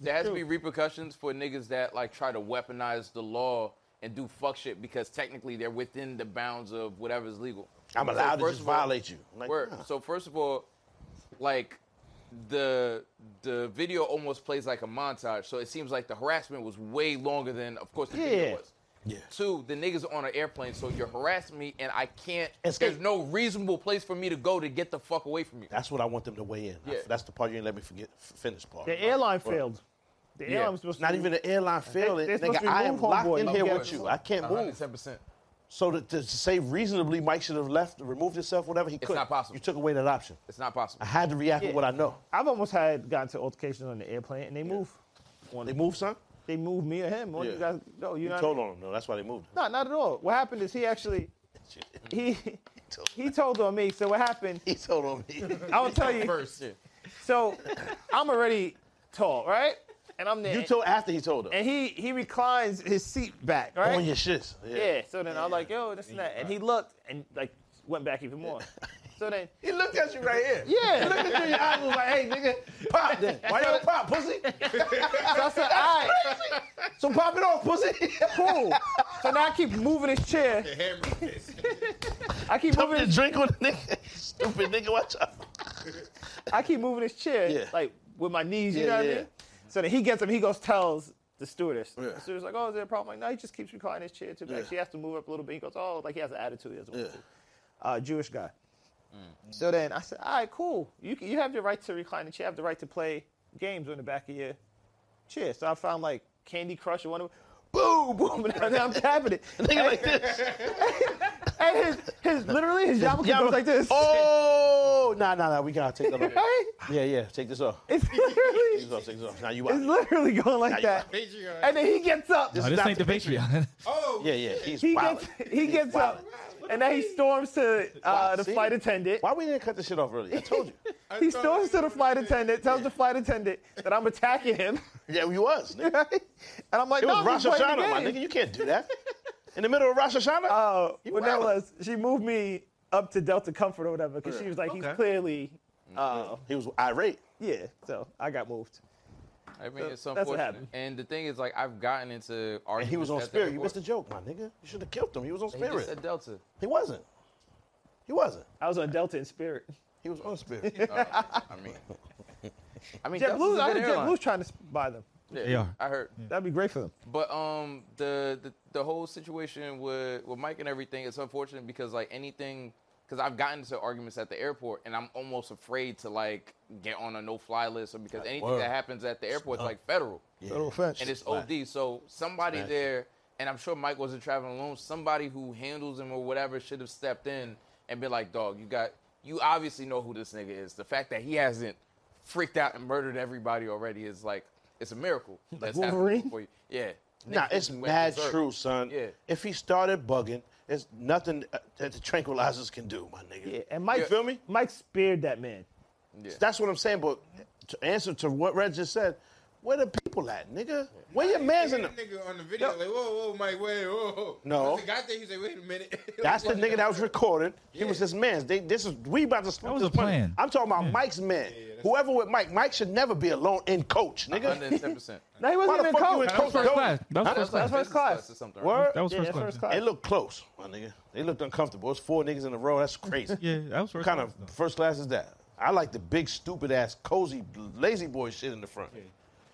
[SPEAKER 5] There has to be repercussions for niggas that like try to weaponize the law and do fuck shit because technically they're within the bounds of whatever's legal.
[SPEAKER 3] I'm
[SPEAKER 5] So
[SPEAKER 3] allowed to
[SPEAKER 5] first
[SPEAKER 3] just
[SPEAKER 5] of all-
[SPEAKER 3] violate you. Like,
[SPEAKER 5] Word.
[SPEAKER 3] nah.
[SPEAKER 5] So first of all, like the the video almost plays like a montage, so it seems like the harassment was way longer than, of course, the video
[SPEAKER 3] Yeah.
[SPEAKER 5] was.
[SPEAKER 3] Yeah.
[SPEAKER 5] Two, the niggas are on an airplane, so you're harassing me, and I can't.
[SPEAKER 3] It's-
[SPEAKER 5] there's no reasonable place for me to go to get the fuck away from you.
[SPEAKER 3] That's what I want them to weigh in. I-
[SPEAKER 5] Yeah.
[SPEAKER 3] that's the part you ain't let me forget. F- finish part.
[SPEAKER 2] The airline failed. The
[SPEAKER 5] Yeah.
[SPEAKER 2] airline was supposed
[SPEAKER 3] It's not
[SPEAKER 2] to
[SPEAKER 3] even the airline failing.
[SPEAKER 2] they're supposed
[SPEAKER 3] Nigga,
[SPEAKER 2] to
[SPEAKER 3] I am
[SPEAKER 2] remove
[SPEAKER 3] locked
[SPEAKER 2] homeboy
[SPEAKER 3] in here
[SPEAKER 2] together.
[SPEAKER 3] with you. I can't move.
[SPEAKER 5] 110%.
[SPEAKER 3] So to, to say reasonably, Mike should have left, removed himself, whatever he could.
[SPEAKER 5] not possible.
[SPEAKER 3] You took away that option.
[SPEAKER 5] It's not
[SPEAKER 3] I
[SPEAKER 5] possible.
[SPEAKER 3] had to react with what I know.
[SPEAKER 2] I've almost had gotten to altercations on the airplane, and they move.
[SPEAKER 3] They moved, son.
[SPEAKER 2] They moved me or him. One of
[SPEAKER 3] Yeah.
[SPEAKER 2] you guys, no, you,
[SPEAKER 3] You
[SPEAKER 2] know what I
[SPEAKER 3] told
[SPEAKER 2] mean?
[SPEAKER 3] on him, though. That's why they moved. him.
[SPEAKER 2] No, not at all. What happened is he actually he he told on me. So what happened?
[SPEAKER 3] He told on me.
[SPEAKER 2] I will tell you.
[SPEAKER 5] First, yeah.
[SPEAKER 2] So I'm already tall, right? And I'm there.
[SPEAKER 3] you told after he told him.
[SPEAKER 2] and he he reclines his seat back, right?
[SPEAKER 3] On your shits. Yeah.
[SPEAKER 2] Yeah. So then I'm like, yo, this and that. And he looked and like went back even more. So then,
[SPEAKER 3] He looked at you right here.
[SPEAKER 2] yeah.
[SPEAKER 3] He looked at you in your eyes and was like, hey, nigga, pop then. Why you don't pop, pussy?
[SPEAKER 2] So I said, all right,
[SPEAKER 3] So pop it off, pussy.
[SPEAKER 2] cool. So now I keep moving his chair.
[SPEAKER 8] Hammer fist.
[SPEAKER 2] I keep
[SPEAKER 3] Come
[SPEAKER 2] moving.
[SPEAKER 3] to
[SPEAKER 2] His,
[SPEAKER 3] drink with a nigga. Stupid nigga, watch out.
[SPEAKER 2] I keep moving his chair
[SPEAKER 3] Yeah.
[SPEAKER 2] like with my knees. You
[SPEAKER 3] Yeah,
[SPEAKER 2] know what
[SPEAKER 3] yeah.
[SPEAKER 2] I mean? So then he gets him. He goes tells the stewardess.
[SPEAKER 3] Yeah.
[SPEAKER 2] The stewardess like, oh, is there a problem? Like, no, he just keeps reclining his chair too back.
[SPEAKER 3] Yeah.
[SPEAKER 2] She has to move up a little bit. He goes, oh, like he has an attitude. He doesn't want
[SPEAKER 3] Yeah.
[SPEAKER 2] to. Uh, Jewish guy. So then I said, all right, cool. You can, you have your right to recline the chair. You have the right to play games on the back of your chair. So I found like Candy Crush or one of them. Boom, boom, and I'm tapping it.
[SPEAKER 3] Nigga like this.
[SPEAKER 2] And his, his literally his yarmulke goes like this.
[SPEAKER 3] Oh, nah, nah, nah. We gotta take that off.
[SPEAKER 2] Right?
[SPEAKER 3] Yeah, yeah. Take this off.
[SPEAKER 2] It's
[SPEAKER 3] Take this
[SPEAKER 2] literally,
[SPEAKER 3] off. Take this off. Now you
[SPEAKER 2] it's
[SPEAKER 3] out.
[SPEAKER 2] literally going like that.
[SPEAKER 8] Patreon.
[SPEAKER 2] And then he gets up.
[SPEAKER 7] Oh, this
[SPEAKER 3] not
[SPEAKER 7] ain't the Patreon.
[SPEAKER 8] oh,
[SPEAKER 3] Yeah, yeah. He's
[SPEAKER 2] He
[SPEAKER 3] wild.
[SPEAKER 2] gets he gets up. And then he storms to
[SPEAKER 3] Wow,
[SPEAKER 2] uh, the
[SPEAKER 3] see?
[SPEAKER 2] flight attendant.
[SPEAKER 3] Why we didn't cut this shit off earlier? I told you.
[SPEAKER 8] I
[SPEAKER 2] He
[SPEAKER 8] thought
[SPEAKER 2] storms to the
[SPEAKER 8] everybody
[SPEAKER 2] flight
[SPEAKER 8] was
[SPEAKER 2] attendant, tells the flight attendant that I'm attacking him.
[SPEAKER 3] Yeah, we was. Nigga.
[SPEAKER 2] and I'm like,
[SPEAKER 3] It
[SPEAKER 2] no,
[SPEAKER 3] was
[SPEAKER 2] I'm
[SPEAKER 3] Rosh
[SPEAKER 2] just playing the
[SPEAKER 3] Hashanah, my
[SPEAKER 2] game."
[SPEAKER 3] nigga. You can't do that. In the middle of Rosh Hashanah?
[SPEAKER 2] Uh,
[SPEAKER 3] You
[SPEAKER 2] what that
[SPEAKER 3] wildin'.
[SPEAKER 2] was, she moved me up to Delta Comfort or whatever because she was like, he's clearly,
[SPEAKER 3] Mm,
[SPEAKER 2] uh,
[SPEAKER 3] he was irate.
[SPEAKER 2] yeah. So I got moved.
[SPEAKER 5] I mean, it's
[SPEAKER 2] that's what
[SPEAKER 5] unfortunate.
[SPEAKER 2] happened.
[SPEAKER 5] And the thing is, like, I've gotten into arguments.
[SPEAKER 3] And he was on
[SPEAKER 5] at the
[SPEAKER 3] spirit. You
[SPEAKER 5] airport.
[SPEAKER 3] missed the joke, my nigga. You should have killed him. He was on
[SPEAKER 5] He just
[SPEAKER 3] spirit.
[SPEAKER 5] said Delta.
[SPEAKER 3] He wasn't. He wasn't.
[SPEAKER 2] I was on Delta in spirit.
[SPEAKER 3] He was on spirit.
[SPEAKER 5] I mean, I mean, Delta's
[SPEAKER 2] JetBlue,
[SPEAKER 5] a
[SPEAKER 2] I
[SPEAKER 5] good
[SPEAKER 2] heard
[SPEAKER 5] airline.
[SPEAKER 2] JetBlue's trying to s- buy them.
[SPEAKER 5] Yeah,
[SPEAKER 7] They are.
[SPEAKER 5] I heard.
[SPEAKER 2] That'd be great for them.
[SPEAKER 5] But um, the, the the whole situation with with Mike and everything, it's unfortunate because like anything, because I've gotten into arguments at the airport, and I'm almost afraid to like get on a no fly list, or because anything
[SPEAKER 3] word.
[SPEAKER 5] that happens at the airport is like federal.
[SPEAKER 3] Federal
[SPEAKER 5] and it's OD. So somebody
[SPEAKER 3] Smash.
[SPEAKER 5] there, and I'm sure Mike wasn't traveling alone. Somebody who handles him or whatever should have stepped in and been like, "Dog, you got you obviously know who this nigga is. The fact that he hasn't freaked out and murdered everybody already is like it's a miracle that's
[SPEAKER 2] Wolverine?
[SPEAKER 5] happening for you. Yeah,
[SPEAKER 3] Nah,
[SPEAKER 5] Niggas
[SPEAKER 3] it's
[SPEAKER 5] went
[SPEAKER 3] mad
[SPEAKER 5] berserk.
[SPEAKER 3] true, son.
[SPEAKER 5] Yeah.
[SPEAKER 3] If he started bugging, it's nothing uh, that the tranquilizers can do, my nigga.
[SPEAKER 2] Yeah, and Mike,
[SPEAKER 5] Yeah.
[SPEAKER 3] Feel me?
[SPEAKER 2] Mike speared that man.
[SPEAKER 3] That's what I'm saying. But to answer to what Red just said, where the people at, nigga? Where your man's in
[SPEAKER 8] That
[SPEAKER 3] them?
[SPEAKER 8] nigga on the video, like, whoa, whoa, Mike, wait, whoa. whoa.
[SPEAKER 3] No.
[SPEAKER 8] Once it got there, he said, wait a minute.
[SPEAKER 3] That's the nigga that was recorded. He was
[SPEAKER 8] Yeah.
[SPEAKER 3] his man's. They, this is we about to split
[SPEAKER 7] That was
[SPEAKER 3] this
[SPEAKER 7] a plan.
[SPEAKER 3] money. I'm talking about Mike's man. Whoever with Mike, Mike should never be alone in coach, nigga.
[SPEAKER 5] 110. percent
[SPEAKER 2] No, he wasn't
[SPEAKER 3] Why the
[SPEAKER 2] even
[SPEAKER 3] fuck you
[SPEAKER 2] coach.
[SPEAKER 3] in
[SPEAKER 7] That was
[SPEAKER 3] coach
[SPEAKER 7] first
[SPEAKER 3] Dolan?
[SPEAKER 7] class. That was
[SPEAKER 3] Huh?
[SPEAKER 7] first class.
[SPEAKER 2] That's first class.
[SPEAKER 5] or something. Right?
[SPEAKER 3] Word.
[SPEAKER 7] That was
[SPEAKER 2] Yeah,
[SPEAKER 7] first
[SPEAKER 2] that's
[SPEAKER 7] class.
[SPEAKER 2] first class.
[SPEAKER 3] It looked close, my nigga. They looked uncomfortable. It's four niggas in a row. That's crazy.
[SPEAKER 7] Yeah, that was
[SPEAKER 3] What
[SPEAKER 7] first
[SPEAKER 3] kind
[SPEAKER 7] class.
[SPEAKER 3] of first class is that? I like the big, stupid ass, cozy, lazy boy shit in the front.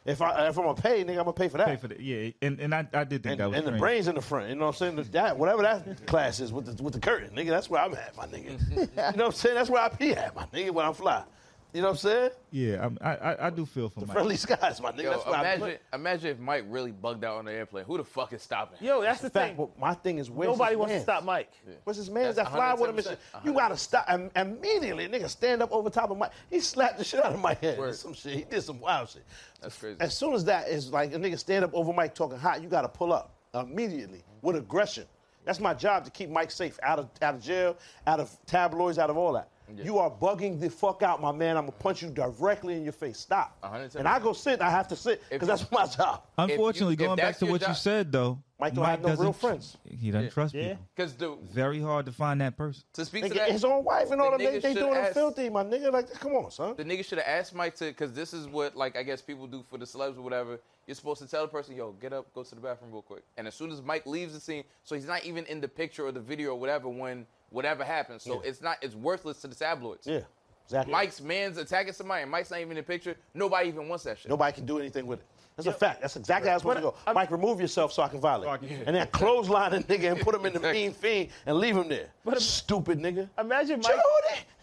[SPEAKER 3] If I if I'm gonna pay, nigga, I'm gonna pay for that.
[SPEAKER 7] Pay for the, yeah, and, and I, I did think
[SPEAKER 3] and,
[SPEAKER 7] that was
[SPEAKER 3] and the
[SPEAKER 7] strange.
[SPEAKER 3] brains in the front. You know what I'm saying? That whatever that class is with the with the curtain, nigga. That's where I'm at, my nigga. you know what I'm saying? That's where I be at, my nigga. When I'm fly, You know what I'm saying?
[SPEAKER 7] Yeah, I'm, I, I I do feel for Mike.
[SPEAKER 3] Friendly skies, my nigga.
[SPEAKER 5] Yo,
[SPEAKER 3] that's why I
[SPEAKER 5] imagine,
[SPEAKER 3] put-
[SPEAKER 5] imagine if Mike really bugged out on the airplane. Who the fuck is stopping? him?
[SPEAKER 2] Yo, that's the thing.
[SPEAKER 3] Fact, but my thing is, where's
[SPEAKER 2] Nobody
[SPEAKER 3] his
[SPEAKER 2] wants to
[SPEAKER 3] mans?
[SPEAKER 2] stop Mike.
[SPEAKER 3] Where's his man's that
[SPEAKER 5] That's
[SPEAKER 3] fly with him? And shit?
[SPEAKER 5] 110%,
[SPEAKER 3] You gotta stop um, immediately, nigga. Stand up over top of my. He slapped the shit out of my head.
[SPEAKER 5] Word.
[SPEAKER 3] Some shit. He did some wild shit.
[SPEAKER 5] That's crazy.
[SPEAKER 3] As soon as that is like a nigga stand up over Mike talking hot, you gotta pull up immediately with aggression. That's my job to keep Mike safe out of out of jail, out of tabloids, out of all that. You are bugging the fuck out, my man. I'm gonna punch you directly in your face. Stop.
[SPEAKER 5] 110%.
[SPEAKER 3] And I go sit. I have to sit because that's my job.
[SPEAKER 7] Unfortunately,
[SPEAKER 5] if you- if
[SPEAKER 7] going back
[SPEAKER 5] that's
[SPEAKER 7] to
[SPEAKER 5] your
[SPEAKER 7] what you
[SPEAKER 5] job-
[SPEAKER 7] said though,
[SPEAKER 3] Mike don't have no real
[SPEAKER 7] doesn't-
[SPEAKER 3] friends.
[SPEAKER 7] He doesn't trust
[SPEAKER 2] Yeah.
[SPEAKER 7] people.
[SPEAKER 5] Because the
[SPEAKER 7] Very hard to find that person.
[SPEAKER 5] to speak to
[SPEAKER 3] Nigga,
[SPEAKER 5] that,
[SPEAKER 3] his own wife and all
[SPEAKER 5] the
[SPEAKER 3] them, they,
[SPEAKER 5] nigga
[SPEAKER 3] they
[SPEAKER 5] should
[SPEAKER 3] doing him
[SPEAKER 5] ask-
[SPEAKER 3] filthy, my nigga. Like, come on, son.
[SPEAKER 5] the nigga should have asked Mike to. Because this is what like I guess people do for the celebs or whatever. You're supposed to tell the person, yo, get up, go to the bathroom real quick. And as soon as Mike leaves the scene, so he's not even in the picture or the video or whatever when whatever happens. So it's not it's worthless to the tabloids.
[SPEAKER 3] Yeah, exactly.
[SPEAKER 5] Mike's man's attacking somebody and Mike's not even in the picture. Nobody even wants that shit.
[SPEAKER 3] Nobody can do anything with it. That's a fact. That's exactly how it's supposed to go.
[SPEAKER 2] I'm-
[SPEAKER 3] Mike, remove yourself so I can violate.
[SPEAKER 7] Fuck yeah.
[SPEAKER 3] And then clothesline the nigga and put him in the
[SPEAKER 5] Exactly.
[SPEAKER 3] mean fiend and leave him there.
[SPEAKER 2] But-
[SPEAKER 3] Stupid nigga.
[SPEAKER 2] Imagine Mike.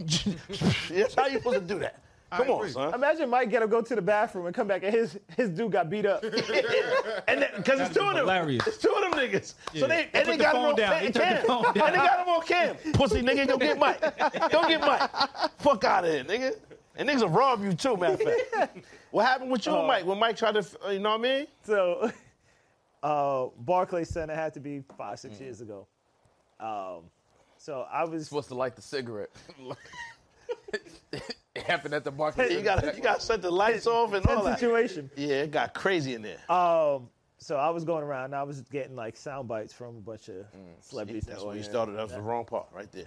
[SPEAKER 3] Jody! That's how you supposed to do that. Come on,
[SPEAKER 7] agree.
[SPEAKER 3] son.
[SPEAKER 2] Imagine Mike get to go to the bathroom and come back and his his dude got beat up.
[SPEAKER 3] And because it's
[SPEAKER 7] That'd
[SPEAKER 3] two
[SPEAKER 7] be
[SPEAKER 3] of them,
[SPEAKER 7] hilarious.
[SPEAKER 3] it's two of them niggas. So they and
[SPEAKER 7] Put
[SPEAKER 3] they
[SPEAKER 7] the
[SPEAKER 3] got
[SPEAKER 7] phone
[SPEAKER 3] him
[SPEAKER 7] down.
[SPEAKER 3] on
[SPEAKER 7] He
[SPEAKER 3] cam.
[SPEAKER 7] took the phone
[SPEAKER 3] and
[SPEAKER 7] down.
[SPEAKER 3] they got him on cam. Pussy nigga, go get Mike. Go get Mike. Fuck out of here, nigga. And niggas will rob you too, matter of fact. What happened with you, and Mike? When Mike tried to, f- uh, you know what I mean?
[SPEAKER 2] so, uh, Barclay Center had to be five
[SPEAKER 7] Mm.
[SPEAKER 2] six years ago. Um, so I was
[SPEAKER 5] supposed to light the cigarette. it happened at the market.
[SPEAKER 3] You got you got to shut the lights off and all
[SPEAKER 2] tense
[SPEAKER 3] that.
[SPEAKER 2] situation.
[SPEAKER 3] Yeah, it got crazy in there.
[SPEAKER 2] Um, so I was going around and I was getting like sound bites from a bunch of
[SPEAKER 7] Mm.
[SPEAKER 2] celebrities.
[SPEAKER 3] That's
[SPEAKER 2] and
[SPEAKER 3] where you
[SPEAKER 2] all that.
[SPEAKER 3] started. That was the wrong part right there.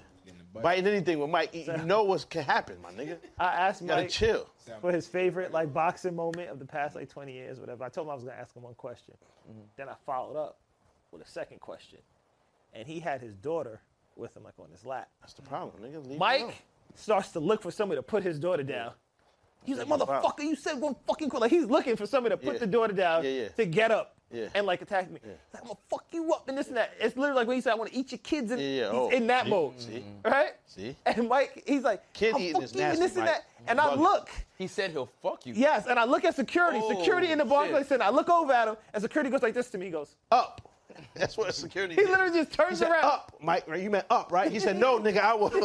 [SPEAKER 3] Biting anything with Mike, you you know what can happen, my nigga.
[SPEAKER 2] I asked
[SPEAKER 3] You gotta
[SPEAKER 2] Mike
[SPEAKER 3] chill.
[SPEAKER 2] for his favorite like boxing moment of the past like 20 years, whatever. I told him I was gonna ask him one question.
[SPEAKER 3] Mm-hmm.
[SPEAKER 2] Then I followed up with a second question, and he had his daughter with him like on his lap.
[SPEAKER 3] That's the problem, nigga. Leave it alone.
[SPEAKER 2] Mike starts to look for somebody to put his daughter down. He's like, motherfucker, you said one fucking quick. Like he's looking for somebody to put
[SPEAKER 3] Yeah.
[SPEAKER 2] the daughter down
[SPEAKER 3] Yeah, yeah.
[SPEAKER 2] to get up
[SPEAKER 3] Yeah.
[SPEAKER 2] and like attack me. He's like, I'm gonna fuck you up and this and that. It's literally like when he said, I wanna eat your kids and
[SPEAKER 3] Yeah, yeah.
[SPEAKER 2] he's
[SPEAKER 3] Oh,
[SPEAKER 2] in that
[SPEAKER 3] see?
[SPEAKER 2] mode.
[SPEAKER 3] See?
[SPEAKER 2] Right?
[SPEAKER 3] See?
[SPEAKER 2] And Mike, he's like,
[SPEAKER 3] Kid
[SPEAKER 2] I'll
[SPEAKER 3] eating
[SPEAKER 2] fuck
[SPEAKER 3] is
[SPEAKER 2] you and
[SPEAKER 3] nasty,
[SPEAKER 2] this and
[SPEAKER 3] Mike.
[SPEAKER 2] that. And I
[SPEAKER 3] Bugging.
[SPEAKER 2] look,
[SPEAKER 5] He said he'll fuck you.
[SPEAKER 2] yes, and I look at security.
[SPEAKER 5] Oh,
[SPEAKER 2] security in the bar,
[SPEAKER 5] shit.
[SPEAKER 2] like said, I look over at him, and security goes like this to me. He goes,
[SPEAKER 3] Up. That's what security.
[SPEAKER 2] he
[SPEAKER 3] did.
[SPEAKER 2] literally just
[SPEAKER 3] He
[SPEAKER 2] turns
[SPEAKER 3] said, "Uh."
[SPEAKER 2] around.
[SPEAKER 3] up, Mike. Right? You meant up, right? He said, no, nigga, I will. Wait.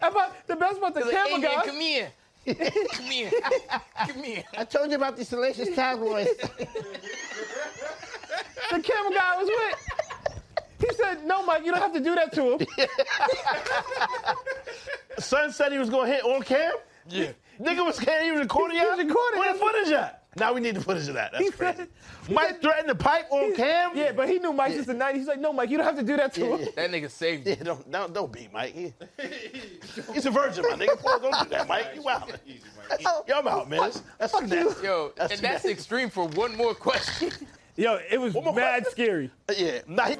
[SPEAKER 2] And my- the best part, the
[SPEAKER 5] He's like,
[SPEAKER 2] camera
[SPEAKER 5] "Hey, man,
[SPEAKER 2] guy.
[SPEAKER 5] come here. come here. Come here.
[SPEAKER 6] I told you about these salacious tabloids.
[SPEAKER 2] the camera guy I was with. He said, "No, Mike, you don't have to do that to him."
[SPEAKER 3] Son said he was gonna hit on cam.
[SPEAKER 5] Yeah.
[SPEAKER 3] Nigga was can't even record it.
[SPEAKER 2] He was recording
[SPEAKER 3] Where the
[SPEAKER 2] it.
[SPEAKER 3] footage at? Now we need the footage of that. That's
[SPEAKER 2] He
[SPEAKER 3] crazy.
[SPEAKER 2] said-
[SPEAKER 3] Mike threatened to pipe on cam.
[SPEAKER 2] Yeah, but he knew Mike since the '90s. He's like, "No, Mike, you don't have to do that to him."
[SPEAKER 5] That nigga saved
[SPEAKER 3] Yeah,
[SPEAKER 5] you.
[SPEAKER 3] don't, don't, don't be, Mike. He- he's a virgin, my nigga. Paul, don't do that, Mike. You out.
[SPEAKER 8] Easy, Mike.
[SPEAKER 3] Yo, I'm out, man. That's, that's too nasty.
[SPEAKER 5] Yo,
[SPEAKER 3] That's
[SPEAKER 5] and
[SPEAKER 3] too
[SPEAKER 5] that's
[SPEAKER 3] nasty.
[SPEAKER 5] extreme for one more question.
[SPEAKER 2] Yo, it was
[SPEAKER 3] more
[SPEAKER 2] mad
[SPEAKER 3] question?
[SPEAKER 2] scary.
[SPEAKER 3] Yeah, nah, he-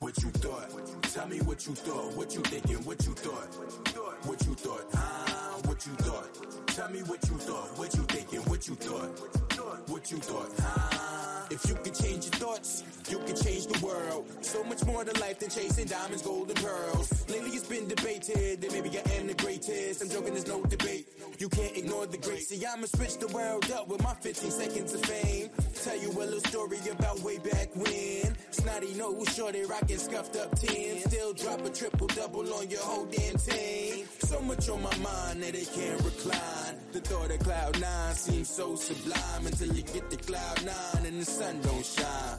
[SPEAKER 1] What you thought? Tell me what you thought. What you thinking? What you thought? What you thought? Ah, what you thought? Tell me what you thought. What you thinking? What you thought? What you thought? Ah. If you could change your thoughts, you could change the world. So much more to life than chasing diamonds, gold, and pearls. Lately it's been debated that maybe I am the greatest. I'm joking, there's no debate. You can't ignore the great. See, I'ma switch the world up with my 15 seconds of fame. Tell you a little story about way back when. Snotty nose, shorty rockin' scuffed up 10. Still drop a triple double on your whole damn team. So much on my mind that it can't recline. The thought of cloud nine seems so sublime until you get to cloud nine and the sun don't shine.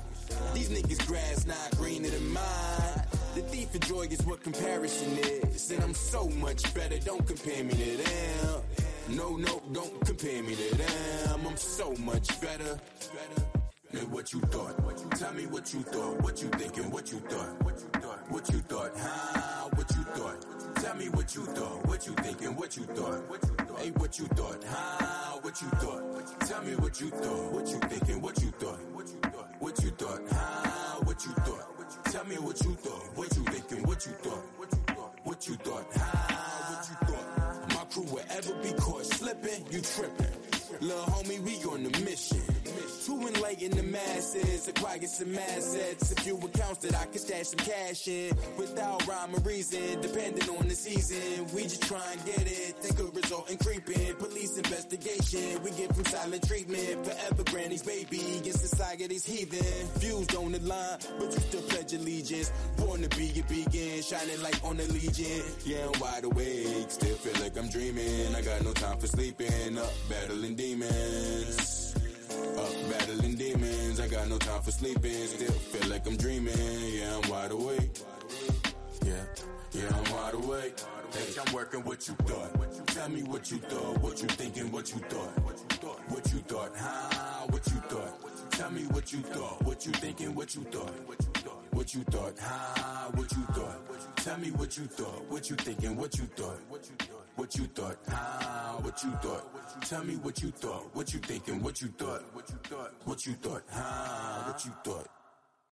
[SPEAKER 1] These niggas grass not greener than mine. The thief of joy is what comparison is. And I'm so much better, don't compare me to them. No, no, don't compare me to them. I'm so much better. Than what you thought. What you tell me what you thought. What you thinking? What you thought? What you thought? What you thought? Huh? What you thought? Tell me what you thought. What you thinking? What you thought? What you thought? Hey, what you thought? Huh? What you thought? Tell me what you thought. What you thinking? What you thought? What you thought? What you thought? Huh? What you thought? Tell me what you thought. What you thinking? What you thought? What you thought? What you thought? Huh? What you thought? My crew will ever be caught slipping. You tripping. Lil' homie, we on a mission. To enlighten the masses, acquire some assets. A few accounts that I can stash some cash in. Without rhyme or reason, depending on the season. We just try and get it. Think could result in creeping. Police investigation, we get from silent treatment. Forever granny's baby, against society's heathen. Views on the line, but you still pledge allegiance. Born to be a beacon, shining light on the legion. Yeah, I'm wide awake, still feel like I'm dreaming. I got no time for sleeping, up battling demons. Up battling demons, I got no time for sleeping. Still feel like I'm dreaming, yeah, I'm wide awake. Yeah, yeah, I'm wide awake. Think I'm working what you thought. Tell me what you thought, what you thinking, what you thought. What you thought, huh? What you thought. Tell me what you thought, what you thinking, what you thought. What you thought, huh? What you thought. Tell me what you thought, what you thinking, what you thought. What you thought, huh? What you thought. Tell me what you thought, what you thinking, what you thought. What you thought, huh? What you thought.